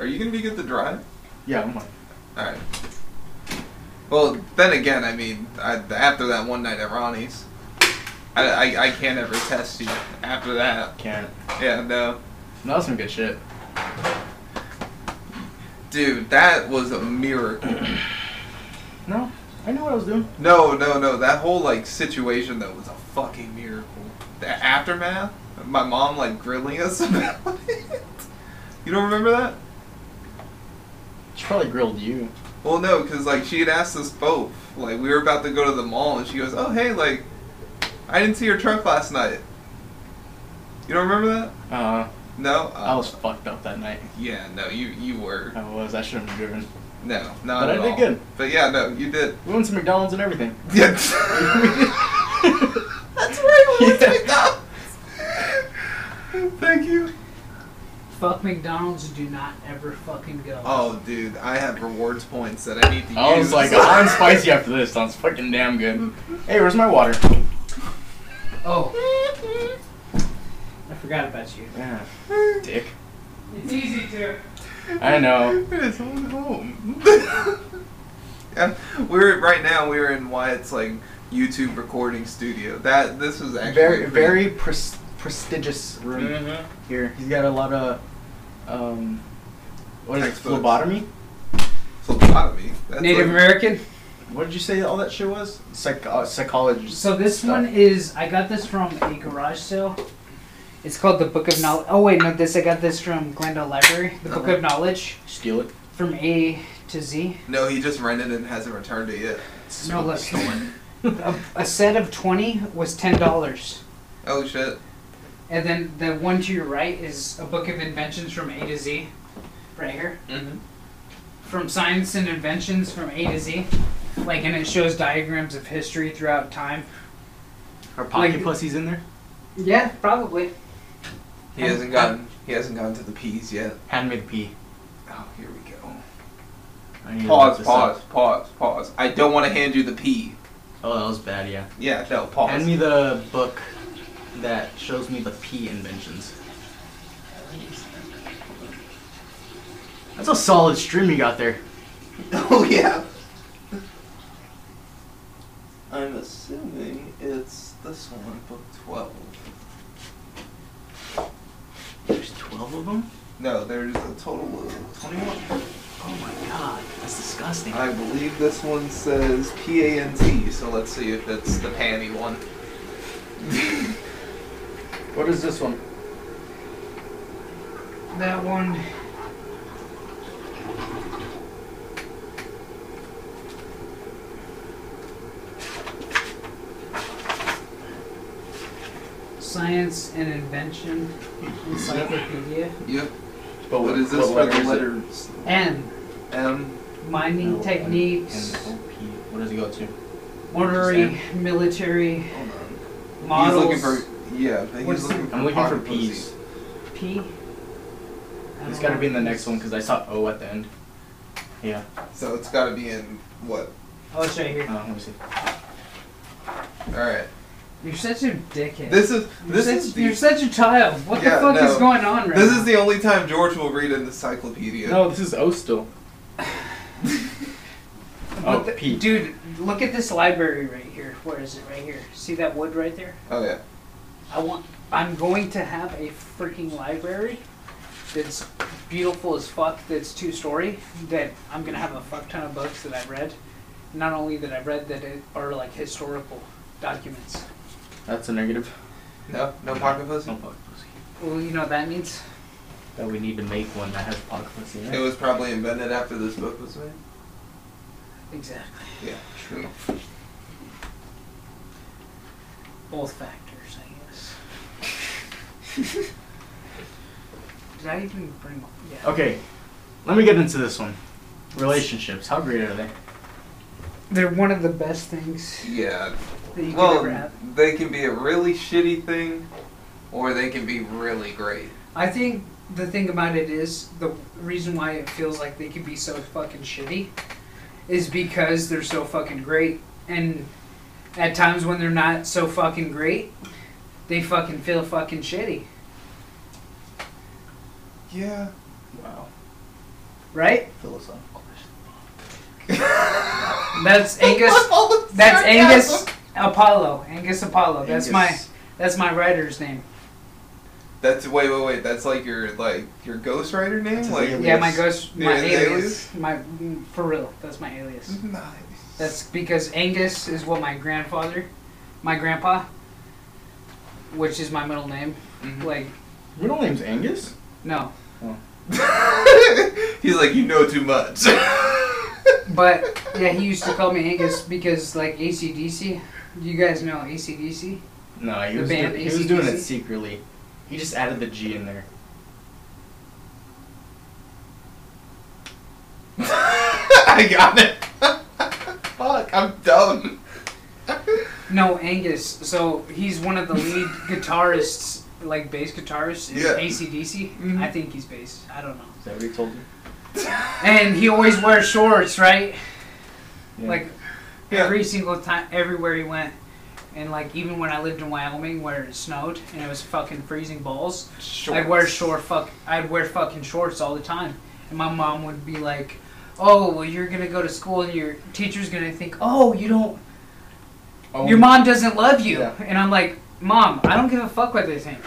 S2: are you gonna be good to drive?
S3: Yeah, I'm on.
S2: All right. Well, then again, I mean, I, after that one night at Ronnie's, I, I, I can't ever test you after that.
S3: Can't.
S2: Yeah, no,
S3: That was some good shit.
S2: dude, that was a miracle.
S3: No, I know what I was doing.
S2: No, no, no, that whole like situation though was a fucking miracle. The aftermath, my mom like grilling us *laughs* about it. You don't remember that?
S3: She probably grilled you.
S2: Well, no, because like she had asked us both. Like we were about to go to the mall, and she goes, "Oh, hey, like I didn't see your truck last night." You don't remember that?
S3: Uh,
S2: No. Uh,
S3: I was fucked up that night.
S2: Yeah, no, you you were.
S3: I was. I shouldn't have driven.
S2: No, not
S3: But I
S2: at
S3: did
S2: all.
S3: good.
S2: But yeah, no, you
S3: *laughs*
S2: did. *laughs*
S3: We went to McDonald's and everything.
S2: Yeah. That's right. We went to
S3: Yeah.
S2: McDonald's. Thank you.
S4: Fuck McDonald's. Do not ever fucking go.
S2: Oh, dude, I have rewards points that I need to
S3: I
S2: use.
S3: was like, I'm spicy after this. Sounds fucking damn good. Hey, where's my water?
S4: Oh. I forgot about you.
S3: Yeah, dick.
S4: It's easy to.
S3: I know.
S2: It is all at home. *laughs* yeah, we were right now. We were in Wyatt's like YouTube recording studio. That this was actually
S3: Very,
S2: pretty-
S3: very pres- prestigious room
S4: Mm-hmm.
S2: Mhm.
S3: here. He's got a lot of, um, what is it?
S2: Textbooks.
S3: Phlebotomy.
S2: Phlebotomy. That's
S4: Native
S2: like-
S4: American.
S3: What did you say all that shit was? Psych- uh, psychologist.
S4: So this one is. I got this from a garage sale. It's called the Book of Knowledge. Oh wait, no, this I got this from Glendale Library. The Book
S2: Okay.
S4: of Knowledge
S3: Steal it.
S4: from A to Z.
S2: No, he just rented and hasn't returned it yet.
S4: No, look. a, *laughs* a set of twenty was ten dollars.
S2: Oh shit.
S4: And then the one to your right is a book of inventions from A to Z, right here.
S2: Mm-hmm.
S4: From science and inventions from A to Z. Like, and it shows diagrams of history throughout time.
S3: Are
S4: Like-
S3: pocket pussies in there?
S4: Yeah, probably.
S2: He hasn't gotten. He hasn't gotten to the peas yet.
S3: Hand me the pee.
S2: Oh, here we go.
S3: I need to look
S2: Pause.
S3: this
S2: Pause.
S3: up.
S2: Pause. Pause. I don't want to hand you the pea.
S3: Oh, that was bad. Yeah.
S2: Yeah. No. Pause.
S3: Hand me the book that shows me the pee inventions. That's a solid stream you got there.
S2: *laughs* Oh yeah. I'm assuming it's this one, book twelve.
S3: There's 12 of them?
S2: No, there's a total of twenty-one.
S3: Oh my god, that's disgusting.
S2: I believe this one says P A N T, so let's see if it's the panty one.
S3: *laughs* What is this one?
S4: That one. Science and Invention Encyclopedia.
S2: Yep.
S3: But
S2: What is this for the letters?
S4: N.
S2: M.
S4: Mining techniques.
S3: What does it go to?
S4: Ornery military
S2: Hold on.
S6: Models.
S2: He's looking for yeah. He's
S6: What's-
S2: looking for
S3: I'm looking for
S2: hot pussy.
S3: peas.
S4: P. I
S3: It's
S4: don't
S3: got to
S4: know.
S3: be in the next one because I saw O at the end. Yeah.
S2: So it's got to be in what?
S4: Oh, it's right here.
S3: Uh, let me see.
S2: All right.
S4: You're such a dickhead.
S2: This is
S4: you're,
S2: this
S4: such,
S2: is
S4: you're
S2: the,
S4: such a child. What
S2: Yeah,
S4: the fuck
S2: no.
S4: is going on right
S2: this
S4: now?
S2: is the only time George will read an encyclopedia.
S3: No, this is O *laughs* still. oh,
S4: What the-
S3: P.
S4: Dude, look at this library right here. Where is it? Right here. See that wood right there?
S2: Oh yeah.
S4: I want. I'm going to have a freaking library that's beautiful as fuck. That's two story. That I'm gonna have a fuck ton of books that I've read. Not only that I've read that it are like historical documents.
S3: That's a negative.
S2: No, no pocket pussy.
S3: No pocket pussy.
S4: Well, you know what that means.
S3: That we need to make one that has pocket pussy in
S2: It
S3: it.
S2: was probably invented after this book was made.
S4: Exactly.
S2: Yeah, true.
S4: Both factors, I guess. *laughs* Did I even bring? Yeah.
S3: Okay, let me get into this one. Relationships. How great are they?
S4: They're one of the best things
S2: Yeah.
S4: that you could ever
S2: Well,
S4: have.
S2: they can be a really shitty thing, or they can be really great.
S4: I think the thing about it is the reason why it feels like they can be so fucking shitty is because they're so fucking great. And at times when they're not so fucking great, they fucking feel fucking shitty,
S2: Yeah.
S3: Wow.
S4: right?
S3: Philosophical.
S4: That's Angus. that's Angus Apollo. Angus Apollo. That's my
S3: Angus.
S4: that's my writer's name.
S2: That's wait, wait, wait. That's like your like your ghostwriter name,
S3: That's his
S2: like
S4: *laughs*
S3: alias.
S4: Yeah, my ghost, my
S2: Yeah, his
S4: alias,
S2: alias?
S4: my mm, for real. That's my alias.
S2: nice.
S4: That's because Angus is what my grandfather, my grandpa, which is my middle name.
S2: Mhm.
S4: Like,
S3: Your middle name's Angus?
S4: no.
S2: *laughs* He's like you know too much. *laughs*
S4: But, yeah, he used to call me Angus because, like, ACDC. You guys know ACDC?
S3: No, he
S4: The
S3: was,
S4: band
S3: doing, he was doing it
S4: AC/DC?
S3: secretly. He just added the G in there.
S2: I got it. *laughs* Fuck, I'm dumb. *laughs*
S4: No, Angus. So, he's one of the
S2: *laughs*
S4: lead guitarists, like, bass guitarists in
S2: Yeah.
S4: ACDC.
S2: Mhm.
S4: I think he's bass. I don't know.
S3: Is that what he told you?
S4: And he always wears shorts, right?
S3: Yeah.
S4: Like
S2: Yeah.
S4: every single time, everywhere he went, and like even when I lived in Wyoming where it snowed and it was fucking freezing balls, I'd wear short fuck, I'd wear fucking shorts all the time, and my mom would be like, "Oh, well, you're gonna go to school and your teacher's gonna think, oh, you don't,
S3: Oh,
S4: your mom doesn't love you,"
S3: Yeah.
S4: and I'm like, "Mom, I don't give a fuck what they think."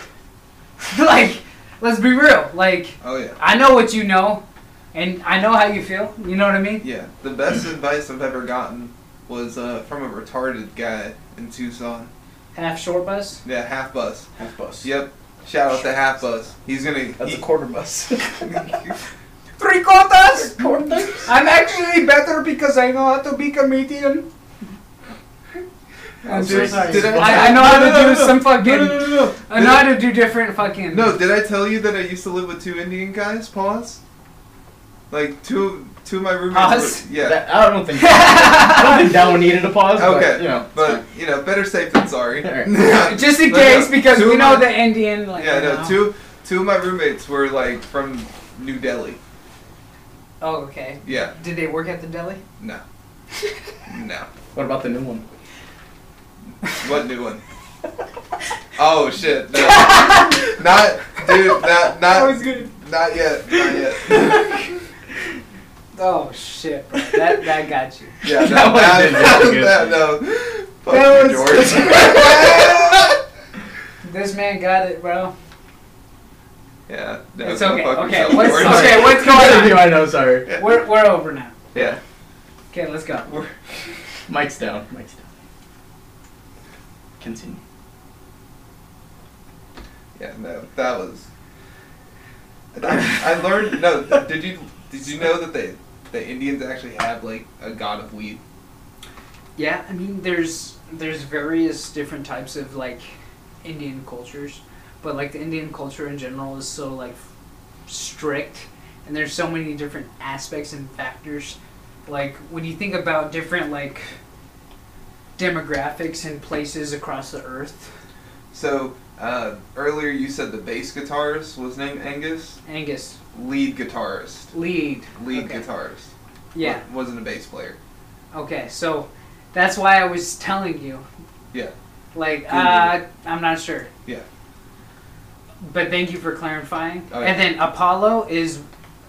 S4: *laughs* like, let's be real, like.
S2: Oh yeah.
S4: I know what you know, and I know how you feel. You know what I mean?
S2: Yeah, the best advice I've ever gotten was uh, from a retarded guy in Tucson.
S4: Half short bus.
S2: Yeah, half bus.
S3: Half bus.
S2: Yep. Shout out to half bus. He's gonna.
S3: That's
S2: he-
S3: a quarter *laughs* bus.
S2: *laughs*
S4: Three quarters. I'm actually better because I know how to be comedian. I'm
S2: Did-
S4: so sorry.
S2: did
S4: I, I know how
S2: No, no,
S4: to
S2: no,
S4: do
S2: no.
S4: some
S2: No, no,
S4: fucking.
S2: no, no,
S4: I
S2: no.
S4: know how to do different fucking.
S2: No, did I tell you that I used to live with two Indian guys? Pause. Like two, two of my roommates.
S4: Pause?
S2: Were, yeah.
S3: That- I don't think. I don't think that one needed a
S4: *laughs*
S3: pause.
S2: okay.
S3: But, you know.
S2: but you know, better safe than sorry. *laughs*
S3: Alright.
S4: *laughs* Just in
S2: But no,
S4: case, because
S2: two
S4: we
S2: of
S4: know
S2: my-
S4: the Indian. Like,
S2: *laughs* Yeah,
S4: you
S2: no,
S4: know.
S2: two, two of my roommates were like from New Delhi.
S4: Oh, okay.
S2: Yeah.
S4: Did they work at the deli? *laughs*
S2: No. no.
S3: What about the new
S2: *laughs*
S3: one?
S2: What new one? Oh shit!
S4: *laughs*
S2: No. not, dude. Not, not,
S4: good.
S2: not yet. Not
S4: *laughs*
S2: yet.
S4: Oh shit, bro. That that got you.
S2: Yeah, no,
S3: That
S2: that,
S3: would've been
S2: that,
S3: really good.
S2: no. Fuck
S4: That
S2: you,
S4: was-
S2: George.
S4: This man got it, bro.
S2: *laughs* yeah.
S4: *laughs*
S2: No,
S4: It's
S2: go
S4: okay,
S2: fuck
S4: okay,
S2: yourself, *laughs*
S4: what's-
S2: George.
S4: okay, what's going
S3: I know. Sorry.
S2: Yeah.
S4: We're we're over now.
S2: Yeah.
S4: Okay, let's go.
S2: We're-
S3: Mike's down. Mike's down. Continue.
S2: Yeah. No, that was. I, I learned. No, did you did you know that they the Indians actually have like a god of weed?
S4: Yeah, I mean, there's there's various different types of like Indian cultures, but like the Indian culture in general is so like strict, and there's so many different aspects and factors. Like when you think about different like demographics and places across the earth,
S2: So uh, earlier you said the bass guitarist was named Angus.
S4: Angus
S2: Lead guitarist.
S4: lead.
S2: Lead
S4: Okay.
S2: guitarist.
S4: Yeah.
S2: Wa- Wasn't a bass player.
S4: Okay. So that's why I was telling you.
S2: Yeah.
S4: Like
S2: Google.
S4: uh, I'm not sure.
S2: Yeah.
S4: But thank you for clarifying.
S2: Oh, yeah.
S4: And then Apollo is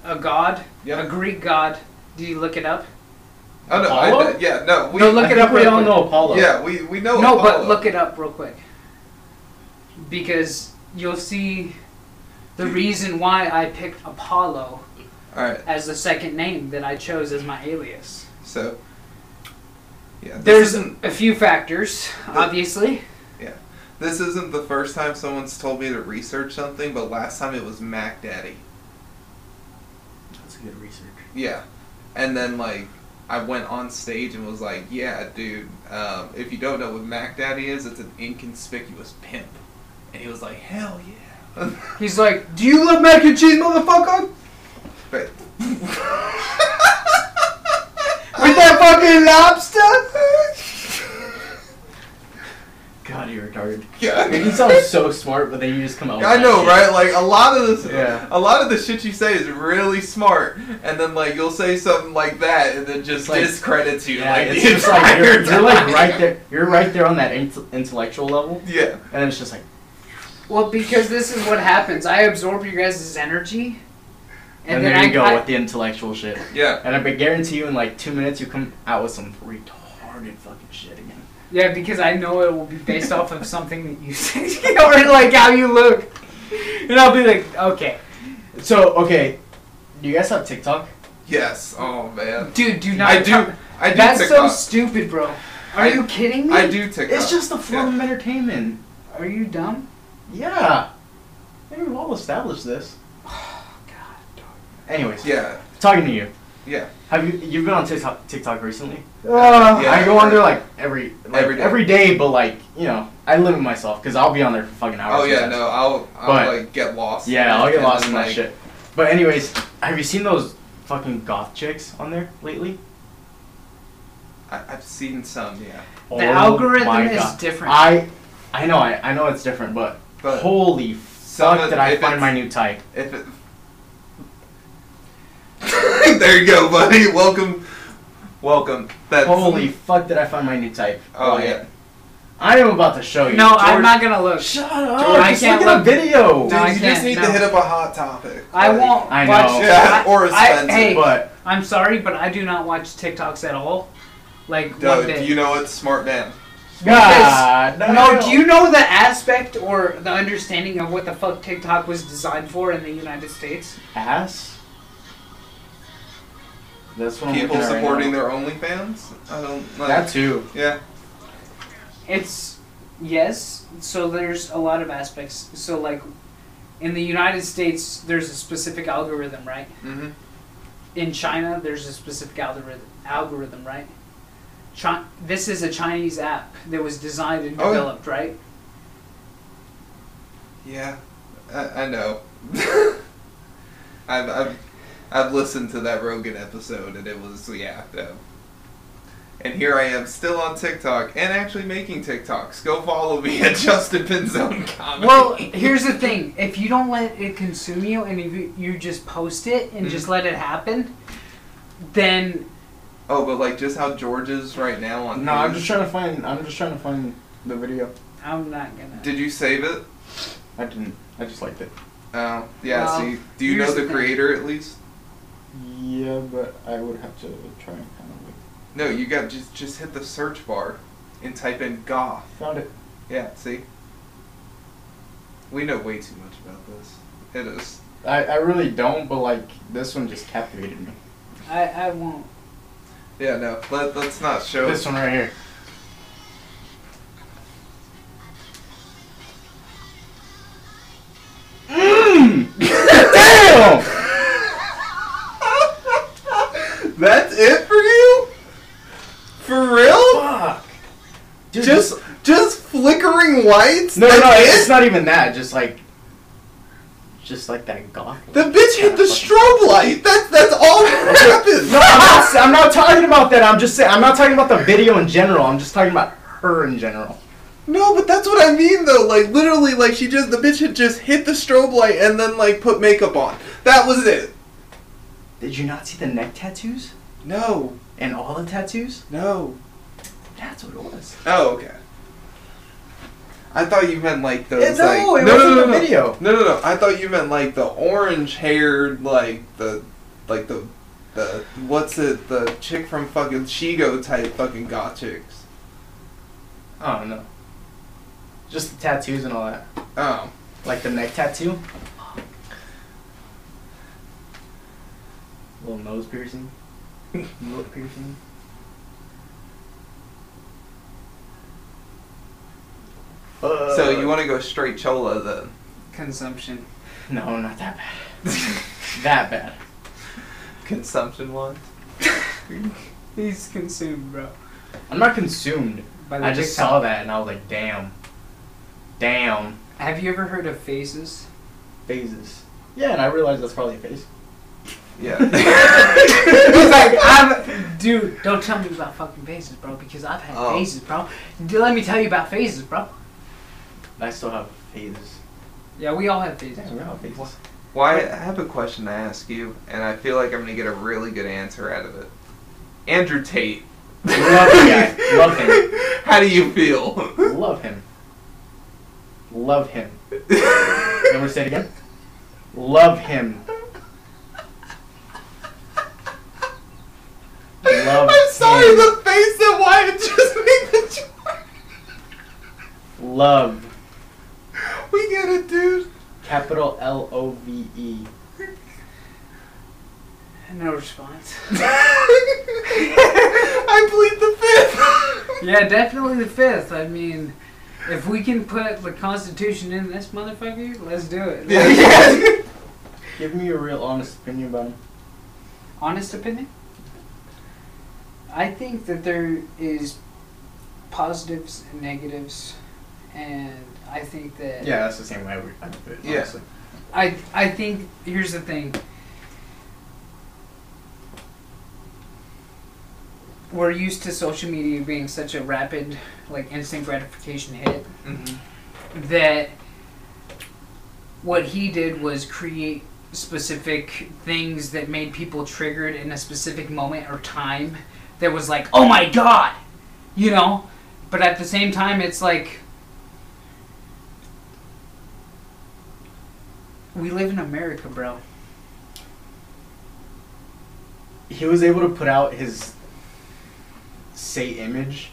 S4: a god, a
S2: Yeah.
S4: Greek god. Did you look it up?
S2: Oh no.
S3: Apollo?
S2: I, yeah. No. We,
S4: No, look
S3: I
S4: it
S3: think
S4: up
S3: we
S4: real
S3: all
S4: quick.
S3: know Apollo.
S2: Yeah. We we know.
S4: no, but
S2: Oh, Apollo.
S4: look it up real quick. Because you'll see the reason why I picked Apollo
S2: All right.
S4: as the second name that I chose as my alias.
S2: So. Yeah. This
S4: There's
S2: isn't
S4: a few factors, obviously.
S2: this isn't the first time someone's told me to research something, but last time it was Mac Daddy.
S3: That's good research.
S2: Yeah. And then like I went on stage and was like, "Yeah, dude. Um, if you don't know what Mac Daddy is, it's an inconspicuous pimp." And he was like, "Hell yeah." *laughs*
S4: He's like,
S2: Do you love mac and cheese, motherfucker? *laughs* Wait. With that fucking lobster?
S3: God, you're retarded. I mean,
S2: *laughs*
S3: you
S2: yeah.
S3: sound so smart, but then you just come out. With
S2: I
S3: that
S2: know,
S3: shit.
S2: right? Like a lot of this,
S3: Yeah.
S2: a lot of the shit you say is really smart, and then like you'll say something like that, and then just
S3: Like-
S2: discredits you.
S3: Yeah,
S2: like
S3: it's
S2: the
S3: just like you're,
S2: entire
S3: you're like
S2: time.
S3: right there. You're right there on that int- intellectual level,
S2: Yeah,
S3: and then it's just like
S4: well, because this is what happens. I absorb your guys' energy,
S3: And,
S4: and,
S3: there
S4: then I
S3: you go
S4: I-
S3: with the intellectual shit.
S2: yeah.
S3: And I bet guarantee you in like two minutes you come out with some retarded fucking shit again.
S4: Yeah, because I know it will be based off of something that you *laughs* say, or like how you look. And I'll be like, okay.
S3: So okay, do you guys have TikTok?
S2: Yes. Oh man.
S4: Dude, do not.
S2: I do.
S4: talk-
S2: I do
S4: That's so
S2: TikTok.
S4: stupid, bro. Are
S2: I-
S4: you kidding me?
S2: I do TikTok.
S3: It's just a form of entertainment.
S4: Are you dumb?
S3: Yeah. I think we've all
S2: *sighs*
S3: established this. Anyways,
S2: Yeah.
S3: talking to you.
S2: Yeah. Uh,
S3: Have you you've been on TikTok TikTok recently?
S2: Yeah.
S3: I go on there like every like,
S2: Every day.
S3: every day, but like you know I limit myself because I'll be on there for fucking hours.
S2: Oh yeah.
S3: sometimes.
S2: No. I'll. I'll
S3: But-
S2: like get lost.
S3: Yeah, I'll get
S2: And
S3: lost
S2: then,
S3: in that
S2: like,
S3: shit. But anyways, have you seen those fucking goth chicks on there lately?
S2: I, I've seen some. Yeah.
S3: Oh
S4: the algorithm
S3: my
S4: is
S3: God.
S4: different.
S3: I, I know, I, I know it's different, but,
S2: But
S3: holy
S2: some
S3: fuck
S2: of-
S3: did I
S2: if
S3: find
S2: it's-
S3: my new type.
S2: If it. *laughs* there you go, buddy. Welcome. Welcome. That's
S3: Holy fuck did I find my new type.
S2: Oh
S3: Like,
S2: yeah.
S3: I am about to show you.
S4: no, I'm
S2: Oh, George-
S4: not gonna look.
S3: Shut up.
S4: George, I
S3: just
S4: can't
S3: look at a
S4: look.
S3: video.
S2: Dude,
S4: No, I
S2: you just
S4: can't,
S2: need
S4: no.
S2: to hit up a hot topic.
S4: I
S2: Like,
S4: won't
S3: I
S4: watch.
S3: know.
S2: Yeah,
S4: I-
S2: or a
S4: I-
S2: Spencer.
S4: hey,
S3: But
S4: I'm sorry, but I do not watch TikToks at all. Like one
S2: Dude,
S4: bit.
S2: you know it's smart man.
S3: God,
S4: no, do you know the aspect or the understanding of what the fuck TikTok was designed for in the United States?
S3: ass? That's what
S2: People
S3: I'm looking at
S2: supporting
S3: right
S2: their OnlyFans. I don't.
S3: now.
S2: Like,
S3: that too.
S2: yeah.
S4: It's yes. So there's a lot of aspects. So like in the United States, there's a specific algorithm, right?
S2: hmm
S4: In China, there's a specific algorithm. Algorithm, right? Chi- this is a Chinese app that was designed and
S2: Oh, yeah.
S4: developed, right?
S2: Yeah. I, I know. *laughs* I've, I've I've listened to that Rogan episode and it was yeah. No. And here I am still on TikTok and actually making TikToks. Go follow me at *laughs* Justin Pinzone Comedy.
S4: Well, here's the thing: if you don't let it consume you, and if you, you just post it and
S3: Mm-hmm.
S4: just let it happen, then
S2: oh, but like just how George is right now on.
S3: No, I'm
S2: his-
S3: just trying to find. I'm just trying to find the video.
S4: I'm not gonna.
S2: Did you save it?
S3: I didn't. I just liked it.
S2: Oh, yeah.
S4: Well,
S2: see, do you know
S4: here's
S2: the,
S4: the thing.
S2: creator at least?
S3: Yeah, but I would have to try and kind of like
S2: No, you got just just hit the search bar and type in goth.
S3: found it.
S2: Yeah, see? We know way too much about this. It is.
S3: I, I really don't, but like this one just captivated me.
S4: I, I won't.
S2: Yeah, no. Let, let's not show
S3: This one right here. Mmm! Damn!
S2: *laughs* That's it for you? For real?
S3: Fuck. Dude,
S2: Just just flickering lights?
S3: no, no,
S2: That's
S3: no.
S2: it?
S3: It's not even that. Just like, just like that goth.
S2: The bitch hit the strobe light. That's that's all that happened.
S3: *laughs* No, I'm not, I'm not talking about that. I'm just saying. I'm not talking about the video in general. I'm just talking about her in general.
S2: No, but that's what I mean though. Like literally, like she just the bitch had just hit the strobe light and then like put makeup on. That was it.
S3: Did you not see the neck tattoos
S2: No,
S3: and all the tattoos?
S2: no.
S3: That's what it was.
S2: Oh, okay. I thought you meant like those.
S3: Eh, no,
S2: like,
S3: it was in the video.
S2: No, no, no. I thought you meant like the orange-haired, like the, like the, the what's it? The chick from fucking Shigo type fucking got chicks.
S3: I don't know. Just the tattoos and all that,
S2: Oh,
S3: like the neck tattoo. Little nose *laughs* piercing, lip piercing.
S2: so
S3: Uh,
S2: you want to go straight chola then?
S4: Consumption.
S3: No, not that bad. *laughs* that bad.
S2: Consumption one.
S4: He's consumed, bro.
S3: I'm not consumed.
S4: By
S3: I just
S4: TikTok.
S3: saw that and I was like, damn. Damn.
S4: Have you ever heard of faces?
S3: Phases. Yeah, and I realized that's probably a phase.
S2: Yeah.
S3: *laughs*
S4: He's like, I'm, dude. Don't tell me about fucking phases, bro, because I've had
S2: Oh.
S4: phases, bro. D- Let me tell you about phases, bro.
S3: I still have phases.
S4: Yeah, we all have phases.
S3: we all phases.
S2: Well, I I have a question to ask you, and I feel like I'm gonna get a really good answer out of it. Andrew Tate,
S3: Love the
S2: *laughs*
S3: guy. Love him.
S2: how do you feel?
S3: *laughs* Love him. Love him. You want me to say it again? Love him. Love
S2: I'm sorry,
S3: him.
S2: the face that Wyatt just *laughs* made the joke.
S3: Love.
S2: We get it, dude.
S3: Capital L O V E.
S4: No response. *laughs*
S2: I plead the
S3: *laughs*
S2: fifth.
S4: Yeah, definitely the fifth. I mean, if we can put the Constitution in this motherfucker, let's do it.
S2: *laughs* Yeah.
S3: Give me your real honest opinion about him.
S4: honest opinion? I think that there is positives and negatives, and I think that
S3: Yeah, that's the same way I would, I would put it.
S2: Yeah.
S3: Honestly.
S4: I I think here's the thing. We're used to social media being such a rapid, like instant gratification hit that what he did was create specific things that made people triggered in a specific moment or time that was like, oh my god, you know? But at the same time, it's like, we live in America, bro.
S3: He was able to put out his say image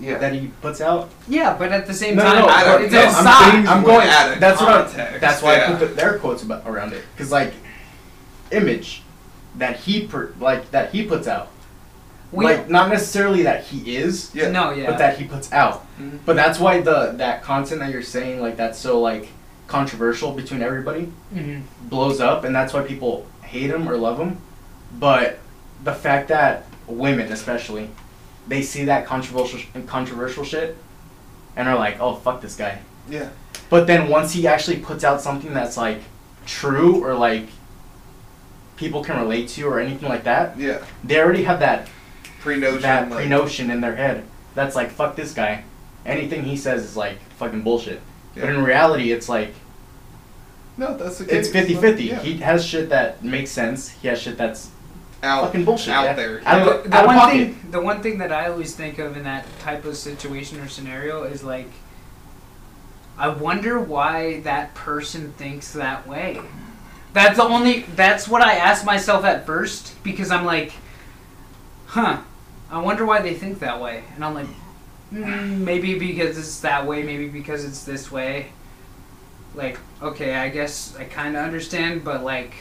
S2: Yeah.
S3: that he puts out.
S4: Yeah, but at the same
S3: No, no,
S4: time,
S3: no,
S2: I don't
S4: it's
S2: know.
S4: a
S2: I'm
S4: sock.
S2: saying-
S3: I'm
S2: We're
S3: going
S2: out of
S3: That's what. I,
S2: context,
S3: that's why
S2: yeah.
S3: I put the, their quotes about, around it because like image that he per, like that he puts out.
S4: We-
S3: like not necessarily that he is,
S2: Yeah.
S4: No, yeah.
S3: but that he puts out.
S2: Mhm.
S3: But that's why the that content that you're saying like that's so like controversial between everybody.
S4: Mhm.
S3: blows up, and that's why people hate him or love him. But the fact that women, especially, they see that controversial controversial shit, and are like, "Oh fuck this guy."
S2: Yeah.
S3: But then once he actually puts out something that's like true or like people can relate to or anything like that,
S2: Yeah.
S3: they already have that
S2: Pre notion.
S3: that
S2: like,
S3: pre notion in their head. That's like fuck this guy. Anything he says is like fucking bullshit. But
S2: Yeah.
S3: in reality, it's like
S2: No, that's okay.
S3: it's 50-50.
S2: Yeah.
S3: He has shit that makes sense. He has shit that's
S2: out,
S3: fucking bullshit
S2: out
S3: yeah.
S2: there.
S3: Out
S4: the,
S3: of-
S4: the
S3: out of
S4: one
S3: pocket.
S4: thing the one thing that I always think of in that type of situation or scenario is like I wonder why that person thinks that way. That's the only that's what I asked myself at first because I'm like huh I wonder why they think that way and I'm like mm, maybe because it's that way maybe because it's this way like okay I guess I kind of understand but like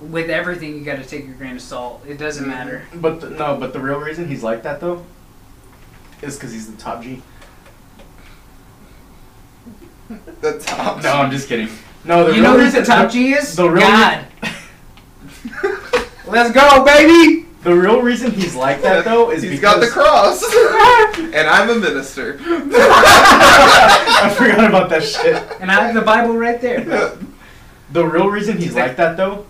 S4: with everything you got to take a grain of salt it doesn't
S3: Mm-hmm.
S4: matter
S3: But the, no, but the real reason he's like that though is because he's the top G.
S2: *laughs* The top.
S3: No, I'm just kidding. No, the
S4: You
S3: real
S4: know who
S3: reason
S4: the top G is?
S3: the real
S4: God.
S3: Let's go, baby. The real reason he's like that though is
S2: He's
S3: because
S2: got the cross, and I'm a minister. *laughs*
S3: *laughs* I forgot about that shit.
S4: And I have the Bible right
S3: *laughs*
S4: there.
S3: The real reason he's like that though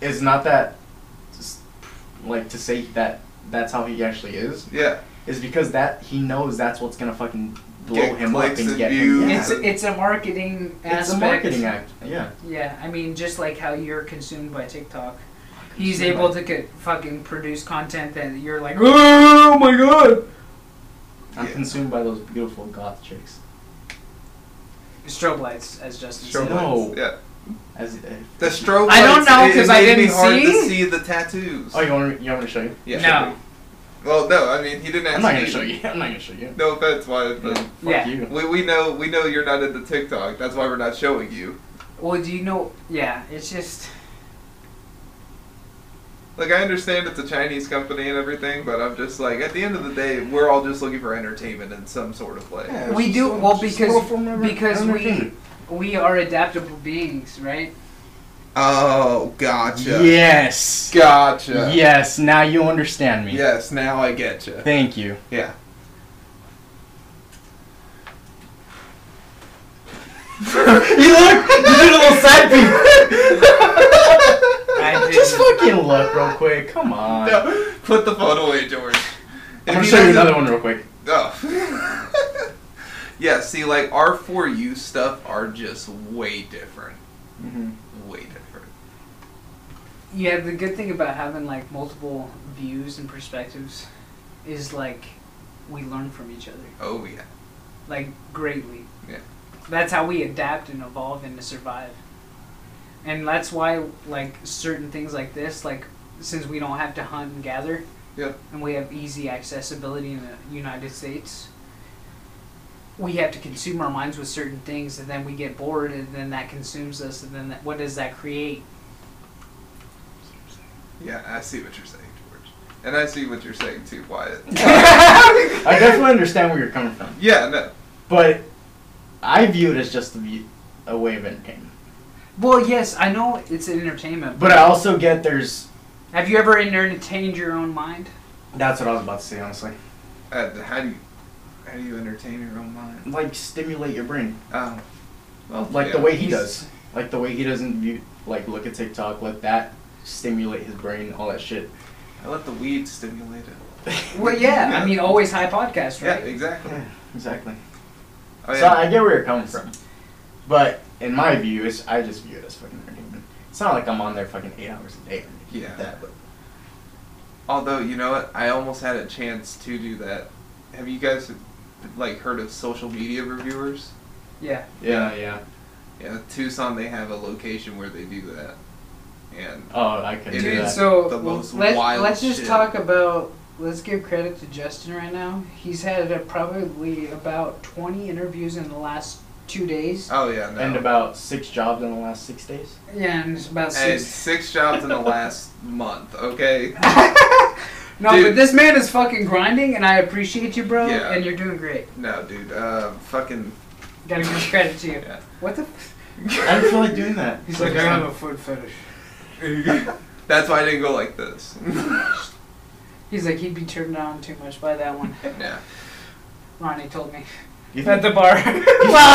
S3: is not that, just, like to say that that's how he actually is,
S2: Yeah,
S3: is because that he knows that's what's gonna fucking blow
S2: Get
S3: him up
S2: clicks
S3: and
S2: and
S3: get him.
S2: views.
S3: Yeah.
S4: It's it's a marketing
S3: It's
S4: aspect.
S3: a marketing act. Yeah.
S4: Yeah, I mean, just like how you're consumed by TikTok, he's able to get, fucking produce content that you're like, oh my god,
S3: I'm
S2: Yeah.
S3: consumed by those beautiful goth chicks.
S4: strobe lights, as Justin
S2: Strobe
S4: said.
S3: No.
S2: lights, Yeah.
S3: As, uh,
S2: The strobe
S4: I don't
S2: lights,
S4: know,
S2: it- it
S4: 'cause I
S2: made me
S4: didn't
S2: hard to
S4: see.
S2: see the tattoos.
S3: oh, you want me, you want me to show you?
S2: yeah.
S4: No.
S2: Well, no, I mean, he didn't ask
S3: I'm not
S2: me.
S3: gonna show you. *laughs* I'm not gonna show you.
S2: No offense, why,
S3: Yeah.
S2: but
S3: Fuck
S4: Yeah.
S3: you.
S2: we, we know we know you're not into TikTok. That's why we're not showing you.
S4: Well, do you know? Yeah, it's just
S2: Like I understand it's a Chinese company and everything, but I'm just like at the end of the day, we're all just looking for entertainment in some sort of way.
S3: Yeah,
S4: we
S3: it's
S4: do
S3: just-
S4: well
S3: it's just
S4: because
S3: a little form of
S4: because we
S3: entertainment.
S4: we are adaptable beings,
S3: *laughs*
S4: right?
S2: Oh, gotcha.
S3: Yes.
S2: Gotcha.
S3: Yes. Now you understand me.
S2: Yes, now I get
S3: *laughs*
S2: you.
S3: Thank you.
S2: Yeah.
S3: you look. You did a little side peek. *laughs*
S4: I
S3: Just
S4: didn't-
S3: fucking look real quick. Come on.
S2: *laughs* No, put the phone away, George.
S3: I'm
S2: If
S3: gonna
S2: he
S3: show you
S2: doesn't-
S3: another one real quick.
S2: Oh. *laughs* yeah, see, like, our For You stuff are just way different.
S3: Mm-hmm.
S2: Way different.
S4: Yeah, the good thing about having like multiple views and perspectives is like we learn from each other.
S2: Oh, yeah.
S4: like greatly.
S2: Yeah.
S4: That's how we adapt and evolve and to survive. And that's why like certain things like this, like since we don't have to hunt and gather,
S2: Yeah.
S4: and we have easy accessibility in the United States, we have to consume our minds with certain things, and then we get bored, and then that consumes us, and then that, what does that create? *laughs*
S2: Yeah, I see what you're saying, George. And I see what you're saying, too, Wyatt.
S3: I definitely understand where you're coming from,
S2: yeah, no.
S3: but I view it as just a, view, a way of entertainment.
S4: Well, yes, I know it's an entertainment, uh,
S3: But I also get there's.
S4: have you ever entertained your own mind?
S3: That's what I was about to say, honestly.
S2: Uh, how do you how do you entertain your own mind?
S3: Like stimulate your brain,
S2: Um, well,
S3: like the
S2: yeah.
S3: way he
S4: He's-
S3: does, like the way he doesn't view, like look at TikTok, let that stimulate his brain, all that shit.
S2: I let the weed stimulate it.
S4: Well, yeah,
S2: Yeah.
S4: I mean, always high podcast,
S2: Yeah,
S4: right?
S2: exactly.
S3: Exactly.
S2: Oh, yeah.
S3: So I get where you're coming from, but in my view, it's I just view it as fucking entertainment. It's not like I'm on there fucking eight hours a day. Or anything
S2: Yeah.
S3: Like that, but
S2: Although you know what, I almost had a chance to do that. Have you guys like heard of social media reviewers?
S4: Yeah.
S3: yeah, yeah.
S2: Yeah, Tucson they have a location where they do that, and
S3: Oh, I can
S2: It
S3: do
S2: is
S4: Dude,
S3: that.
S4: so
S2: the most
S4: let's,
S2: wild
S4: let's just
S2: shit.
S4: talk about. Let's give credit to Justin right now. He's had uh, probably about 20 interviews in the last two days.
S2: oh yeah, no.
S3: and about six jobs in the last six days.
S4: Yeah, and it's about
S2: And
S4: six.
S2: six jobs in the
S4: *laughs*
S2: last month. Okay,
S4: no,
S2: dude.
S4: but this man is fucking grinding, and I appreciate you, bro,
S2: Yeah.
S4: and you're doing great.
S2: no, dude, uh, fucking.
S4: *laughs* Gotta give credit to you.
S2: Yeah.
S4: What the?
S3: I don't feel like doing that.
S4: He's like, I have a foot fetish.
S2: That's why I didn't go like this. *laughs*
S4: He's like, he'd be turned on too much by
S2: *laughs*
S4: that one.
S2: yeah.
S4: Ronnie told me.
S3: You
S4: At
S3: think- *laughs*
S4: the *laughs* bar. well,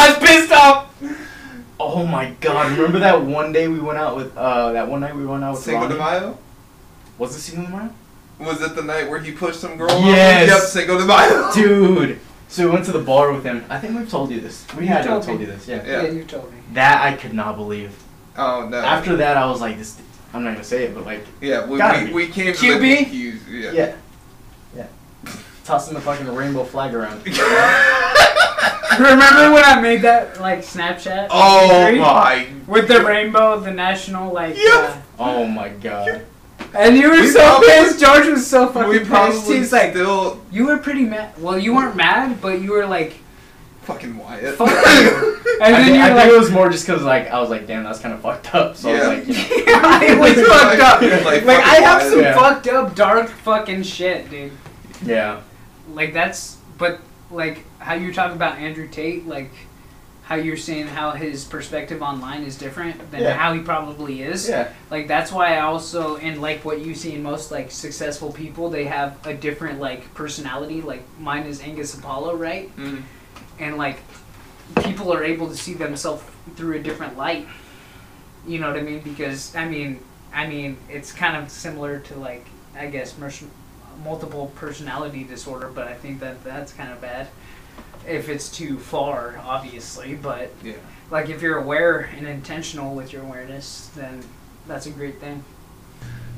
S4: I was pissed off.
S3: oh my god! Remember that one day we went out with uh that one night we went out with
S2: Cinco de
S3: Ronnie?
S2: Mayo.
S3: Was it Cinco de Mayo?
S2: Was it the night where he pushed some girl?
S3: Yes.
S2: Over? Yep, Cinco de Mayo.
S3: Dude, so we went to the bar with him. I think we've told you this. We
S4: You
S3: had to have
S4: told
S3: told
S4: me.
S3: you this. Yeah.
S2: Yeah.
S4: Yeah, you told me.
S3: That I could not believe.
S2: *laughs* Oh no.
S3: After that, I was like, this. I'm not gonna say it, but like,
S2: yeah, we,
S3: Gotta
S2: we,
S3: be.
S2: we came to
S4: QB?
S2: the confused.
S3: yeah,
S2: Yeah.
S3: yeah. *laughs* Tossing the fucking rainbow flag around.
S4: *laughs* Remember when I made that like Snapchat?
S2: *laughs* Oh
S4: Three?
S2: my!
S4: With the rainbow, the national like.
S2: Yeah.
S3: Oh my god.
S4: uh, and you were
S2: We
S4: so
S2: probably-
S4: pissed. George was so fucking
S2: We
S4: pissed.
S2: probably
S4: He's like,
S2: still
S4: you were pretty mad. Well, you weren't mad, but you were like,
S2: fucking Wyatt. *laughs*
S4: fuck you. And
S3: I,
S4: then
S3: thi- I think
S4: you're
S3: it
S4: like,
S3: was more just because like I was like, damn, that's kind of fucked up. So
S2: Yeah.
S3: I was like,
S4: *laughs*
S3: you know,
S2: *laughs*
S4: I was fucked up.
S2: Like,
S4: Like,
S2: fucking
S4: I have
S2: Wyatt.
S4: some
S3: Yeah.
S4: fucked up, dark fucking shit, dude.
S3: yeah.
S4: Like that's, but like how you talk about Andrew Tate, like how you're saying how his perspective online is different than
S3: Yeah.
S4: how he probably is.
S3: Yeah.
S4: Like that's why I also and like what you see in most like successful people, they have a different like personality. Like mine is Angus Apollo, right?
S2: Mm.
S4: And like people are able to see themselves through a different light. You know what I mean? Because I mean, I mean, it's kind of similar to like I guess mer- multiple personality disorder, but I think that that's kind of bad. if it's too far, obviously. But
S2: Yeah.
S4: like if you're aware and intentional with your awareness, then that's a great thing.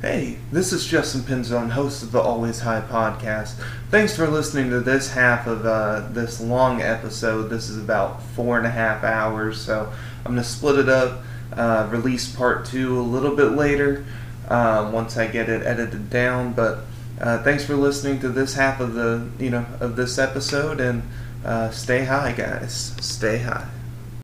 S2: Hey, this is Justin Pinzon, host of the Always High podcast. Thanks for listening to this half of uh, this long episode. This is about four and a half hours, so I'm going to split it up, uh, release part two a little bit later um, once I get it edited down. But uh, thanks for listening to this half of the you know of this episode, and uh, stay high, guys. Stay high.